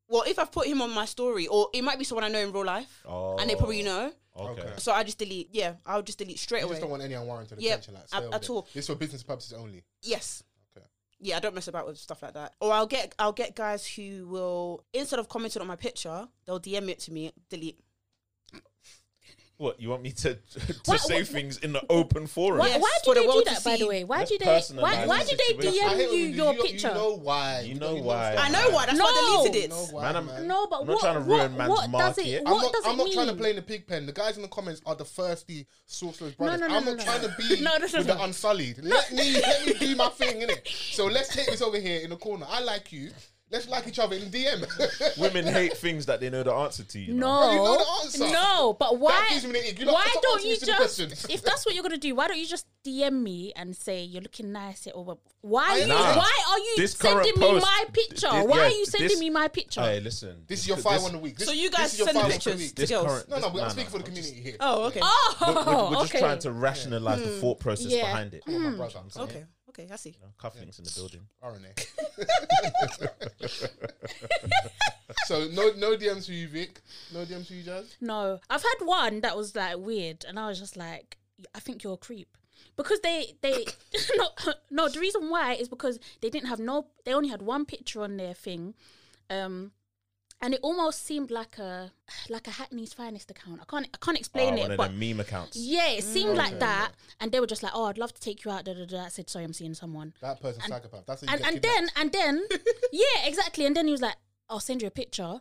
Well, if I've put him on my story, or it might be someone I know in real life,
Oh,
and they probably know.
Okay.
Okay.
So I just delete. Yeah, I'll just delete straight
You
away.
just don't want any unwarranted
Yep,
attention. Like,
at-
stay over
at
there.
all.
This is for business purposes only.
Yes.
Okay.
Yeah, I don't mess about with stuff like that. Or I'll get I'll get guys who will instead of commenting on my picture, they'll DM it to me. Delete.
What you want me to to
Why-
say
why-
things in the open forum?
Why,
Yes,
why do
for the
they do
world to
that? By
see.
the way, why
Let's
do they? Why,
personalise
why
the
do they
situation.
I hate
DM you
when you-
your
you-
picture?
You know why?
You
don't
know
even
why.
I know why. That's why I
No.
deleted
You know
it.
why,
Man, I'm-
man.
No, but
I'm not
what,
trying to
what-
ruin man's
what does
market.
it?
I'm
What
I'm not,
does
I'm
it
not
mean?
trying to play in the pig pen. The guys in the comments are the thirsty, sauceless brothers.
no, no,
I'm
no,
not
no.
trying to be
No, no, no,
with
no.
the unsullied. Let me let me do my thing, innit? So let's take this over here in the corner. I like you. Let's like each other in DM.
Women hate things that they know the answer to. You know?
No,
you know the answer.
no, but why?
gives me the ick. You know,
why
stop
don't
answering
you
these stupid
just?
questions.
If that's what you're gonna do, why don't you just DM me and say you're looking nice? Or what- why? Are you,
Nah.
Why are you
This current
sending me
post-
my picture?
thi-
why
yeah,
are you sending
this-
me my picture?
Hey, listen.
this is your five on the week. This,
So you
this
guys
is your
send
five on the
pictures
week.
to girls.
No, no, we're
no,
speaking for the
no, I'm
community here.
Oh, okay.
We're,
oh,
we're- we're just
okay.
trying to rationalize the thought process
Yeah.
behind it.
Come on, my brother.
Okay. Okay, I see.
Cufflinks in the building.
RNA. so no, no DMs for you, Vic. No DMs for you, Jazz.
No, I've had one that was like weird, and I was just like, I think you're a creep because they they no no. The reason why is because they didn't have no. They only had one picture on their thing, um, and it almost seemed like a like a Hackney's Finest account. I can't I can't explain
Ah, one
it,
of
but
them meme accounts.
yeah, it seemed like that. And they were just like, oh, I'd love to take you out. Da, da, da. I said, sorry, I'm seeing someone.
That person's psychopath. That's how you
And,
get
and
kidnapped.
then and then yeah, exactly. And then he was like, I'll send you a picture.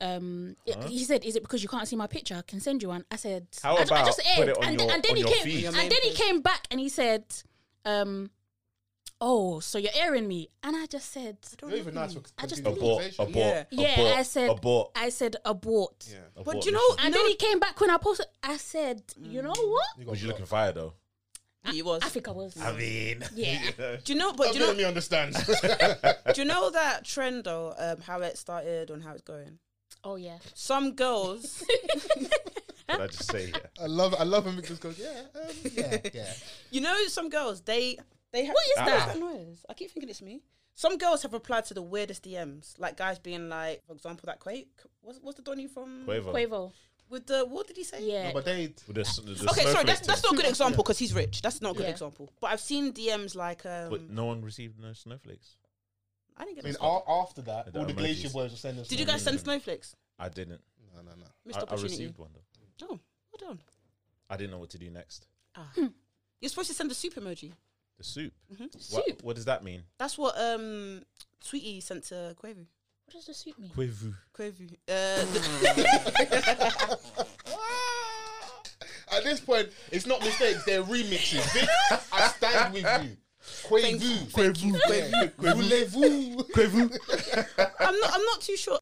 Um, it- he said, "Is it because you can't see my picture? I can send you one." I said,
How
I, d- I
about
just
put
aired.
it on
and,
your-
and then
on
he
your
came,
feed? Your
and
main
then he
page.
came back and he said, um, "Oh, so you're airing me?" And I just said,
don't
Not even nice for
I just
continuing
deleted
Abort,
conversation.
abort,
Yeah.
"Yeah."
abort,
I said,
abort.
"I said abort."
Yeah.
abort
But do you
this
know-
shit.
And then he came back when I posted. I said, "You know what?
You got
Was you
blocked.
looking fire though?
He Mm. was.
I think I was."
I mean,
Yeah.
Do you know? But do you know?
me understand.
Do you know that trend though? Um, how it started and how it's going.
Oh yeah.
Some girls,
But I just say, yeah.
I love, I love when Mick just goes, yeah, um, yeah, yeah.
you know, some girls they they have.
What is
What's
that?
that noise? I keep thinking it's me. Some girls have replied to the weirdest DMs, like guys being like, for example, that Quake. What's, what's the Donny from?
Quavo.
Quavo.
With the what did he say?
Yeah.
No, but they,
With the s- the
Okay, sorry,
snowflake
that's, that's
thing.
not a good example because he's rich. That's not a good
Yeah.
example. But I've seen DMs like um,
But no one received no snowflakes.
I didn't get.
I mean,
those.
a- after that,
The
all the
emojis.
Glacier Boys were sending. us
Did you guys send
emojis.
snowflakes?
I didn't.
No, no, no.
Missed
I, I
opportunity.
received one though.
Oh, well done.
I didn't know what to do next.
Ah. You're supposed to send a super emoji. Mm-hmm.
The soup.
Soup.
What, what does that mean?
That's what um Sweetie sent to Quavu.
What does the suit mean?
Quavo.
Quavu. Uh,
At this point, it's not mistakes; they're remixes. Vic, I stand with you.
Thank you.
Quavu, Quavu, Quavu, Quavu.
I'm not. I'm not too sure.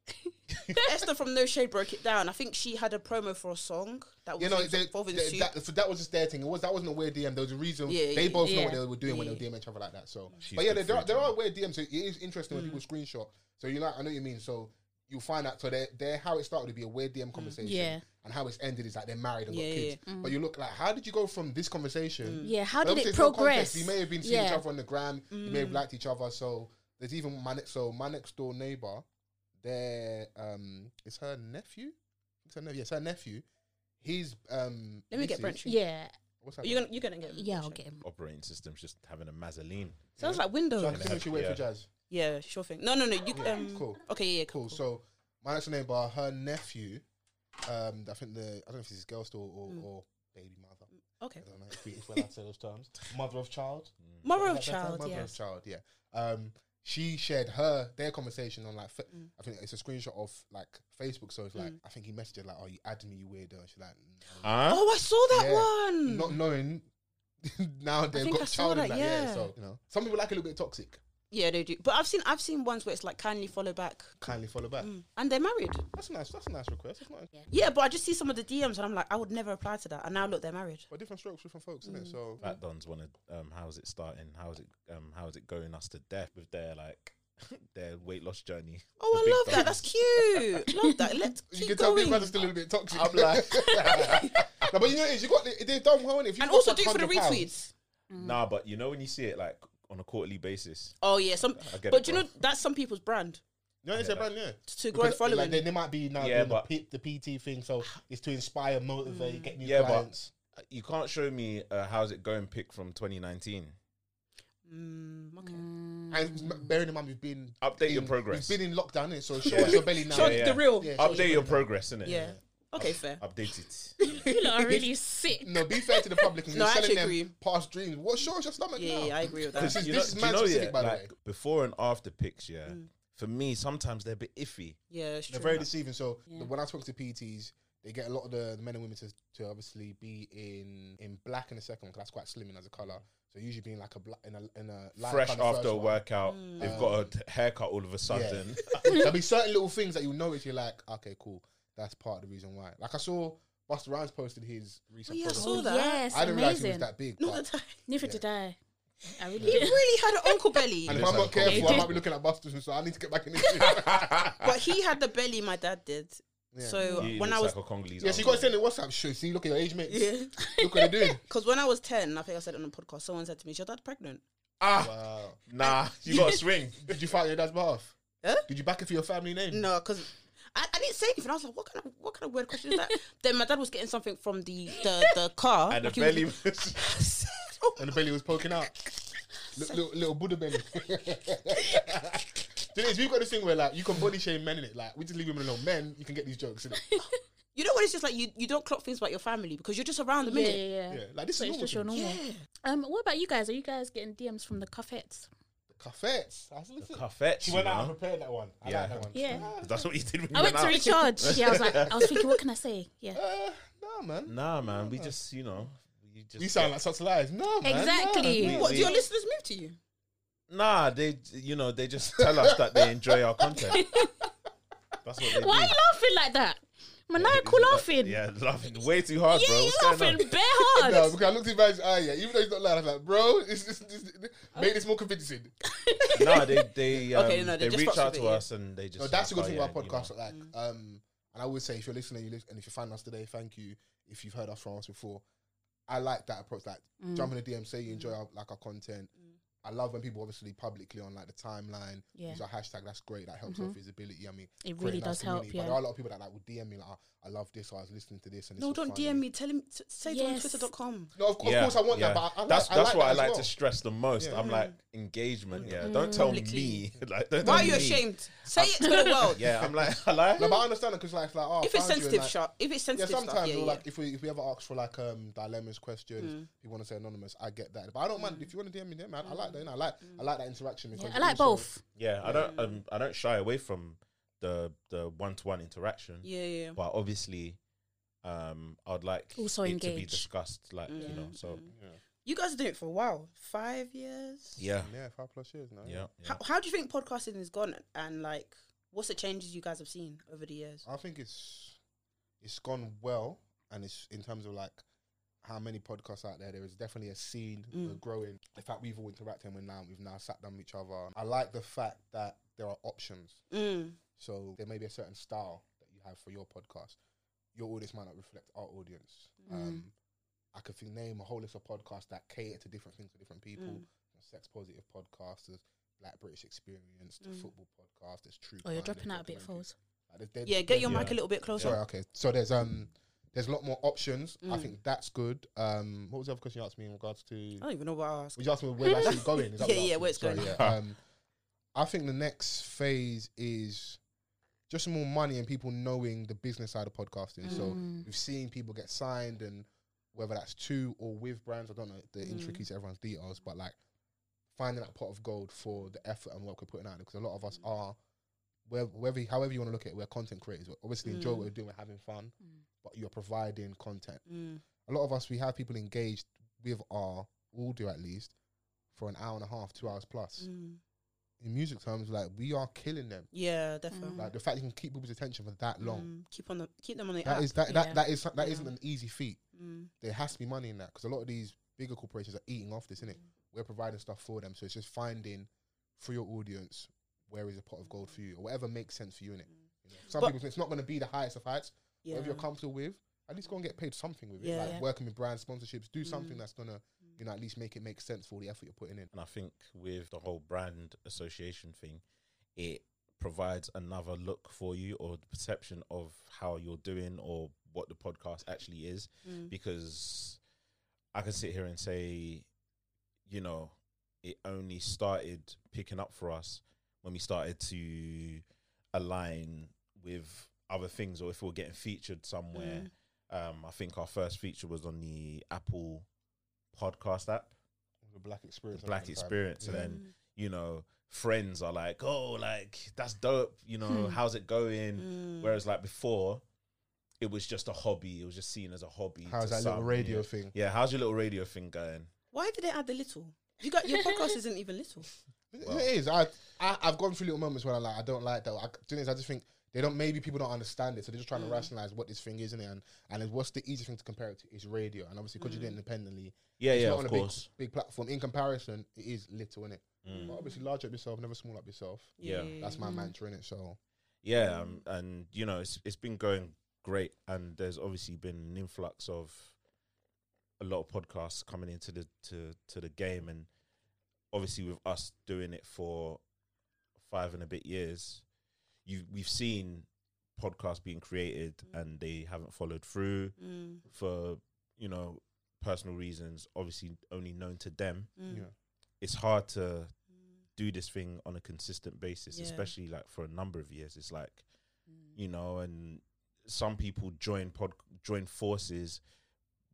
Esther from No Shade broke it down. I think she had a promo for a song that was
You know,
in-
they,
involving
they-
soup.
that, so that was just their thing. It was that wasn't a weird DM. There was a reason.
Yeah,
they
yeah,
both know
yeah.
what they were doing when they
Yeah.
were DMing each other like that. So,
She's
but yeah, there,
good
there,
for
are-
it,
there
yeah.
are weird DMs. So it is interesting
Hmm.
when people screenshot. So you like, I know what you mean. So you find out. So they're, they're how it started to be a weird DM conversation.
Yeah.
And how it's ended is like they're married and
Hmm. Yeah,
got
yeah, Hmm.
kids. But you look like, how did you go from this conversation?
Yeah, how
But
did it
obviously it's no
progress?
context. You may have been seeing
yeah.
each other on the gram. You may have
Hmm.
liked each other. So there's even my next, so my next door neighbor. Their um, it's her nephew. It's her nephew. Yes, her nephew. His um.
Let me get
missus-
Brentry.
Yeah,
What's that?
You're gonna. You're gonna get.
yeah, I'll
Shade.
get him.
Operating system's just having a mazzoline.
Sounds like Windows.
So I can let you wait
Yeah.
for jazz.
Yeah, sure thing. No, no, no. You. Um,
Cool.
Okay. Yeah. yeah cool.
Cool. So my next door neighbor, her nephew. Um, I think the I don't know if it's his girl still or,
Mm.
or baby mother.
Okay.
I don't know if we- if we're allowed to say those terms. Mother of child.
Mother of
Like that term,
child.
Mother
Yeah.
of child. Yeah. Um, she shared her their conversation on like fa-
Mm.
I think it's a screenshot of like Facebook. So it's like I think he messaged her like, "Oh, you added me, you weirdo." And she's like, no.
Huh?
Oh, I saw that
Yeah.
one.
not knowing now they've
think Mm.
got
I
a
saw
child.
that,
and Like, yeah.
yeah.
So you know, some people like a little bit toxic.
Yeah, they do. But I've seen. I've seen ones where it's like kindly follow back,
Kindly follow back.
and they're married.
That's a nice. That's a nice request. That's not,
Yeah, but I just see some of the DMs and I'm like, I would never apply to that. And now look, they're married.
but different strokes, for different folks,
Mm.
isn't it? So
Fat Dons want to. Um, how's it starting? How's it? Um, how's it going us to death with their like their weight loss journey? The
Oh,
big
I love that.
dons.
That's cute. love that. Let's
you
keep
can tell
going.
these guys are still a little bit toxic.
I'm like,
no, but you know what it is you got the, they've done well. innit? If you
and
got
also
like
do it for the
100
retweets.
pounds,
nah, but you know when you see it like on a quarterly basis,
Oh yeah, some.
I get
But
it,
you know
bro.
that's some people's brand.
No, it's
Yeah,
a brand, yeah.
to grow
Because,
following.
Like, they, they might be now
Yeah,
doing
but-
the, P, the PT thing, so it's to inspire, motivate, get new
Yeah, but-
clients.
You can't show me a how's it going pick from 2019.
Mm, okay.
and m- bearing in mind, we've been
Update your
in-
progress.
We've been in lockdown, innit? so show
Yeah.
us your belly now.
Show
yeah.
the real.
Yeah.
Yeah.
Update your progress, innit?
Okay, fair.
Update it.
You lot are really sick.
No, be fair to the public. 'cause
No,
you're
I
selling
actually
them
agree.
past dreams. What show us your stomach
Yeah,
now?
yeah, I agree with
This
that.
is-
you
this
do
is man specific, by the
like,
way. Mm.
before and after pics, yeah. For me, sometimes they're a bit iffy.
Yeah, it's
They're
true. Oh,
very deceiving. So
Yeah.
the- when I spoke to PTs, they get a lot of the men and women to, to obviously be in in black in the second one because that's quite slimming as a color. So usually being like a black in a in a light
Fresh
colour
after
first
a
one.
workout, they've got a t- haircut all of a sudden.
There'll be certain little things that you'll notice. You're like, okay, cool. That's part of the reason why. Like I saw Buster Rhymes posted his recent.
Oh, yeah, I
photo.
saw that.
Yes,
I didn't realize he was
amazing.
that big.
Not
but-
the time.
Neither did I. I really
He
did.
really had an uncle belly,
and if
looks
I'm not
like a
careful, I
cold.
might be looking at Buster's, so I need to get back in this. yeah.
but he had the belly my dad did. So
He
when I was
looks like a Congolese.
Yes, you
uncle.
got to send it WhatsApp. Sure, see, look at your age, mate.
yeah,
Look what they're doing.
because when I was ten, I think I said it on the podcast. Someone said to me, "Is your dad pregnant?"
Ah,
Wow.
nah, you got to swing.
Did you fight your dad's behalf?
Huh?
Did you back it for your family name?
No, because I, I didn't say anything. I was like, "What kind of what kind of weird question is that?" then my dad was getting something from the the, the car,
And the
Like, he was-
belly was.
I said, "Oh,
And the belly was poking out. Li- little, little Buddha belly. Thing is, we've got this thing where like you can body shame men in it. Like we just leave women alone. Men, you can get these jokes. Innit?
You know what? It's just like you, you don't clock things about your family because you're just around them,
Yeah,
innit?
yeah, yeah.
Yeah, like this
So
is
it's
normal.
just your
thing.
normal. Um, what about you guys? Are you guys getting DMs from the cuffettes?
Cafets. That's the thing.
Cafet,
She
you
went out
know?
and prepared that one. I
Yeah.
like that one.
Yeah.
That's what you did when
I
you
went
went
to
out.
recharge. Yeah, I was like, I was thinking, what can I say? Yeah,
Uh, nah, man.
Nah, man, we just, you know, we just.
We sound like such liars. No, man.
exactly.
Yeah.
What do your
Yeah.
listeners move to you?
Nah, they, you know, they just tell us that they enjoy our content. That's what they
Why are
do.
you laughing like that? Maniacal laughing.
Yeah, laughing way too hard,
Yeah,
bro.
you
What's going
laughing
on?
bare
No,
hard.
because I looked in man's eye, yeah. Even though he's not lying, I was like, bro, this, this, this, make this more convincing.
No, they they um,
Okay, no, they
they,
just
reach
fucks
out
with
to
it, yeah.
us and they just.
No, that's the
like,
good
oh,
thing
yeah,
about
you
podcasts.
know.
Like, um, and I would say if you're listening, you listen, and if you find us today, thank you. If you've heard us from us before, I like that approach. Like, jump in the DM, say you enjoy our, like our content. I love when people obviously publicly on like the timeline
Yeah.
use our hashtag. That's great. That helps our visibility. I mean,
It
create
really
a
does help,
community. But
yeah.
there are a lot of people that like will DM me like, "Oh, I love this. Or I was listening to this, and this
No,
was
don't
funny."
DM me. Tell him, t- say it
Yes.
on twitter.com.
No, of, of
Yeah,
course I want
yeah.
that, but I, I
that's
like,
that's
I like
what
that
I
as
like
well.
to stress the most.
Yeah. Mm.
I'm like engagement. Yeah, don't tell me. Like, don't
Mm. Why
tell
are you
me.
ashamed? Say it to the world.
Yeah, I'm like, I like.
No, but I understand it because like, like, oh, I
If it's
found you and,
sensitive,
like,
shut. If it's
yeah,
sensitive,
sometimes
stuff, yeah,
or
yeah.
like if we if we ever ask for like um dilemmas, questions, you want to say anonymous, I get that. But I don't mind if you want to DM me, DM me. I, I like that. You know, I like I like that interaction.
Yeah,
Because
I like
also-
both.
Yeah, I don't. Um, I don't shy away from the the one to one interaction.
yeah, yeah.
but obviously, um, I'd like
Also
it to be
engage.
discussed. Like you know, so
Mm. You guys are doing it for a while. Five years.
yeah,
Yeah, five plus years now.
yeah.
How, how do you think podcasting is gone? And like, what's the changes you guys have seen over the years?
I think it's it's gone well, and it's in terms of like how many podcasts out there. There is definitely a scene we're growing. In fact, we've all interacted. and We're now we've now sat down with each other. I like the fact that there are options.
Mm.
So there may be a certain style that you have for your podcast. Your audience might not reflect our audience.
Mm-hmm.
Um, I could think, name a whole list of podcasts that cater to different things for different people.
Mm.
There's sex positive podcasts, there's Black British Experience,
Mm.
the football podcast, there's true.
Oh, you're
crime,
dropping
there's
out a bit,
documentaries.
Foles.
Like, there's- there's-
Yeah, get your
Yeah.
mic a little bit closer.
Sorry, okay. So there's um there's a lot more options.
Mm.
I think that's good. Um, what was the other question you asked me in regards to?
I don't even know what I asked.
Was you asked me where it's actually going? Is that
Yeah,
what you
yeah,
asked
where
me?
it's going.
Sorry, yeah. Um, I think the next phase is just more money and people knowing the business side of podcasting.
Mm.
So
Mm.
we've seen people get signed, and whether that's to or with brands, I don't know
Mm.
the intricacies of everyone's details, but like finding that pot of gold for the effort and work we're putting out because a lot of
Mm.
us are. whe- Whether, however you want to look at it, we're content creators. We obviously enjoy what we're doing, we're having fun, but you're providing content
Mm.
a lot of us we have people engaged with our audio at least for an hour and a half, two hours plus.
Mm.
In music terms, like we are killing them.
Yeah, definitely.
Like the fact you can keep people's attention for that long.
Mm. Keep on the, keep them on the
That
app.
is that that
Yeah.
that is that
Yeah.
not an easy feat.
Mm.
There has to be money in that because a lot of these bigger corporations are eating off this,
Mm.
innit? We're providing stuff for them, so it's just finding for your audience where is a pot of gold for you or whatever makes sense for you, innit? You know, some
But-
people it's not going to be the highest of heights. Whatever
Yeah.
you're comfortable with, at least go and get paid something with it.
Yeah.
Like
Yeah. Mm.
working with brand sponsorships, do something that's gonna, you know, at least make it make sense for all the effort you're putting in.
And I think with the whole brand association thing, it provides another look for you or the perception of how you're doing or what the podcast actually is
Mm.
Mm.
because I can sit here and say, you know, it only started picking up for us when we started to align with other things or if we are getting featured
Mm.
Mm.
somewhere. Um, I think our first feature was on the Apple podcast app,
The black
the
experience. at
Black
one time.
Experience. And
Yeah.
then,
Mm.
you know, friends are like, oh, like, that's dope. You know, how's it going?
Mm.
Whereas, like, before, it was just a hobby. It was just seen as a hobby.
How's
to
that little
some,
radio
yeah.
thing?
Yeah, how's your little radio thing going?
Why did they add the little? You got your podcast isn't even little.
Well-
It is. I, I I've gone through little moments where I like I don't like that. I, thing is, I just think they don't. Maybe people don't understand it, so they're just trying
Mm.
to rationalize what this thing is, isn't it? And and it's, what's the easy thing to compare it to is radio. And obviously, because you do it
Mm.
independently,
Yeah,
it's
yeah,
not on
of
a big,
course. Mm.
big platform. In comparison, it is little, innit?
Mm.
But obviously, large up yourself, never small up yourself.
Yeah.
That's my mantra, innit? So
Yeah, um, and you know, it's it's been going great, and there's obviously been an influx of a lot of podcasts coming into the to to the game, and obviously with us doing it for five and a bit years, you we've seen podcasts being created
Mm.
and they haven't followed through
Mm.
for you know personal reasons, obviously only known to them.
Mm.
yeah,
It's hard to do this thing on a consistent basis,
Yeah. Mm.
especially like for a number of years. It's like, you know, and some people join pod join forces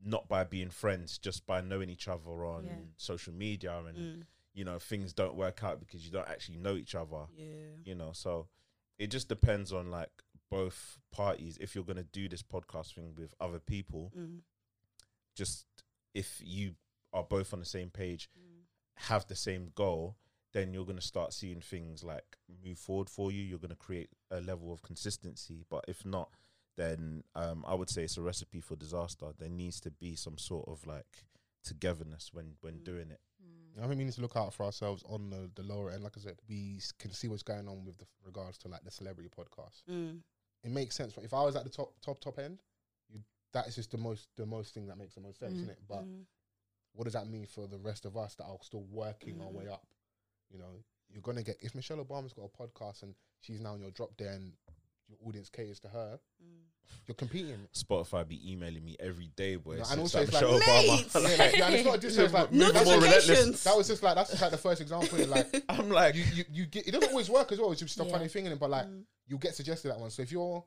not by being friends, just by knowing each other on
Yeah.
social media, and
Mm.
you know things don't work out because you don't actually know each other.
Yeah.
You know, so it just depends on like both parties. If you're gonna do this podcast thing with other people,
Mm.
just if you are both on the same page, have the same goal, then you're going to start seeing things like move forward for you. You're going to create a level of consistency. But if not, then um, I would say it's a recipe for disaster. There needs to be some sort of like togetherness when when doing it.
I think we need to look out for ourselves on the, the lower end. Like I said, we s- can see what's going on with the, regards to like the celebrity podcast.
Mm.
It makes sense. If I was at the top top top end, you, that is just the most the most thing that makes the most sense,
Mm.
isn't it? But
Mm.
what does that mean for the rest of us that are still working our way up? You know, you're gonna get if Michelle Obama's got a podcast and she's now in your drop there and your audience caters to her,
Mm.
you're competing.
Spotify be emailing me every day, boy.
No,
it's
and
it's
also
like
it's like-
Michelle
Mate!
Obama.
yeah, like, yeah, and it's not just it's like
Move
that's
more
just-
Notifications.
that was just like that's just like the first example. innit? Like
I'm like,
you, you, you get it doesn't always work as well. It's just a
Yeah.
funny thing, in it, but like you get suggested that one. So if you're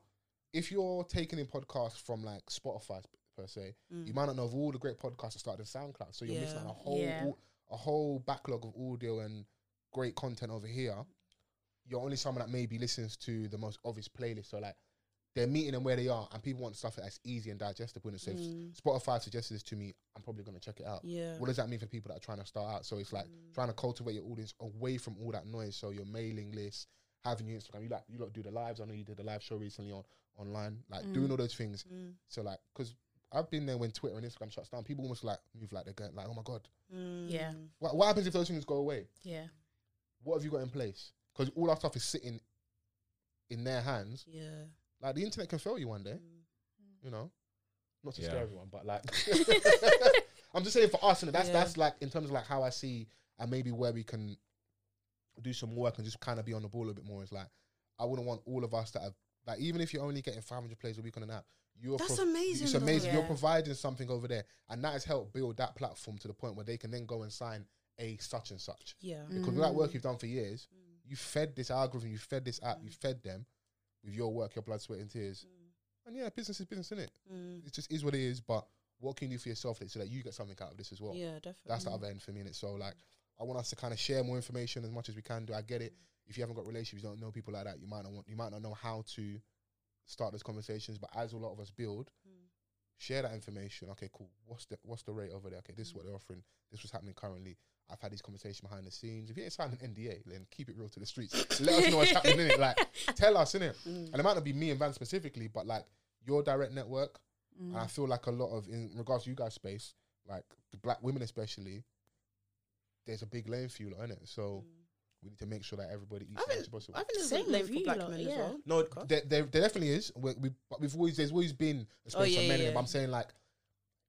if you're taking in podcasts from like Spotify per se, you might not know of all the great podcasts that started on SoundCloud. So you're missing out
Mm. Yeah.
a whole
Yeah.
a whole backlog of audio and great content over here. You're only someone that maybe listens to the most obvious playlist. So like they're meeting them where they are, and people want stuff that's easy and digestible. And so if Spotify suggested this to me, I'm probably going to check it out
Mm. Yeah.
what does that mean for people that are trying to start out? So it's like trying to cultivate your audience away from all that noise. So your mailing list, having your Instagram, you like you lot do the lives. I know you did the live show recently on online, like doing all those things.
Mm.
So like, because I've been there when Twitter and Instagram shuts down, people almost like move like they're going like, oh my god,
Mm.
Yeah.
what, what happens if those things go away?
Yeah.
What have you got in place? Because all our stuff is sitting in their hands.
Yeah.
Like the internet can fail you one day,
Mm.
you know. Not to
Yeah.
scare everyone, but like I'm just saying for us, and that's
Yeah.
that's like in terms of like how I see and maybe where we can do some work and just kind of be on the ball a bit more. Is like I wouldn't want all of us that have like even if you're only getting 500 plays a week on an app, you're
That's
prov-
amazing,
It's
though.
amazing. You're
Yeah.
providing something over there, and that has helped build that platform to the point where they can then go and sign a such and such.
Yeah.
Because with that work
Mm.
you've done for years, you fed this algorithm, you fed this app, you
Mm.
fed them with your work, your blood, sweat, and tears. And yeah, business is business, isn't it?
Mm.
It just is what it is. But what can you do for yourself so that you get something out of this as well?
Yeah, Mm-hmm. definitely.
That's the other end for me. And it's so like, I want us to kind of share more information as much as we can do. I get it. If you haven't got relationships, you don't know people like that. You might not want. You might not know how to start those conversations. But as a lot of us build, share that information. Okay, cool. What's the what's the rate over there? Okay, this is what they're offering. This was happening currently. I've had these conversations behind the scenes. If you ain't signed an NDA, then keep it real to the streets. Let us know what's happening in it. Like, tell us in it. And it might not be me and Van specifically, but like your direct network.
Mm.
And
Mm.
I feel like a lot of in regards to you guys' space, like the black women especially, there's a big lane for you, lot, innit? So we need to make sure that everybody eats
Mm. I
as much
think-
as possible.
I think there's
Same
a lane
with
for
you
black
lot,
men as
yeah.
well.
no,
There, there, there definitely is. We, we, but we've always there's always been a space
Oh, yeah,
for men.
yeah,
innit? But
yeah. Mm.
I'm saying like,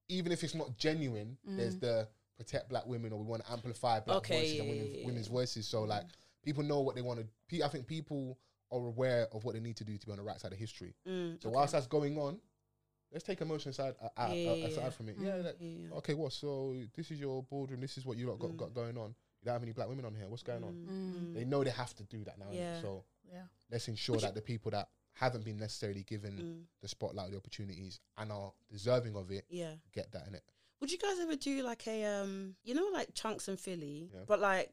even if it's not genuine, there's the protect black women or we want to amplify black
Okay,
voices and
yeah, Mm.
women,
yeah, yeah.
women's voices. So like, people know what they want to. Pe- I think people are aware of what they need to do to be on the right side of history.
Mm,
So
okay.
whilst that's going on, let's take emotion aside uh, uh,
Yeah, yeah,
uh, aside
yeah.
from it.
Mm.
Yeah, like,
Yeah, yeah.
okay, what? So this is your boardroom. This is what you lot got,
Mm.
got going on. You don't have any black women on here. What's going on?
Mm,
Mm.
They know they have to do that now. innit?
Yeah.
So
Yeah.
let's ensure that the people that haven't been necessarily given
mm,
the spotlight, or the opportunities, and are deserving of it,
yeah.
get that in it.
Would you guys ever do like a um, you know, like chunks and Philly,
Yeah.
but like,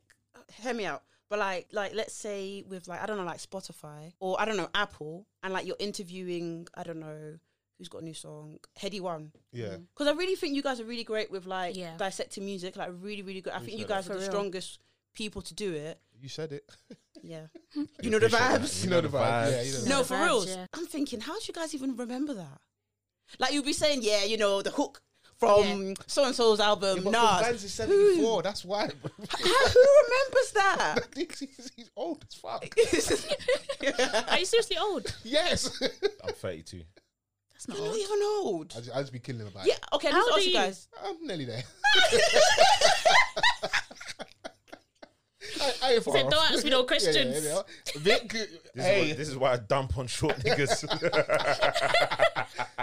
hear me out. But like, like let's say with like I don't know, like Spotify or I don't know Apple, and like you're interviewing I don't know who's got a new song, Heady One,
Yeah,
Mm.
because I really think you guys are really great with like
Yeah.
dissecting music, like really, really good. I think you
Appreciate that.
guys are
For
the
real.
strongest people to do it.
you said it.
Yeah, you know the
Appreciate that.
vibes.
You know the vibes. Yeah, you know the
No,
Yeah,
for
vibes,
real.
yeah.
I'm thinking, how do you guys even remember that? Like you'll be saying, yeah, you know the hook from so and so's album,
Yeah, but
Nas.
Vans is 74. That's why.
How- who remembers that?
he's, he's old as fuck.
Are you seriously old?
Yes.
I'm 32.
That's not
You're not
old.
even old.
I just, I just be killing him about
Yeah.
it.
Okay.
How
Let's
old
ask
are
you
you?
guys.
I'm nearly there. I, I ain't far
Said,
off.
"Don't ask me no questions."
yeah, yeah. Vic, uh,
This,
hey,
is why, this is why I dump on short niggas.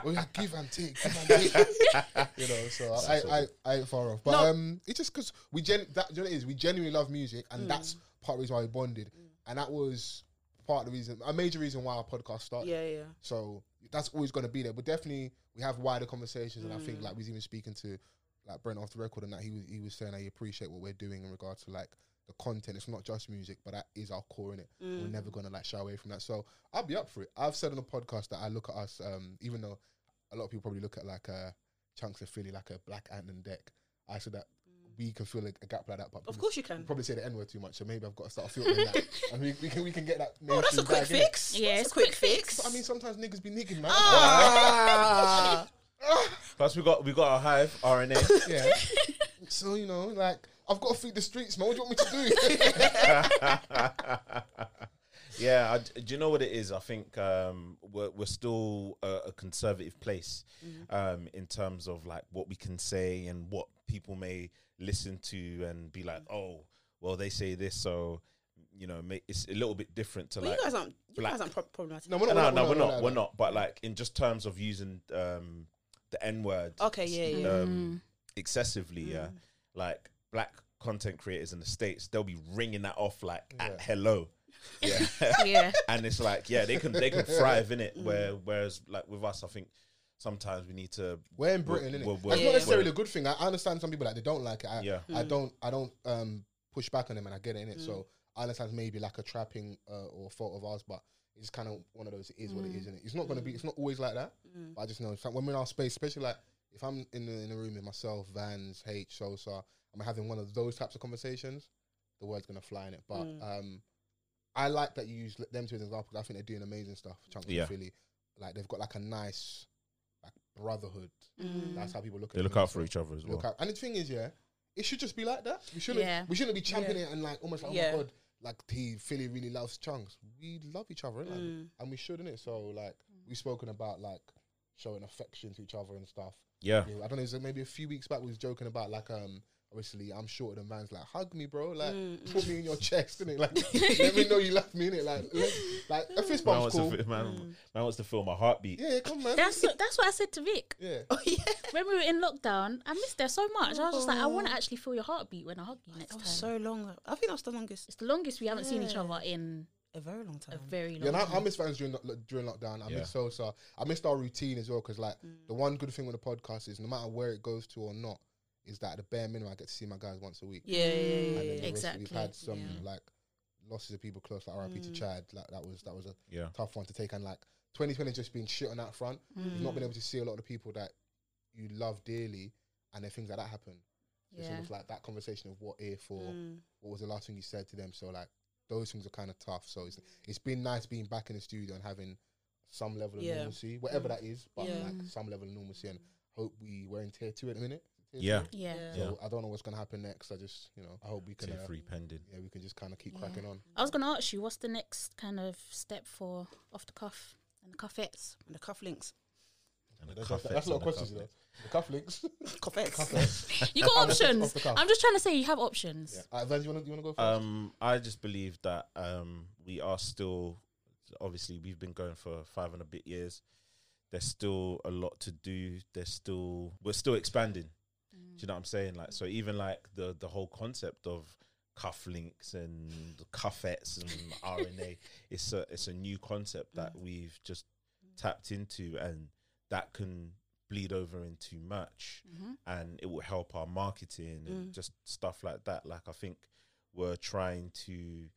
oh yeah, give and take, give and take. you know, so I, I, I ain't far off. But
No.
um, it's just because we gen that you know what it is we genuinely love music, and
Mm.
that's part of the reason why we bonded, and that was part of the reason, a major reason why our podcast started.
Yeah. Yeah.
So that's always going to be there. But definitely, we have wider conversations, and I
Mm.
think like we was even speaking to like Brent off the record, and that he was he was saying I appreciate what we're doing in regard to like the content. It's not just music, but that is our core in it.
Mm.
We're never going to like shy away from that. So I'll be up for it. I've said on the podcast that I look at us, um, even though a lot of people probably look at like uh, chunks of Philly like a black ant and deck. I said that. We can fill a, a gap like that, but
Mm. Of
we
course you can.
probably say the N word too much, so maybe I've got to start filtering that. and we, we can we can get that.
Oh, that's a
mainstream
quick
bag, innit?
fix.
Yeah,
That's
it's
a quick
quick
fix.
But I mean, sometimes niggas be nigging, man.
Ah.
Plus, we got we got our hive, RNA.
Yeah. so you know, like I've got to feed the streets, man. What do you want me to do?
yeah, I, do you know what it is? I think um, we're, we're still a, a conservative place um, in terms of like what we can say and what people may listen to and be like, oh, well, they say this, so you know, ma- it's a little bit different to
But you
like
guys aren't. You
black.
guys aren't pro- problematic.
no, we're not.
no, no, we're not. We're not. But like in just terms of using um, the N word.
Okay, yeah,
Mm.
yeah.
Um, excessively, yeah. Like black content creators in the states, they'll be ringing that off like at
Yeah.
hello. Yeah.
Yeah.
and it's like yeah, they can they can thrive in it. Where whereas like with us, I think sometimes we need to
We're in Britain,
We're-
innit?
we're-
That's
we're-
not
Yeah. Hmm.
necessarily a good thing. I I understand some people like they don't like it. I,
yeah.
I don't. I don't um, push back on them, and I get it in it. So I understand maybe like a trapping uh, or fault of ours, but it's kind of one of those. It is what
Hmm.
it is, innit? It's not going to be. It's not always like that.
Mm.
But I just know it's like when we're in our space, especially like if I'm in the, in the room with myself, Vans, H, Sosa, I'm having one of those types of conversations. The word's going to fly in it, but
Mm.
um, I like that you use them two as an example. 'cause I think they're doing amazing stuff. Chunks
Yeah.
and Philly, like they've got like a nice like brotherhood. Mm.
mm.
Mm.
That's how people look. at
They look
them.
out
So-
for each other as well.
Look out. And the thing is, yeah, it should just be like that. We shouldn't.
Yeah.
We shouldn't be championing it and like almost like,
Yeah.
oh my god, like he Philly really loves Chunks. We love each other, innit? like,
Mm.
and we shouldn't it. So like we've spoken about like showing affection to each other and stuff.
Yeah.
I don't know. Is it maybe a few weeks back we was joking about like um. Obviously, I'm shorter than Vans. Like, hug me, bro. Like,
Mm.
put me in your chest, innit? Like, let me know you love me, innit? Like, let- like a fist
Man
bump's
wants,
cool. Mm.
to, fi- man,
Mm.
man wants to feel my heartbeat.
Yeah, yeah, come man.
That's that's what I said to Vic.
yeah.
Oh yeah.
When we were in lockdown, I missed her so much. I was just like, I want to actually feel your heartbeat when I hug you next
That
time.
was Oh. so long. I think that was the longest.
it's the longest we haven't seen each
Yeah. Um,
other in
A very long time.
a very long
Yeah, and I,
time.
I miss fans during lo- during lockdown. I
Yeah.
miss Sosa. I missed our routine as well because like
Mm.
the one good thing with the podcast is no matter where it goes to or not, is that the bare minimum I get to see my guys once a week.
yeah, yeah, yeah, yeah,
And then
yeah.
the rest- We've
Mm, Exactly,
had some
yeah.
like losses of people close, like RIP
Mm.
to Chad. Like that was that was a
Yeah.
tough one to take. And like 2020 has just been shit on that front. You've
Mm.
not been able to see a lot of the people that you love dearly, and then things like that happen. It's
Yeah.
almost like that conversation of what if or
Mm.
what was the last thing you said to them? So like those things are kind of tough. So it's it's been nice being back in the studio and having some level of
Yeah.
normalcy, whatever that is, but
Yeah.
like some level of normalcy. And hope we we're in tier two at the minute. Tier
Yeah.
two?
yeah.
Yeah.
So I don't know what's gonna happen next. I just you know I hope we can
Tier
uh,
three pending.
yeah we can just kind of keep
Yeah.
cracking on.
I was gonna ask you, what's the next kind of step for off the cuff and the cuffettes?
And the cufflinks.
And the
That's,
cuff
that's, that's a lot of
and the
questions, you know.
cuff
The cufflinks.
Cufflinks.
You got
Off the- off
options.
the cuff.
I'm just trying to say you have options.
yeah. All right, Vans, you wanna you wanna go first?
Um, I just believe that um, we are still obviously we've been going for five and a bit years. There's still a lot to do. There's still we're still expanding.
Mm.
Do you know what I'm saying? Like so, even like the the whole concept of cufflinks and cuffettes and RNA, it's a it's a new concept that
Mm.
we've just tapped into, and that can bleed over into merch,
Mm-hmm.
and it will help our marketing
Mm.
and just stuff like that. Like I think we're trying to.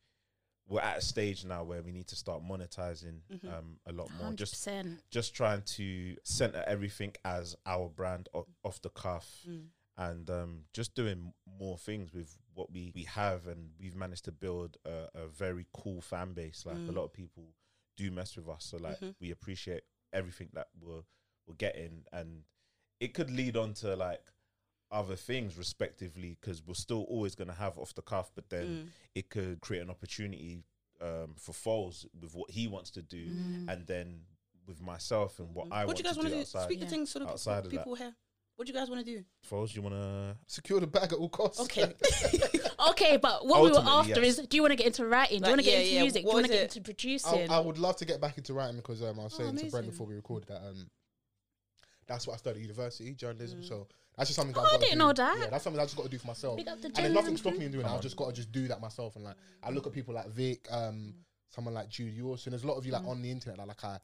We're at a stage now where we need to start monetizing um, a lot more.
Mm-hmm. Hundred
Just
percent.
just trying to center everything as our brand o- off the cuff
Mm.
and um, just doing more things with what we, we have and we've managed to build a, a very cool fan base like a
Mm.
lot of people do mess with us so like
Mm-hmm.
we appreciate everything that we're, we're getting and it could lead on to like other things respectively because we're still always going to have off the cuff but then
Mm.
it could create an opportunity um, for Foles with what he wants to do
Mm.
and then with myself and what I
Mm. What
want
do you guys
to
want
do,
to do?
outside.
Speak the
Yeah.
things so the
Outside of that.
people here. What do you guys want to do?
Foles, you want to
Secure the bag at all costs.
Okay.
Okay, but what we were
Ultimately,
after
yes.
is: Do you want to get into writing? Do
Like,
you want to
yeah,
get into
yeah,
music? Do
what
you want
is
to get
it?
into
I,
producing?
I would love to get back into writing because um, I was
Oh,
saying to Brent
amazing.
before we recorded that um, that's what I studied at university, journalism. So that's just something that
Mm. Oh,
I've
I
gotta
didn't
do.
know that.
Yeah, that's something I just got to do for myself.
Big up the
and there's nothing
journalism
stopping me
crew.
doing that.
Come
I've just got to just do that myself. And like, I look at people like Vic, um,
Mm.
someone like Jude, you also. And there's a lot of you like on the internet. Like, like I,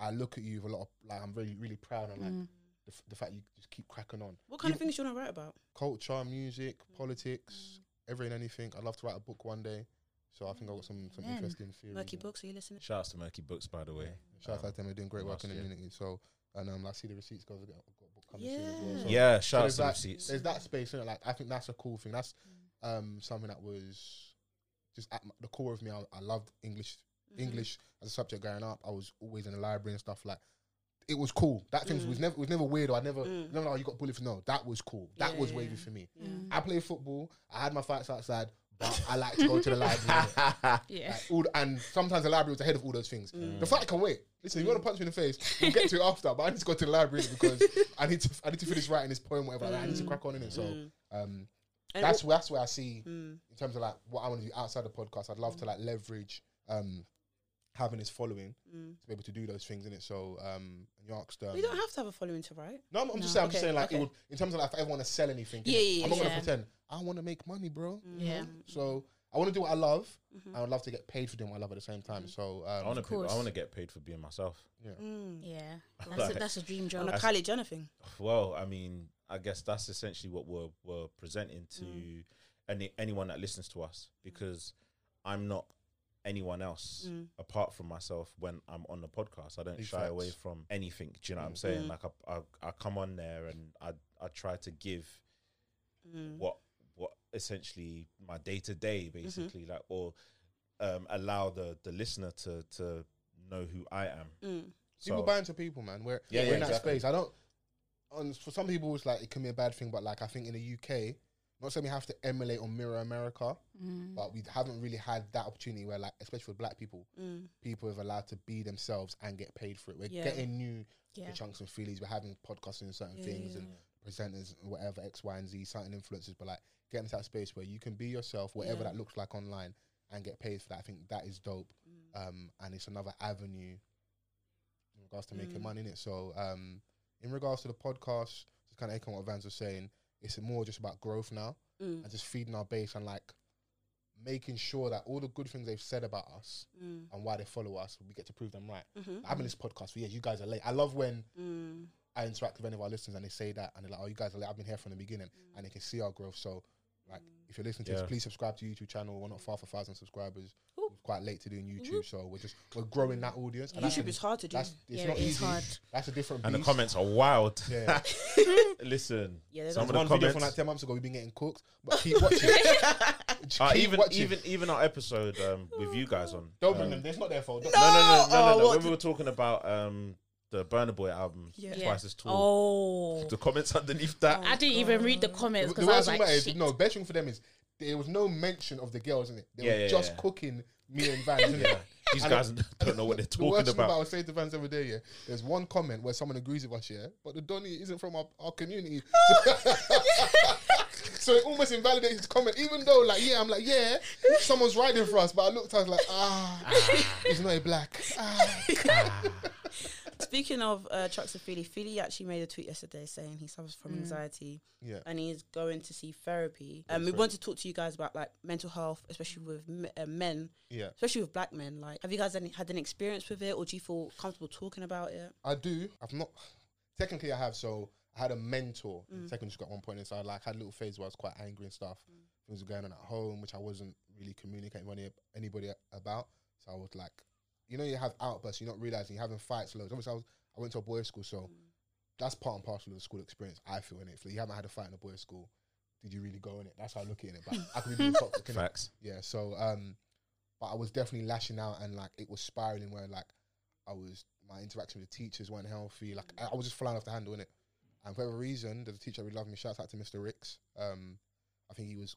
I look at you with a lot of like. I'm really, really proud and like
Mm.
the, f- the fact you just keep cracking on.
What kind of
You-
things do you want to write about?
Culture, music,
Mm.
politics, every and anything. I'd love to write a book one day. So I think I've got some some
Amen.
interesting theories.
Murky
and-
books? Are you listening?
shout out to Murky Books by the way? Um,
Shout out to them, they're doing great work
last
in the
year.
community. So, and um, I see the receipts guys have got, got a book coming soon as well.
Yeah.
So,
Yeah,
so
shout out
there's,
to the
that,
receipts.
there's that space, innit? like I think that's a cool thing. That's
Mm.
um, something that was just at m- the core of me. I, I loved English, Mm-hmm.
Mm.
English as a subject growing up. I was always in the library and stuff like. It was cool. That
Mm.
thing was never was never weird. Or I never, no, no, you got bullied for no. That was cool. That
Yeah,
was
Mm. yeah,
wavy
yeah.
for me.
Yeah.
Mm.
I played football. I had my fights outside, but I like to go to the library.
yeah.
Like, all, and sometimes the library was ahead of all those things. Mm.
Mm.
The fight can wait. Listen, if you want to punch me in the face, we'll get to it after. But I need to go to the library because I need to I need to finish writing this poem, whatever. Like, I need to crack on in it. So um,
Mm. And oh, mm,
that's where that's where I see in terms of like what I want to do outside the podcast. I'd love to like leverage um, having this following to be able to do those things in it. So um, you asked. Um,
You don't have to have a following to write.
no, I'm, I'm just saying. I'm just
Okay,
saying like it
okay.
would in terms of like if I ever want to sell anything.
Yeah,
innit?
yeah,
I'm not
yeah.
gonna pretend. I want to make money, bro.
Yeah.
Mm-hmm.
So I want to do what I love. and I would love to get paid for doing what I love at the same
Mm-hmm.
time. So
I
um,
want to I
course.
want to get paid for being myself.
Yeah. That's a, that's a dream
On
job.
a Mm. Kylie Jenner thing.
Well, I mean, I guess that's essentially what we're we're presenting to
Mm.
any anyone that listens to us because I'm not anyone else
Mm.
Mm,
apart from myself when I'm on the podcast. I don't
Big
shy
facts.
away from anything. Do you know what
Mm.
I'm saying? Like I, I I come on there and I I try to give
mm.
what what essentially my day to day
Mm-hmm.
basically like or um allow the the listener to to know who I am.
Mm,
people
So-
buy into people, man. We're,
Yeah,
we're
yeah,
in that
exactly.
space. I don't. On, for some people, it's like it can be a bad thing, but like I think in the UK, not saying we have to emulate or mirror America,
Mm-hmm.
Mm.
but we haven't really had that opportunity where, like, especially for Black people, people have allowed to be themselves and get paid for it. We're
Yeah.
getting new
Yeah.
chunks and feelies. We're having podcasts and certain
mm.
things and presenters and whatever X, Y, and Z, certain influences, but like get into that space where you can be yourself, whatever
Yeah.
that looks like online, and get paid for that. I think that is dope,
Mm,
um, and it's another avenue in regards to making
Mm.
money in it. So, um, in regards to the podcast, just kind of echoing what Vans was saying, it's more just about growth now
Mm.
and just feeding our base and like making sure that all the good things they've said about us
Mm.
and why they follow us, we get to prove them right.
Mhm.
I've been this podcast for years. You guys are late. I love when
Mm.
I interact with any of our listeners and they say that and they're like, "Oh, you guys are late. I've been here from the beginning," and they can see our growth. So, like, if you're listening to
Yeah.
this, please subscribe to YouTube channel. We're not far from thousand subscribers.
Ooh.
We're quite late to doing YouTube, so we're just we're growing that audience. And that's
YouTube
a-
is hard to do.
That's it's
Yeah,
not
it is
easy.
hard.
That's a different.
And the
beast.
comments are wild.
Yeah.
Listen,
Yeah, there's
some of
One
the
video from
comments.
like ten months ago, we've been getting cooked, but keep watching. Just
Uh,
keep
even
watching.
even even our episode um, with you guys on.
don't
um,
bring them. It's not their fault. Don't-
No, no, no, no,
Oh,
no. no.
what
When we were talking about um, the Burner Boy album,
Yeah.
Yeah.
twice as tall.
Oh.
The comments underneath that.
I didn't even read the comments
The,
because
the
I
worst
was
thing
like,
about it is,
shit.
no, best thing for them is there was no mention of the girls in it. They
Yeah,
were
yeah,
just
yeah.
cooking me and Van. innit?
These
And
guys don't know what they're
Oh. the worst
talking
thing about. I
about.
was saying to fans the other day, yeah, there's one comment where someone agrees with us, yeah, but the Donny isn't from our, our community. so it almost invalidates his comment, even though, like, yeah, I'm like, yeah, someone's riding for us, but I looked, I was like, ah, he's not a black. Ah.
Speaking of uh, Chucks and Philly, Philly actually made a tweet yesterday saying he suffers from anxiety
Yeah.
and he's going to see therapy. And we
for it.
want to talk to you guys about like mental health, especially with m- uh, men,
Yeah.
especially with black men. Like, have you guys any, had an experience with it, or do you feel comfortable talking about it?
I do. I've not. Technically, I have. So I had a mentor in secondary school at one point, and so I like had a little phase where I was quite angry and stuff. Things were going on at home, which I wasn't really communicating with any, anybody about. So I was like, you know, you have outbursts. You're not realizing you're having fights loads. Obviously, I, was, I went to a boys' school, so that's part and parcel of the school experience. I feel in it. If you haven't had a fight in a boys' school, did you really go in it? That's how I look at it. But I could be being toxic. innit?
Facts.
Yeah, so um but I was definitely lashing out and like it was spiraling where like I was my interaction with the teachers weren't healthy, like I, I was just flying off the handle in it. And for whatever reason, there's a teacher who loved me, shout out to Mr. Ricks. Um I think he was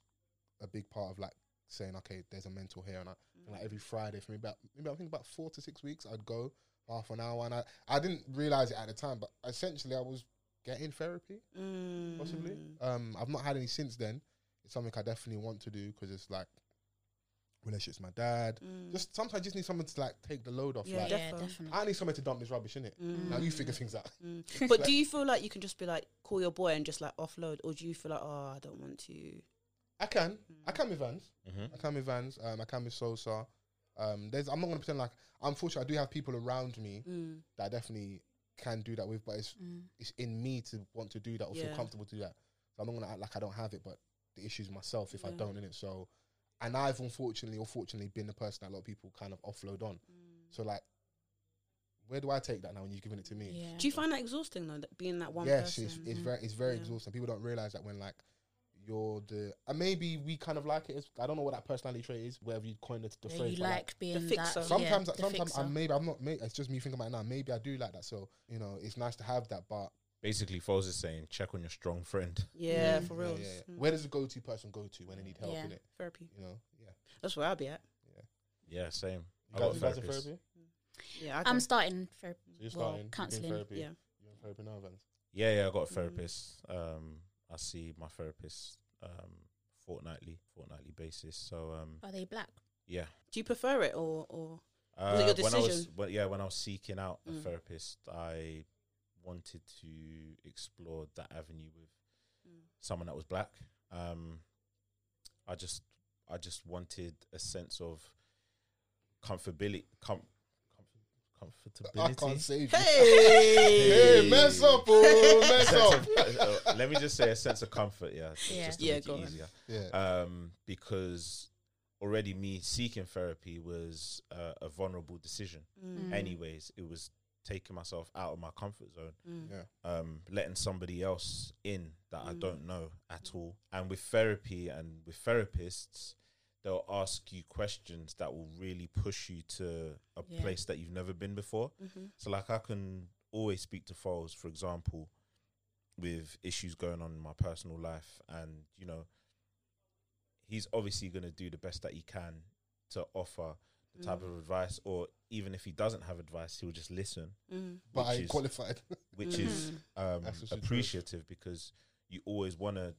a big part of like saying, Okay, there's a mentor here and I and, like every Friday for me about maybe I think about four to six weeks I'd go half an hour and I, I didn't realise it at the time, but essentially I was getting therapy
Mm.
possibly. Um, I've not had any since then. It's something I definitely want to do because it's like relationships with my dad.
Mm.
Just sometimes I just need someone to like take the load off.
Yeah,
like,
yeah,
Defo.
definitely.
I need someone to dump this rubbish in it.
Mm.
Now you figure things out.
Mm. But do you feel like you can just be like call your boy and just like offload, or do you feel like oh I don't want to?
I can, I can with Vans,
Mhm.
I can with Vans, um, I can with Sosa. Um, there's, I'm not gonna pretend like. Unfortunately, I do have people around me
Mm.
that I definitely can do that with, but it's
Mm.
it's in me to want to do that or
Yeah.
feel comfortable to do that. So I'm not gonna act like I don't have it, but the issue's myself if I
Yeah.
don't in it. So, and I've unfortunately or fortunately been the person that a lot of people kind of offload on.
Mm.
So like, where do I take that now when you're giving it to me?
Yeah.
Do you find that exhausting though, that being that one
yes,
person?
it's, it's very it's very
Yeah.
exhausting. People don't realize that when like you're the and maybe we kind of like it. It's, I don't know what that personality trait is. Whatever you coined the, the
Yeah,
phrase,
you
but, like,
like being
fixer.
that.
Sometimes,
yeah, the
sometimes I
fixer.
maybe I'm not. Maybe, it's just me thinking about it now. Maybe I do like that. So you know, it's nice to have that, but
Basically, Foles is saying, check on your strong friend.
yeah,
Mm.
for
Yeah,
real.
yeah, yeah.
Mm.
Where does the go-to person go to when they need help
Yeah.
in it?
Therapy.
You know, yeah.
That's where I'll be at.
Yeah, same.
You
I got
guys, you guys in
therapists.
therapy?
Yeah, I
I'm
do.
starting for
So you're
Well,
starting you're doing
counselling.
therapy.
Yeah.
You're in therapy now, Vance.
Yeah, yeah, I got a
Mm.
therapist. Um, I see my therapist um fortnightly, fortnightly basis. So um,
are they black?
yeah.
Do you prefer it or or
Uh,
Oh. Was it your
when I was,
decision?
well, yeah, when I was seeking out a
Mm.
therapist, I wanted to explore that avenue with someone that was black. Um, I just, I just wanted a sense of comfortability, com- com- comfortability.
I can't save you.
hey?
Hey, mess up, oh, mess
sense
up.
of- uh, let me just say a sense of comfort, yeah, just
Yeah.
to
Yeah,
make
go
it
on.
easier.
Yeah,
Um, because already me seeking therapy was uh, a vulnerable decision.
Mm,
Anyways, it was taking myself out of my comfort zone,
mm.
yeah.
um, letting somebody else in that I
Mm.
don't know at all. And with therapy and with therapists, they'll ask you questions that will really push you to a
Yeah.
place that you've never been before.
Mm-hmm.
Mhm.
So like I can always speak to Foles, for example, with issues going on in my personal life and you know he's obviously gonna do the best that he can to offer the type of advice or even if he doesn't have advice, he'll just listen,
Mm.
But
which
I
is-
qualified.
which is
Mhm.
That's
um,
what she does.
appreciative because you always wanna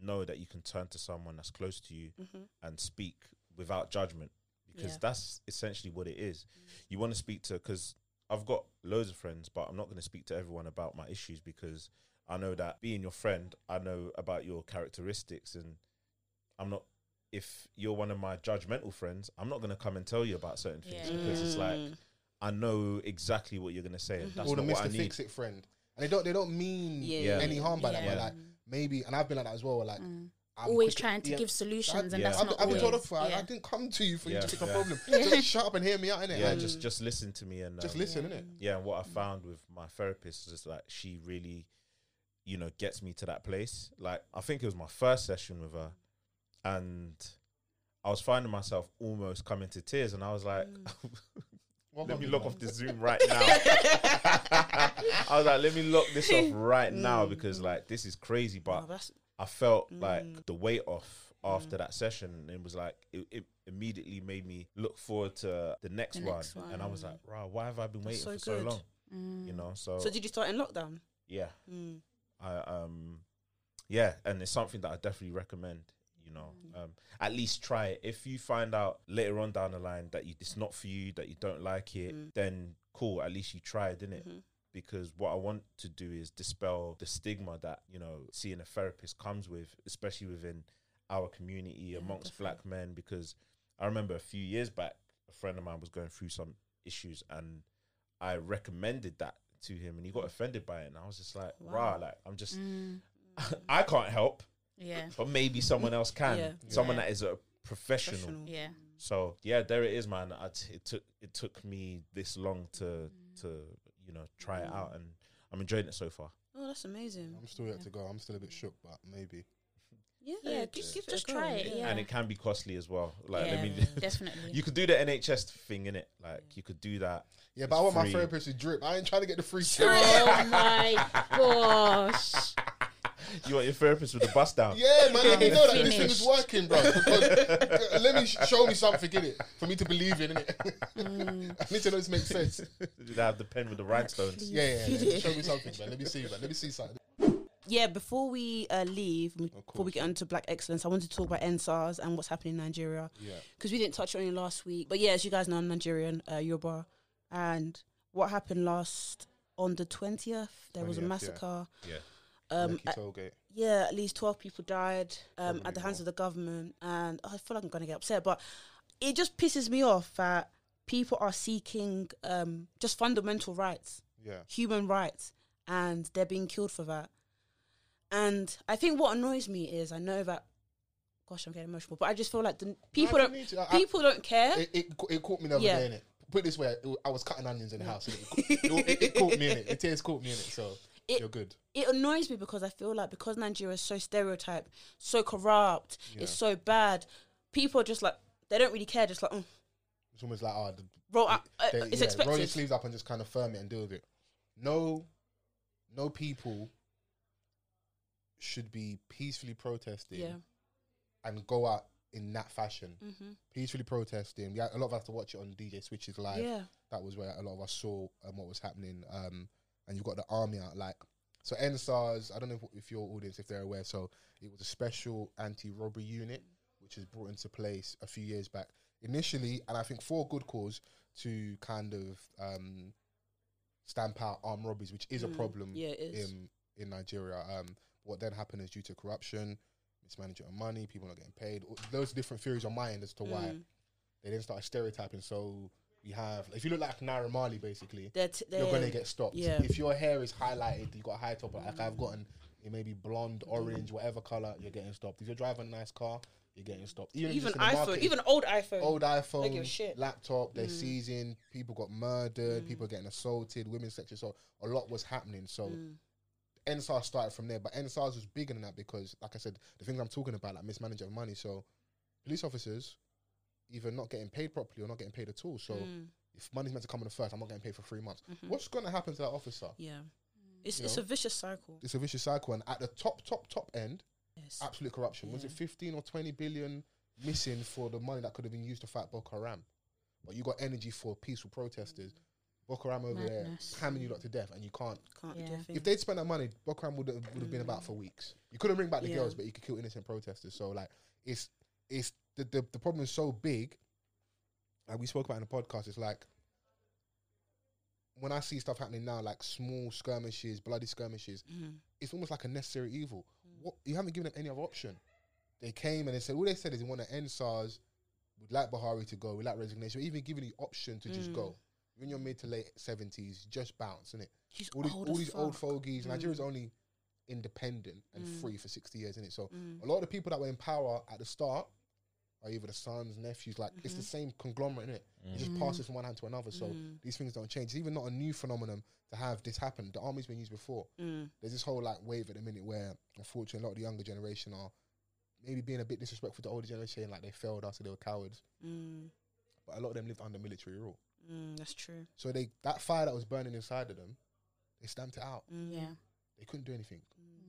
know that you can turn to someone that's close to you
Mhm.
and speak without judgment because
Yeah.
that's essentially what it is. You want to speak to because I've got loads of friends, but I'm not going to speak to everyone about my issues because I know that being your friend, I know about your characteristics, and I'm not. If you're one of my judgmental friends, I'm not going to come and tell you about certain things
Yeah.
because it's like
Mm.
I know exactly what you're going to say,
Mm-hmm.
and that's
Or the
not what I
Mr.
need.
Fix It friend. And they don't they don't mean
Yeah.
Yeah.
any harm by that. But
Yeah.
like maybe, and I've been like that as well. where, Like
Mm.
I'm
Always
quick-
trying to
yeah.
give solutions, and
Yeah.
that's
I've,
not
I've been
always.
told off. I, I
yeah.
didn't come to you for you
Yeah.
to fix my
Yeah.
problem.
Yeah.
Just shut up and hear me out, innit?
Yeah,
Mm.
Like,
just just listen to me and
just
um,
listen,
Yeah.
innit?
Mm.
yeah and what i found with my therapist is just like she really you know gets me to that place like i think it was my first session with her and i was finding myself almost coming to tears and i was like
Mm.
let me log off this zoom right now i was like let me lock this off right now because like this is crazy
Oh,
but
that's
i felt like the weight off after that session and it was like it, it immediately made me look forward to the next,
The
one.
next
and i was
one.
like wow why have i been
That's
waiting
so
for
good.
so long
Mm.
you know so,
So did you start in lockdown?
yeah
Mm.
i um yeah and it's something that i definitely recommend you know um at least try it if you find out later on down the line that you, it's not for you that you don't like it then cool at least you tried didn't it because what I want to do is dispel the stigma that you know seeing a therapist comes with, especially within our community amongst black men. Because I remember a few years back, a friend of mine was going through some issues, and I recommended that to him, and he got offended by it, and I was just like, "Rah!" Like I'm just,
Mm.
Mm-hmm.
I can't help,
Yeah.
but maybe someone else can.
Yeah.
Someone
Yeah.
that is a professional.
Professional.
Yeah.
So yeah, there it is, man. I t- it took it took me this long to to you know try it
Mm.
out, and I'm enjoying it so far.
Oh, that's amazing.
I'm still yet to go. I'm still a bit shook, but maybe.
Yeah,
Yeah,
gi-
just-
give it a
just
go.
try it, yeah.
And it can be costly as well. Like let
yeah.
me,
definitely.
you could do the NHS thing in it. Like you could do that.
Yeah, but I want my
free.
therapist to drip. I ain't trying to get the free steroids.
oh my gosh.
You want your therapist with a bust down.
Yeah, man, let me know that this
finished.
thing is working, bro. Because let me show me something in it for me to believe in it.
Mm.
I need to know this makes sense.
They have the pen with the rhinestones.
Yeah, yeah, yeah. Show me something, man. Let me see, man. Let me see something.
Yeah, before we uh, leave, we- before we
course.
get onto Black Excellence, I want to talk about NSARS and what's happening in Nigeria.
Yeah.
Because we didn't touch on it last week. But yeah, as you guys know, I'm Nigerian, uh, Yoruba. And what happened last on the 20th, there was a
20th, yeah.
massacre.
Yeah.
Um,
Lekki
at-
Tollgate.
yeah, at least 12 people died um,
Probably
at the hands
more.
of the government. And I feel like I'm going to get upset, but it just pisses me off that people are seeking um, just fundamental rights
Yeah.
human rights and they're being killed for that. And I think what annoys me is I know that, gosh, I'm getting emotional, but I just feel like the people
you
don't
need to. I- I-
people don't care.
It, it, ca- it caught me the other
Yeah.
day, innit? Put it this way, it- I was cutting onions in the house. And it, ca- it, it, it caught me in it. The tears caught me in it. So
It-
you're good.
it annoys me because I feel like because Nigeria is so stereotyped, so corrupt, it's so bad. People are just like they don't really care. Just like mm,
It's almost like, oh, the,
roll. out uh,
they,
it's
yeah,
expected.
roll your sleeves up and just kind of firm it and deal with it. No, no people should be peacefully protesting
Yeah.
and go out in that fashion.
Mhm.
Peacefully protesting. Yeah, a lot of us to watch it on DJ Switches live.
Yeah.
That was where a lot of us saw um, what was happening. Um, and you got the army out like. So NSARS, I don't know if, if your audience, if they're aware, so it was a special anti-robbery unit which was brought into place a few years back initially, and I think for good cause to kind of um, stamp out armed robberies, which is a
Mm,
problem
yeah, it is.
in in Nigeria. Um, what then happened is due to corruption, mismanagement of money, people not getting paid. all- Those different theories on my end as to why
Mm.
they then started stereotyping. So we have, if you look like Naira Marley, basically,
They're t-
you're going
they're-
to get stopped.
yeah.
If your hair is highlighted, you got a high top, like I've gotten, it may be blonde, orange, whatever color, you're getting stopped. If you're driving a nice car, you're getting stopped. Even, if you're
even
just in the
iPhone,
market,
even old iPhone.
old
They give a
iPhone,
shit. Mm.
laptop, they're seizing, people got murdered, people getting assaulted, women sexual assault. A lot was happening. So
Mm.
NSARS started from there, but NSARS was bigger than that because, like I said, the things I'm talking about, like mismanagement of money. So police officers either not getting paid properly or not getting paid at all.
mm,
So
mm-hmm.
if money's meant to come on the first, I'm not getting paid for three months. What's going to happen to that officer?
yeah, it's
You
it's
know.
a vicious cycle.
It's a vicious cycle, and at the top, top, top end,
Yes.
absolute corruption. Was it 15 or 20 billion missing for the money that could have been used to fight Boko Haram? But you got energy for peaceful protesters. Boko Haram over
Madness.
there hamming you lot to death, and you can't.
Can't
Yeah.
do a thing.
If they'd spent that money, Boko Haram would have, would have been about for weeks. You couldn't bring back the
Yeah.
girls, but you could kill innocent protesters. So like, it's it's the the, the problem is so big. Like we spoke about in the podcast, it's like when I see stuff happening now, like small skirmishes, bloody skirmishes,
Mm.
it's almost like a necessary evil. What you haven't given them any other option. They came and they said all they said is we want to end SARS. We'd like Bahari to go. We would like resignation. We're even giving the option to just go. You're in your mid to late seventies, just bounce, innit?
He's
All these
old
all
as
these old
fuck.
fogies. Nigeria's only independent and free for sixty years, innit? So
Mm.
a lot of the people that were in power at the start are either the sons, nephews. Like it's the same conglomerate, innit? It just passes from one hand to another. So
Mm.
these things don't change. It's even not a new phenomenon to have this happen. The army's been used before
Mm.
there's this whole like wave at the minute where unfortunately a lot of the younger generation are maybe being a bit disrespectful to older generation saying like they failed us or they were cowards
Mm.
but a lot of them lived under military rule
Mm. That's true.
so they that fire that was burning inside of them they stamped it out
Mm.
Yeah.
they couldn't do anything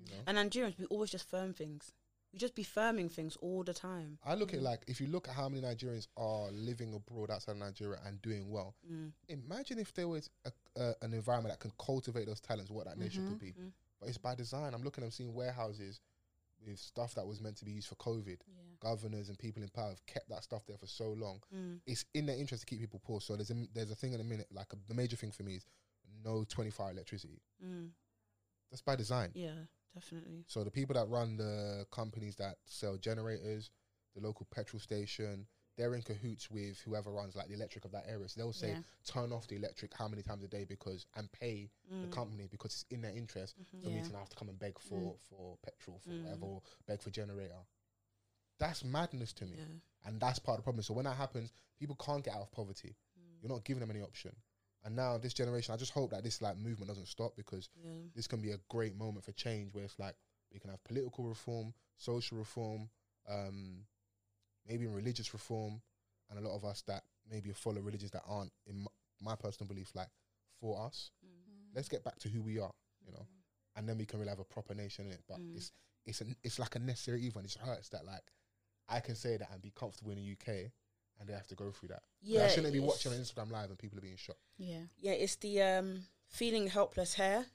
you know?
And Nigerians, we always just firm things. We just be firming things all the time.
I look at like if you look at how many Nigerians are living abroad outside Nigeria and doing well.
Mm.
Imagine if there was a, uh, an environment that can cultivate those talents, what that nation
Mm-hmm.
could be. But it's by design. I'm looking, I'm seeing warehouses with stuff that was meant to be used for COVID.
Mm.
Governors and people in power have kept that stuff there for so long.
Mm,
It's in their interest to keep people poor. So there's a, there's a thing in a minute. Like a, the major thing for me is no 24 hour electricity.
Mm.
That's by design.
Yeah, definitely.
So the people that run the companies that sell generators, the local petrol station, they're in cahoots with whoever runs like the electric of that area. So they'll say,
Yeah.
turn off the electric how many times a day because and pay the
Mm.
company because it's in their interest
Mm-hmm.
for me
Mm. Yeah. Mm.
to now have to come and beg for for petrol for whatever or beg for generator. That's madness to me.
Yeah.
And that's part of the problem. So when that happens, people can't get out of poverty.
Mm.
You're not giving them any option. And now this generation, I just hope that this like movement doesn't stop because
Yeah.
this can be a great moment for change where it's like we can have political reform, social reform, um, maybe even religious reform, and a lot of us that maybe follow religions that aren't, in my, my personal belief, like for us.
Mm.
Let's get back to who we are, you know, and then we can really have a proper nation in it. But
Mm.
it's it's an, it's like a necessary evil, and it just hurts that like I can say that and be comfortable in the UK. And they have to go through that. Yeah, I shouldn't be
it's-
watching on Instagram live and people are being shot.
Yeah.
Yeah, it's the um, feeling helpless here,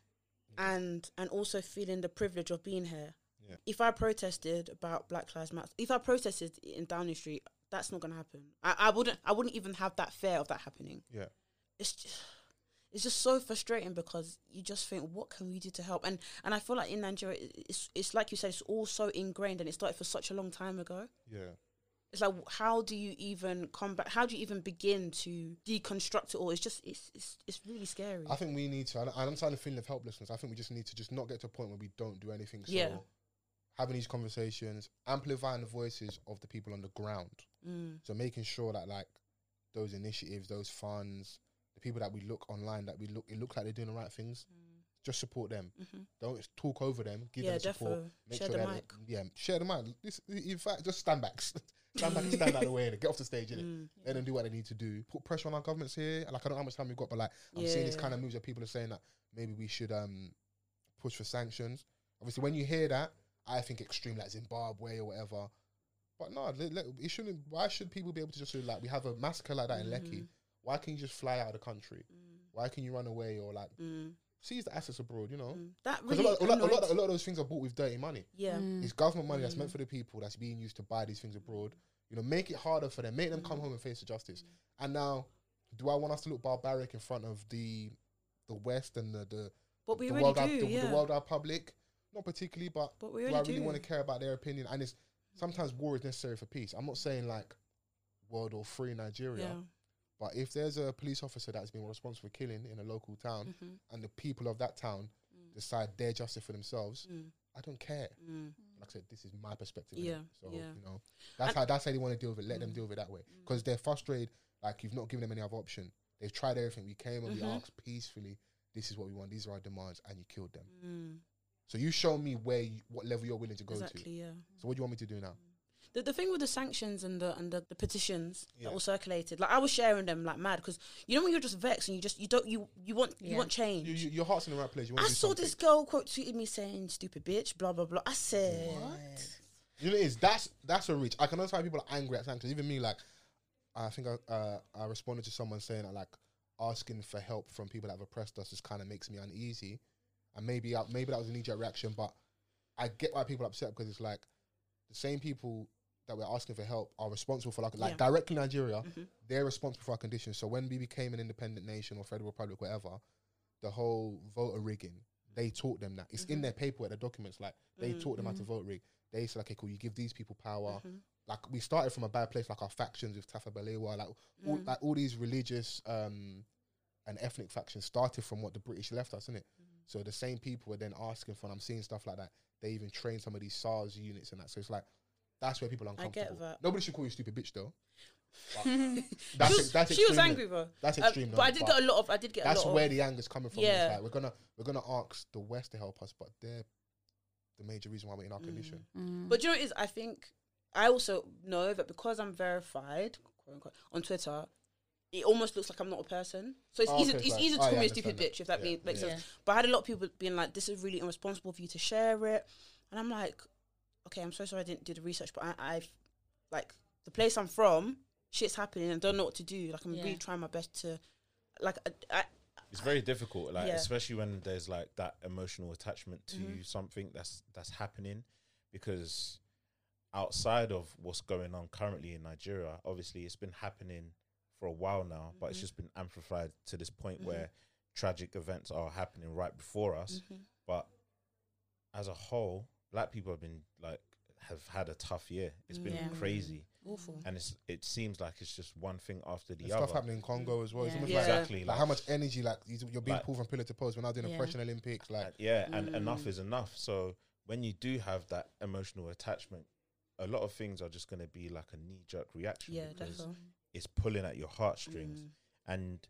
and and also feeling the privilege of being here.
Yeah.
If I protested about Black Lives Matter, if I protested in Downing Street, that's not gonna happen. I, I wouldn't. I wouldn't even have that fear of that happening.
Yeah,
It's just. It's just so frustrating because you just think, what can we do to help? And and I feel like in Nigeria, i- it's it's like you said, it's all so ingrained, and it started for such a long time ago.
yeah.
It's like, how do you even combat? How do you even begin to deconstruct it all? It's just, it's it's, it's really scary.
I think we need to. And and I'm starting to feel of helplessness. I think we just need to just not get to a point where we don't do anything. So
Yeah.
having these conversations, amplifying the voices of the people on the ground.
Mm.
So making sure that like those initiatives, those funds, the people that we look online, that we look, it looks like they're doing the right things. Just support them.
Mm-hmm.
Don't talk over them. Give
Yeah,
them support.
defo. Share the
they're-
mic.
Yeah, share the mic. This, in fact, just stand back. stand back. Stand out of the way. innit? Get off the stage. innit? Let them do what they need to do. Put pressure on our governments here. Like I don't know how much time we've got, but like I'm seeing this
Yeah.
kind of moves that people are saying that maybe we should um push for sanctions. Obviously, when you hear that, I think extreme like Zimbabwe or whatever. But no, le- le- it shouldn't. Why should people be able to just do like we have a massacre like that in Lekki? Why can you just fly out of the country?
Mm,
Why can you run away or like seize the assets abroad? You know,
mm. That
because
really
a, lot, a, lot, a, lot,
annoys-
a lot of those things are bought with dirty money.
yeah.
Mm.
It's government money
Mm.
that's meant for the people that's being used to buy these things abroad. You know, make it harder for them. Make them
Mm.
come home and face the justice. And now, do I want us to look barbaric in front of the the West and the the,
But we
the
already
world
do,
our, the,
yeah.
the world our public? Not particularly, but,
But we
do I
already
really
do.
want to care about their opinion? And it's sometimes war is necessary for peace. I'm not saying like world or free Nigeria.
yeah.
But if there's a police officer that's been responsible for killing in a local town
Mm. Mm-hmm.
and the people of that town decide their justice for themselves,
Mm,
I don't care. Like I said, this is my perspective. innit?
Yeah,
So,
yeah. Mm.
you know, that's how that's how they want to deal with it. Let them deal with it that way. Because they're frustrated, like you've not given them any other option. They've tried everything. We came
Mm-hmm.
and we asked peacefully, this is what we want, these are our demands, and you killed them.
Mm.
So you show me where you, what level you're willing to go to.
Exactly. Yeah.
So what do you want me to do now?
The, the thing with the sanctions and the and the, the petitions
Yeah.
that were circulated, like I was sharing them like mad because you know when you're just vexed and you just you don't you you want you
Yeah.
want change.
You, you, your heart's in the right place. You
Mm. I
wanna do
saw
something.
this girl quote tweeted me saying "stupid bitch," blah blah blah. I said,
You know, it's that's that's a reach. I can understand why people are angry at sanctions. Even me, like, I think I uh, I responded to someone saying that like asking for help from people that have oppressed us just kind of makes me uneasy, and maybe I, maybe that was a knee jerk reaction, but I get why people are upset because it's like the same people that we're asking for help are responsible for like like
Yeah.
directly Nigeria. They're responsible for our conditions. So when we became an independent nation or federal republic, whatever, the whole voter rigging. They taught them that it's in their paperwork, their documents. Like they taught them how to vote rig. They said, okay, cool. You give these people power.
Mm-hmm.
Like we started from a bad place. Like our factions with Tafa Balewa, like all,
Mm. Mm-hmm.
like all these religious um, and ethnic factions started from what the British left us, innit? it?
Mm-hmm.
So the same people were then asking for. And I'm seeing stuff like that. They even trained some of these SARS units and that. So it's like that's where people are
I get
uncomfortable.
that.
Nobody should call you stupid bitch though. But
she
that's
was,
ex- that's
she was
extreme,
angry,
innit?
bro.
That's
Um,
extreme.
but
though,
I did get a lot of. I did get
that's
a lot
where
of.
the anger's coming from.
Yeah.
It's like we're gonna we're gonna ask the West to help us, but they're the major reason why we're in
Mm.
our condition.
But do you know what it is? I think I also know that because I'm verified quote unquote, on Twitter, it almost looks like I'm not a person. So it's
Oh,
easy.
okay,
It's
fine.
easy to
Oh,
call
yeah,
me
I
a stupid
understand
bitch if that
that. Yeah,
makes
yeah.
sense. But I had a lot of people being like, "This is really irresponsible for you to share it," and I'm like, okay, I'm so sorry I didn't do the research, but I, I've like the place I'm from, shit's happening, and I don't know what to do. Like I'm
Yeah.
really trying my best to, like I, I
It's very difficult, like
Yeah.
especially when there's like that emotional attachment to
Mm-hmm.
Mhm.
something that's that's happening, because outside of what's going on currently in Nigeria, obviously it's been happening for a while now, but it's
Mm-hmm.
Mhm.
just been amplified to this point
Mhm.
where tragic events are happening right before us.
Mhm.
But
Mm-hmm.
as a whole, black people have been like have had a tough year. It's been
Yeah.
crazy,
awful.
and it's it seems like it's just one thing after the
There's
other.
stuff happening in Congo as well. It's
Yeah.
almost like,
Exactly.
like how much energy like you- you're being
Like-
pulled from pillar to post. When I was doing
Yeah.
oppression Olympics, like
And- yeah and enough
Mm.
is enough so when you do have that emotional attachment a lot of things are just going to be like a knee-jerk reaction
Yeah,
because
definitely.
it's pulling at your heartstrings
Mm.
and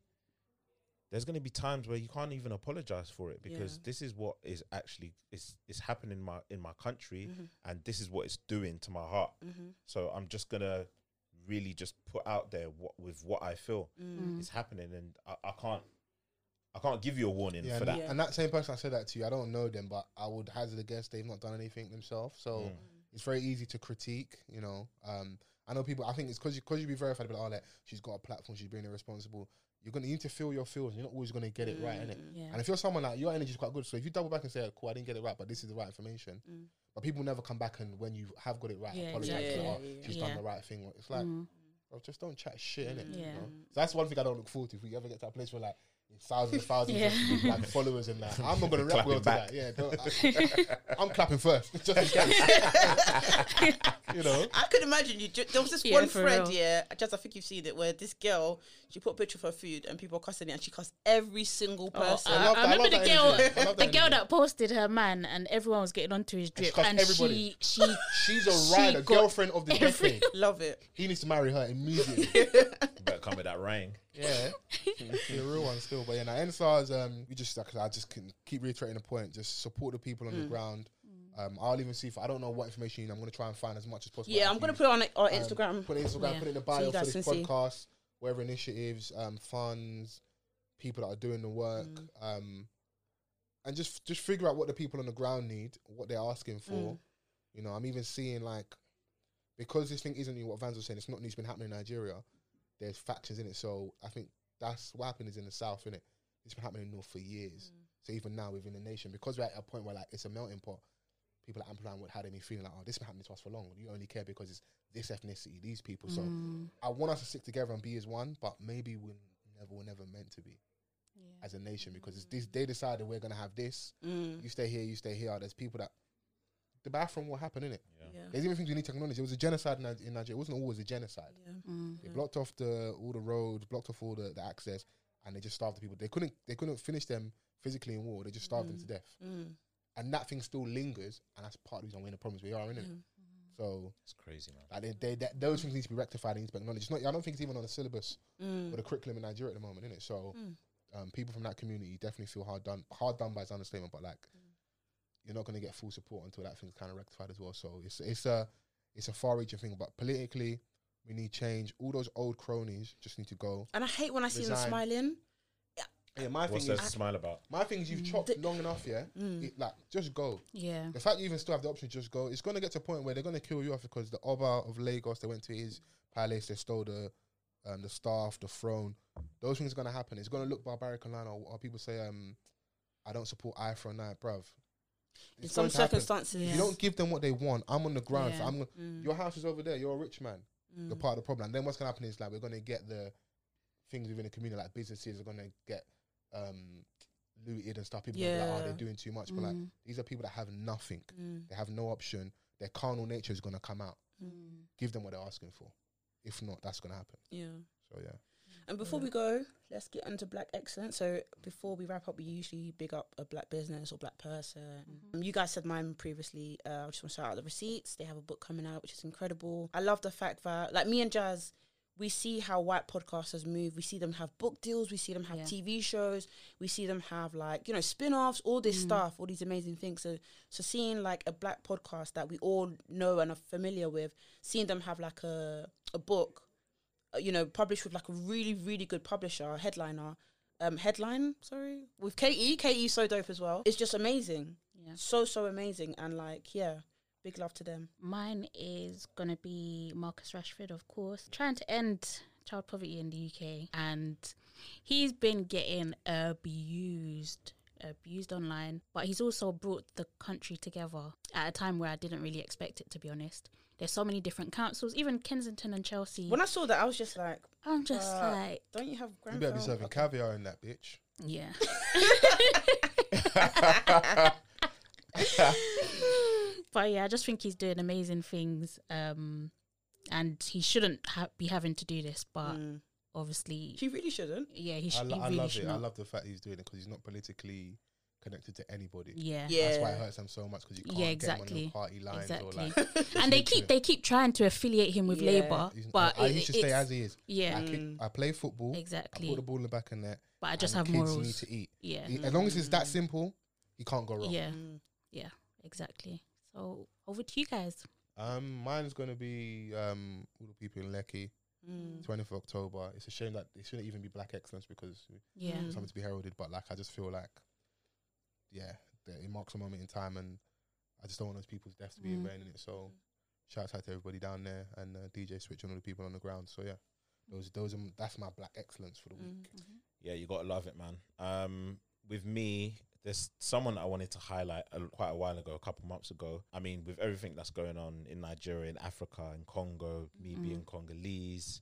there's going to be times where you can't even apologize for it because
Yeah.
this is what is actually is is happening in my in my country
Mhm.
and this is what it's doing to my heart
Mhm.
so i'm just going to really just put out there what with what i feel
Mm.
is happening and I, I can't i can't give you a warning
yeah,
for
and,
that
Yeah.
and that same person I said that to, I don't know them, but I would hazard a guess they've not done anything themselves. So
Mm.
it's very easy to critique, you know. Um, I know people. I think it's because you because you be verified, but oh, like she's got a platform, she's being irresponsible. You're gonna you need to feel your feels. You're not always gonna get it right, innit?
Mm-hmm. Mm.
Yeah.
And if you're someone like your energy is quite good, so if you double back and say, oh, "Cool, I didn't get it right, but this is the right information,"
Mm.
but people never come back and when you have got it right,
Yeah,
apologize.
exactly.
like,
Yeah,
oh,
yeah, yeah.
she's
Yeah.
done the right thing. It's like,
Mm.
bro, just don't chat shit, innit?
Mm.
You
Yeah.
know? So that's one thing I don't look forward to. If we ever get to that place where like it's thousands, thousands
Yeah.
of like, followers and that, I'm not gonna rap
Clapping
well to
back.
that. Yeah, don't, I, am clapping first, just in case. you know.
I could imagine you. Ju- there was this
Yeah,
one
for
friend,
real.
yeah, just I think you've seen it, where this girl she put a picture of her food and people were cussing it, and she cussed every single person.
Uh, I,
Oh, I love
I
that- I
remember
love
the
that
girl,
energy. I love
the
that
girl
energy.
that posted her man, and everyone was getting onto his drip,
cussed
and
everybody.
she she
She's a
She
rider,
got
girlfriend of the
every-
decade.
Love it.
He needs to marry her immediately.
better come with that ring
Yeah, the real one still. But yeah, now NSAR's, um, we just like I just can keep reiterating the point. Just support the people on
Mm.
the ground. Um, I'll even see if I don't know what information you need. I'm gonna try and find as much as possible.
Yeah,
out
I'm
of
gonna
you.
put it on like, our
Um,
Instagram.
Put it on Instagram.
Yeah.
Put it in the
So
bio
you
for
guys
this
can see.
podcast. Whatever initiatives, um, funds, people that are doing the work,
Mm.
um, and just just figure out what the people on the ground need, what they're asking for.
Mm.
You know, I'm even seeing like because this thing isn't new, what Vans was saying, it's not new. It's been happening in Nigeria. There's factions in it, so I think that's what happened is in the south, in it. It's been happening in the north for years. So even now within the nation, because we're at a point where like it's a melting pot, people are amplifying what how they been feeling like, oh, this has been happening to us for long. You only care because it's this ethnicity, these people. So
Mm.
I want us to stick together and be as one, but maybe we're never we're never meant to be as a nation because it's this they decided we're gonna have this.
Mm.
You stay here, you stay here. There's people that the bathroom will happen in it.
Yeah. Mm,
There's even things we need technology. It was a genocide in, Ni- in Nigeria. It wasn't always a genocide.
Yeah.
Mm.
They blocked off the all the roads, blocked off all the, the access, and they just starved the people. They couldn't they couldn't finish them physically in war. They just starved them to death.
Mm.
And that thing still lingers, and that's part of the reason we're in the problems we are in it.
Mm.
So
it's crazy man
like they, they, that those things need to be rectified. They need to be acknowledged. It's not, I don't think it's even on the syllabus
Mm.
or the curriculum in Nigeria at the moment, innit? So
Mm.
um, people from that community definitely feel hard done. Hard done by is an understatement, but like
Mm.
you're not going to get full support until that thing's kind of rectified as well. So it's it's a it's a far-reaching thing, but politically we need change. All those old cronies just need to go.
And I hate when I see them
Resign.
smiling.
Yeah, my
What's
thing
there
is
to smile about?
my thing is you've chopped long enough, yeah.
Mm.
It, like just go.
Yeah.
The fact you even still have the option to just go, it's going to get to a point where they're going to kill you off because the Oba of Lagos, they went to his palace, they stole the um, the staff, the throne. Those things are going to happen. It's going to look barbaric online, or, or people say, um, I don't support I for a night, bruv.
In
It's
some
going to happen.
circumstances,
If
Yeah.
you don't give them what they want, I'm on the ground. So
Yeah.
I'm gonna,
Mm.
Your house is over there. You're a rich man.
Mm.
You're part of the problem. And then what's going to happen is like we're going to get the things within the community, like businesses are going to get um, looted and stuff. People are gonna be like, oh,
Yeah.
they're doing too much. But like
Mm.
these are people that have nothing.
Mm.
They have no option. Their carnal nature is going to come out.
Mm.
Give them what they're asking for. If not, that's going to happen.
Yeah.
So yeah,
And before we go, let's get into black excellence. So before we wrap up, we usually big up a black business or black person.
Mm-hmm.
Um, you guys said mine previously. Uh, I just want to shout out the receipts. They have a book coming out, which is incredible. I love the fact that, like me and Jazz, we see how white podcasters move. We see them have book deals. We see them have
Yeah.
TV shows. We see them have like you know spin-offs, all this
Mm.
stuff, all these amazing things. So so seeing like a black podcast that we all know and are familiar with, seeing them have like a a book uh, you know, published with like a really, really good publisher, headliner, um, headline, sorry, E, with KE. KE 's so dope as well. It's just amazing.
Yeah.
So, so amazing. And like, yeah, Big love to them.
Mine is going to be Marcus Rashford, of course, trying to end child poverty in the UK. And he's been getting abused, abused online. But he's also brought the country together at a time where I didn't really expect it, to be honest. There's so many different councils, even Kensington and Chelsea.
When I saw that, I was just like,
I'm just
uh,
like,
don't you have
You
grandpa?
better be serving caviar in that bitch.
yeah. but yeah, I just think he's doing amazing things. Um, and he shouldn't ha- be having to do this, but
Mm.
obviously,
He really shouldn't.
yeah, he, sh-
I, lo-
he
I
really
love
should
it. I
not.
love the fact he's doing it because he's not politically connected to anybody.
yeah,
Yeah.
That's why it hurts him so much because you can't
Yeah,
get him
exactly.
on the party lines or
exactly.
like.
and they
literally-
keep they keep trying to affiliate him with
Yeah.
Labour,
he's-
but
I, I
it-
used to
it-
stay
it's- Mm.
as he is.
yeah,
I, kick, I play football. I put
exactly.
the ball in the back of net.
But I just have
and the kids need
morals.
to eat.
Yeah, Mm.
He- As long as it's that simple, you can't go wrong.
yeah,
Mm.
yeah, exactly. So over to you guys.
Um, mine's gonna be um all the people in Lecky,
Mm.
20th of October. It's a shame that it shouldn't even be Black Excellence because
Yeah,
Mm.
it's something to be heralded. But like, I just feel like, yeah, that it marks a moment in time, and I just don't want those people's deaths to be
Mm.
ingrained in it. So, shout out to everybody down there and uh, DJ Switch and all the people on the ground. So yeah, those those are, m- that's my Black Excellence for the week.
Mm.
Yeah, you gotta love it, man. Um, with me, there's someone I wanted to highlight a, quite a while ago, a couple months ago. I mean, with everything that's going on in Nigeria, in Africa, in Congo, me
Mm.
being Congolese,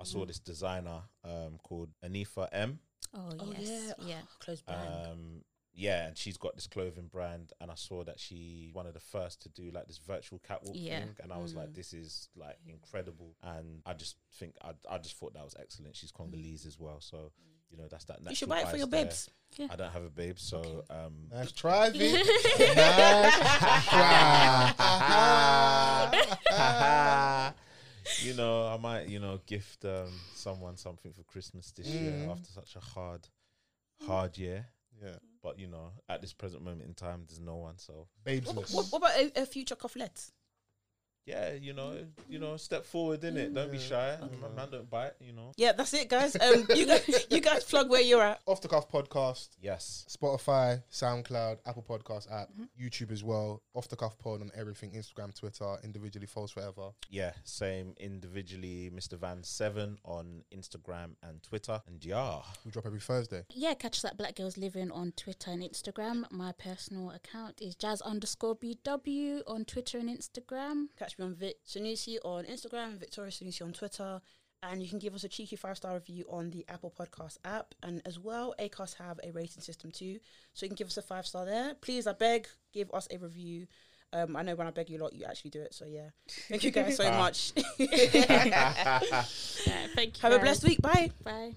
I saw this designer um called Anifa M.
Oh,
Oh,
yes,
yeah.
yeah.
Close brand.
Uh,
Um, yeah, and she's got this clothing brand, and I saw that she one of the first to do like this virtual catwalk
Yeah.
thing, and I was like,
Mm.
this is like incredible, and I just think I, I just thought that was excellent. She's Congolese as well, so you know that's that.
you should
natural
buy it for
bias
your
there.
babes.
Yeah.
I don't have a babe, so
Mm.
um,
Nice try, V. nice try.
you know, I might you know gift um, someone something for Christmas this year
Mm.
after such a hard, hard year.
yeah,
But you know, at this present moment in time, there's no one. So
What,
babesless.
what, what about a, a future cofflet?
yeah, you know, you know, step forward in it. Don't be shy. Man, man, don't bite. You know.
Yeah, that's it, guys. Um, you guys, you guys plug where you're at.
Off the cuff podcast.
Yes.
Spotify, SoundCloud, Apple Podcast app, YouTube as well. Off the cuff pod on everything: Instagram, Twitter, individually false forever.
Yeah. Same individually, Mr. Van Seven on Instagram and Twitter. And yeah,
We drop every Thursday.
Yeah, catch that Black Girls Living on Twitter and Instagram. My personal account is jazz underscore BW on Twitter and Instagram.
Catch me on Vic Sanusi on Instagram, Victoria Sanusi on Twitter. And you can give us a cheeky five star review on the Apple Podcast app. And as well, ACOS have a rating system too. So you can give us a five star there. Please, I beg, give us a review. Um, I know when I beg you a lot, you actually do it. So yeah. Thank
Ah.
you guys so much.
Yeah, thank you.
have a
guys.
blessed week. Bye.
Bye.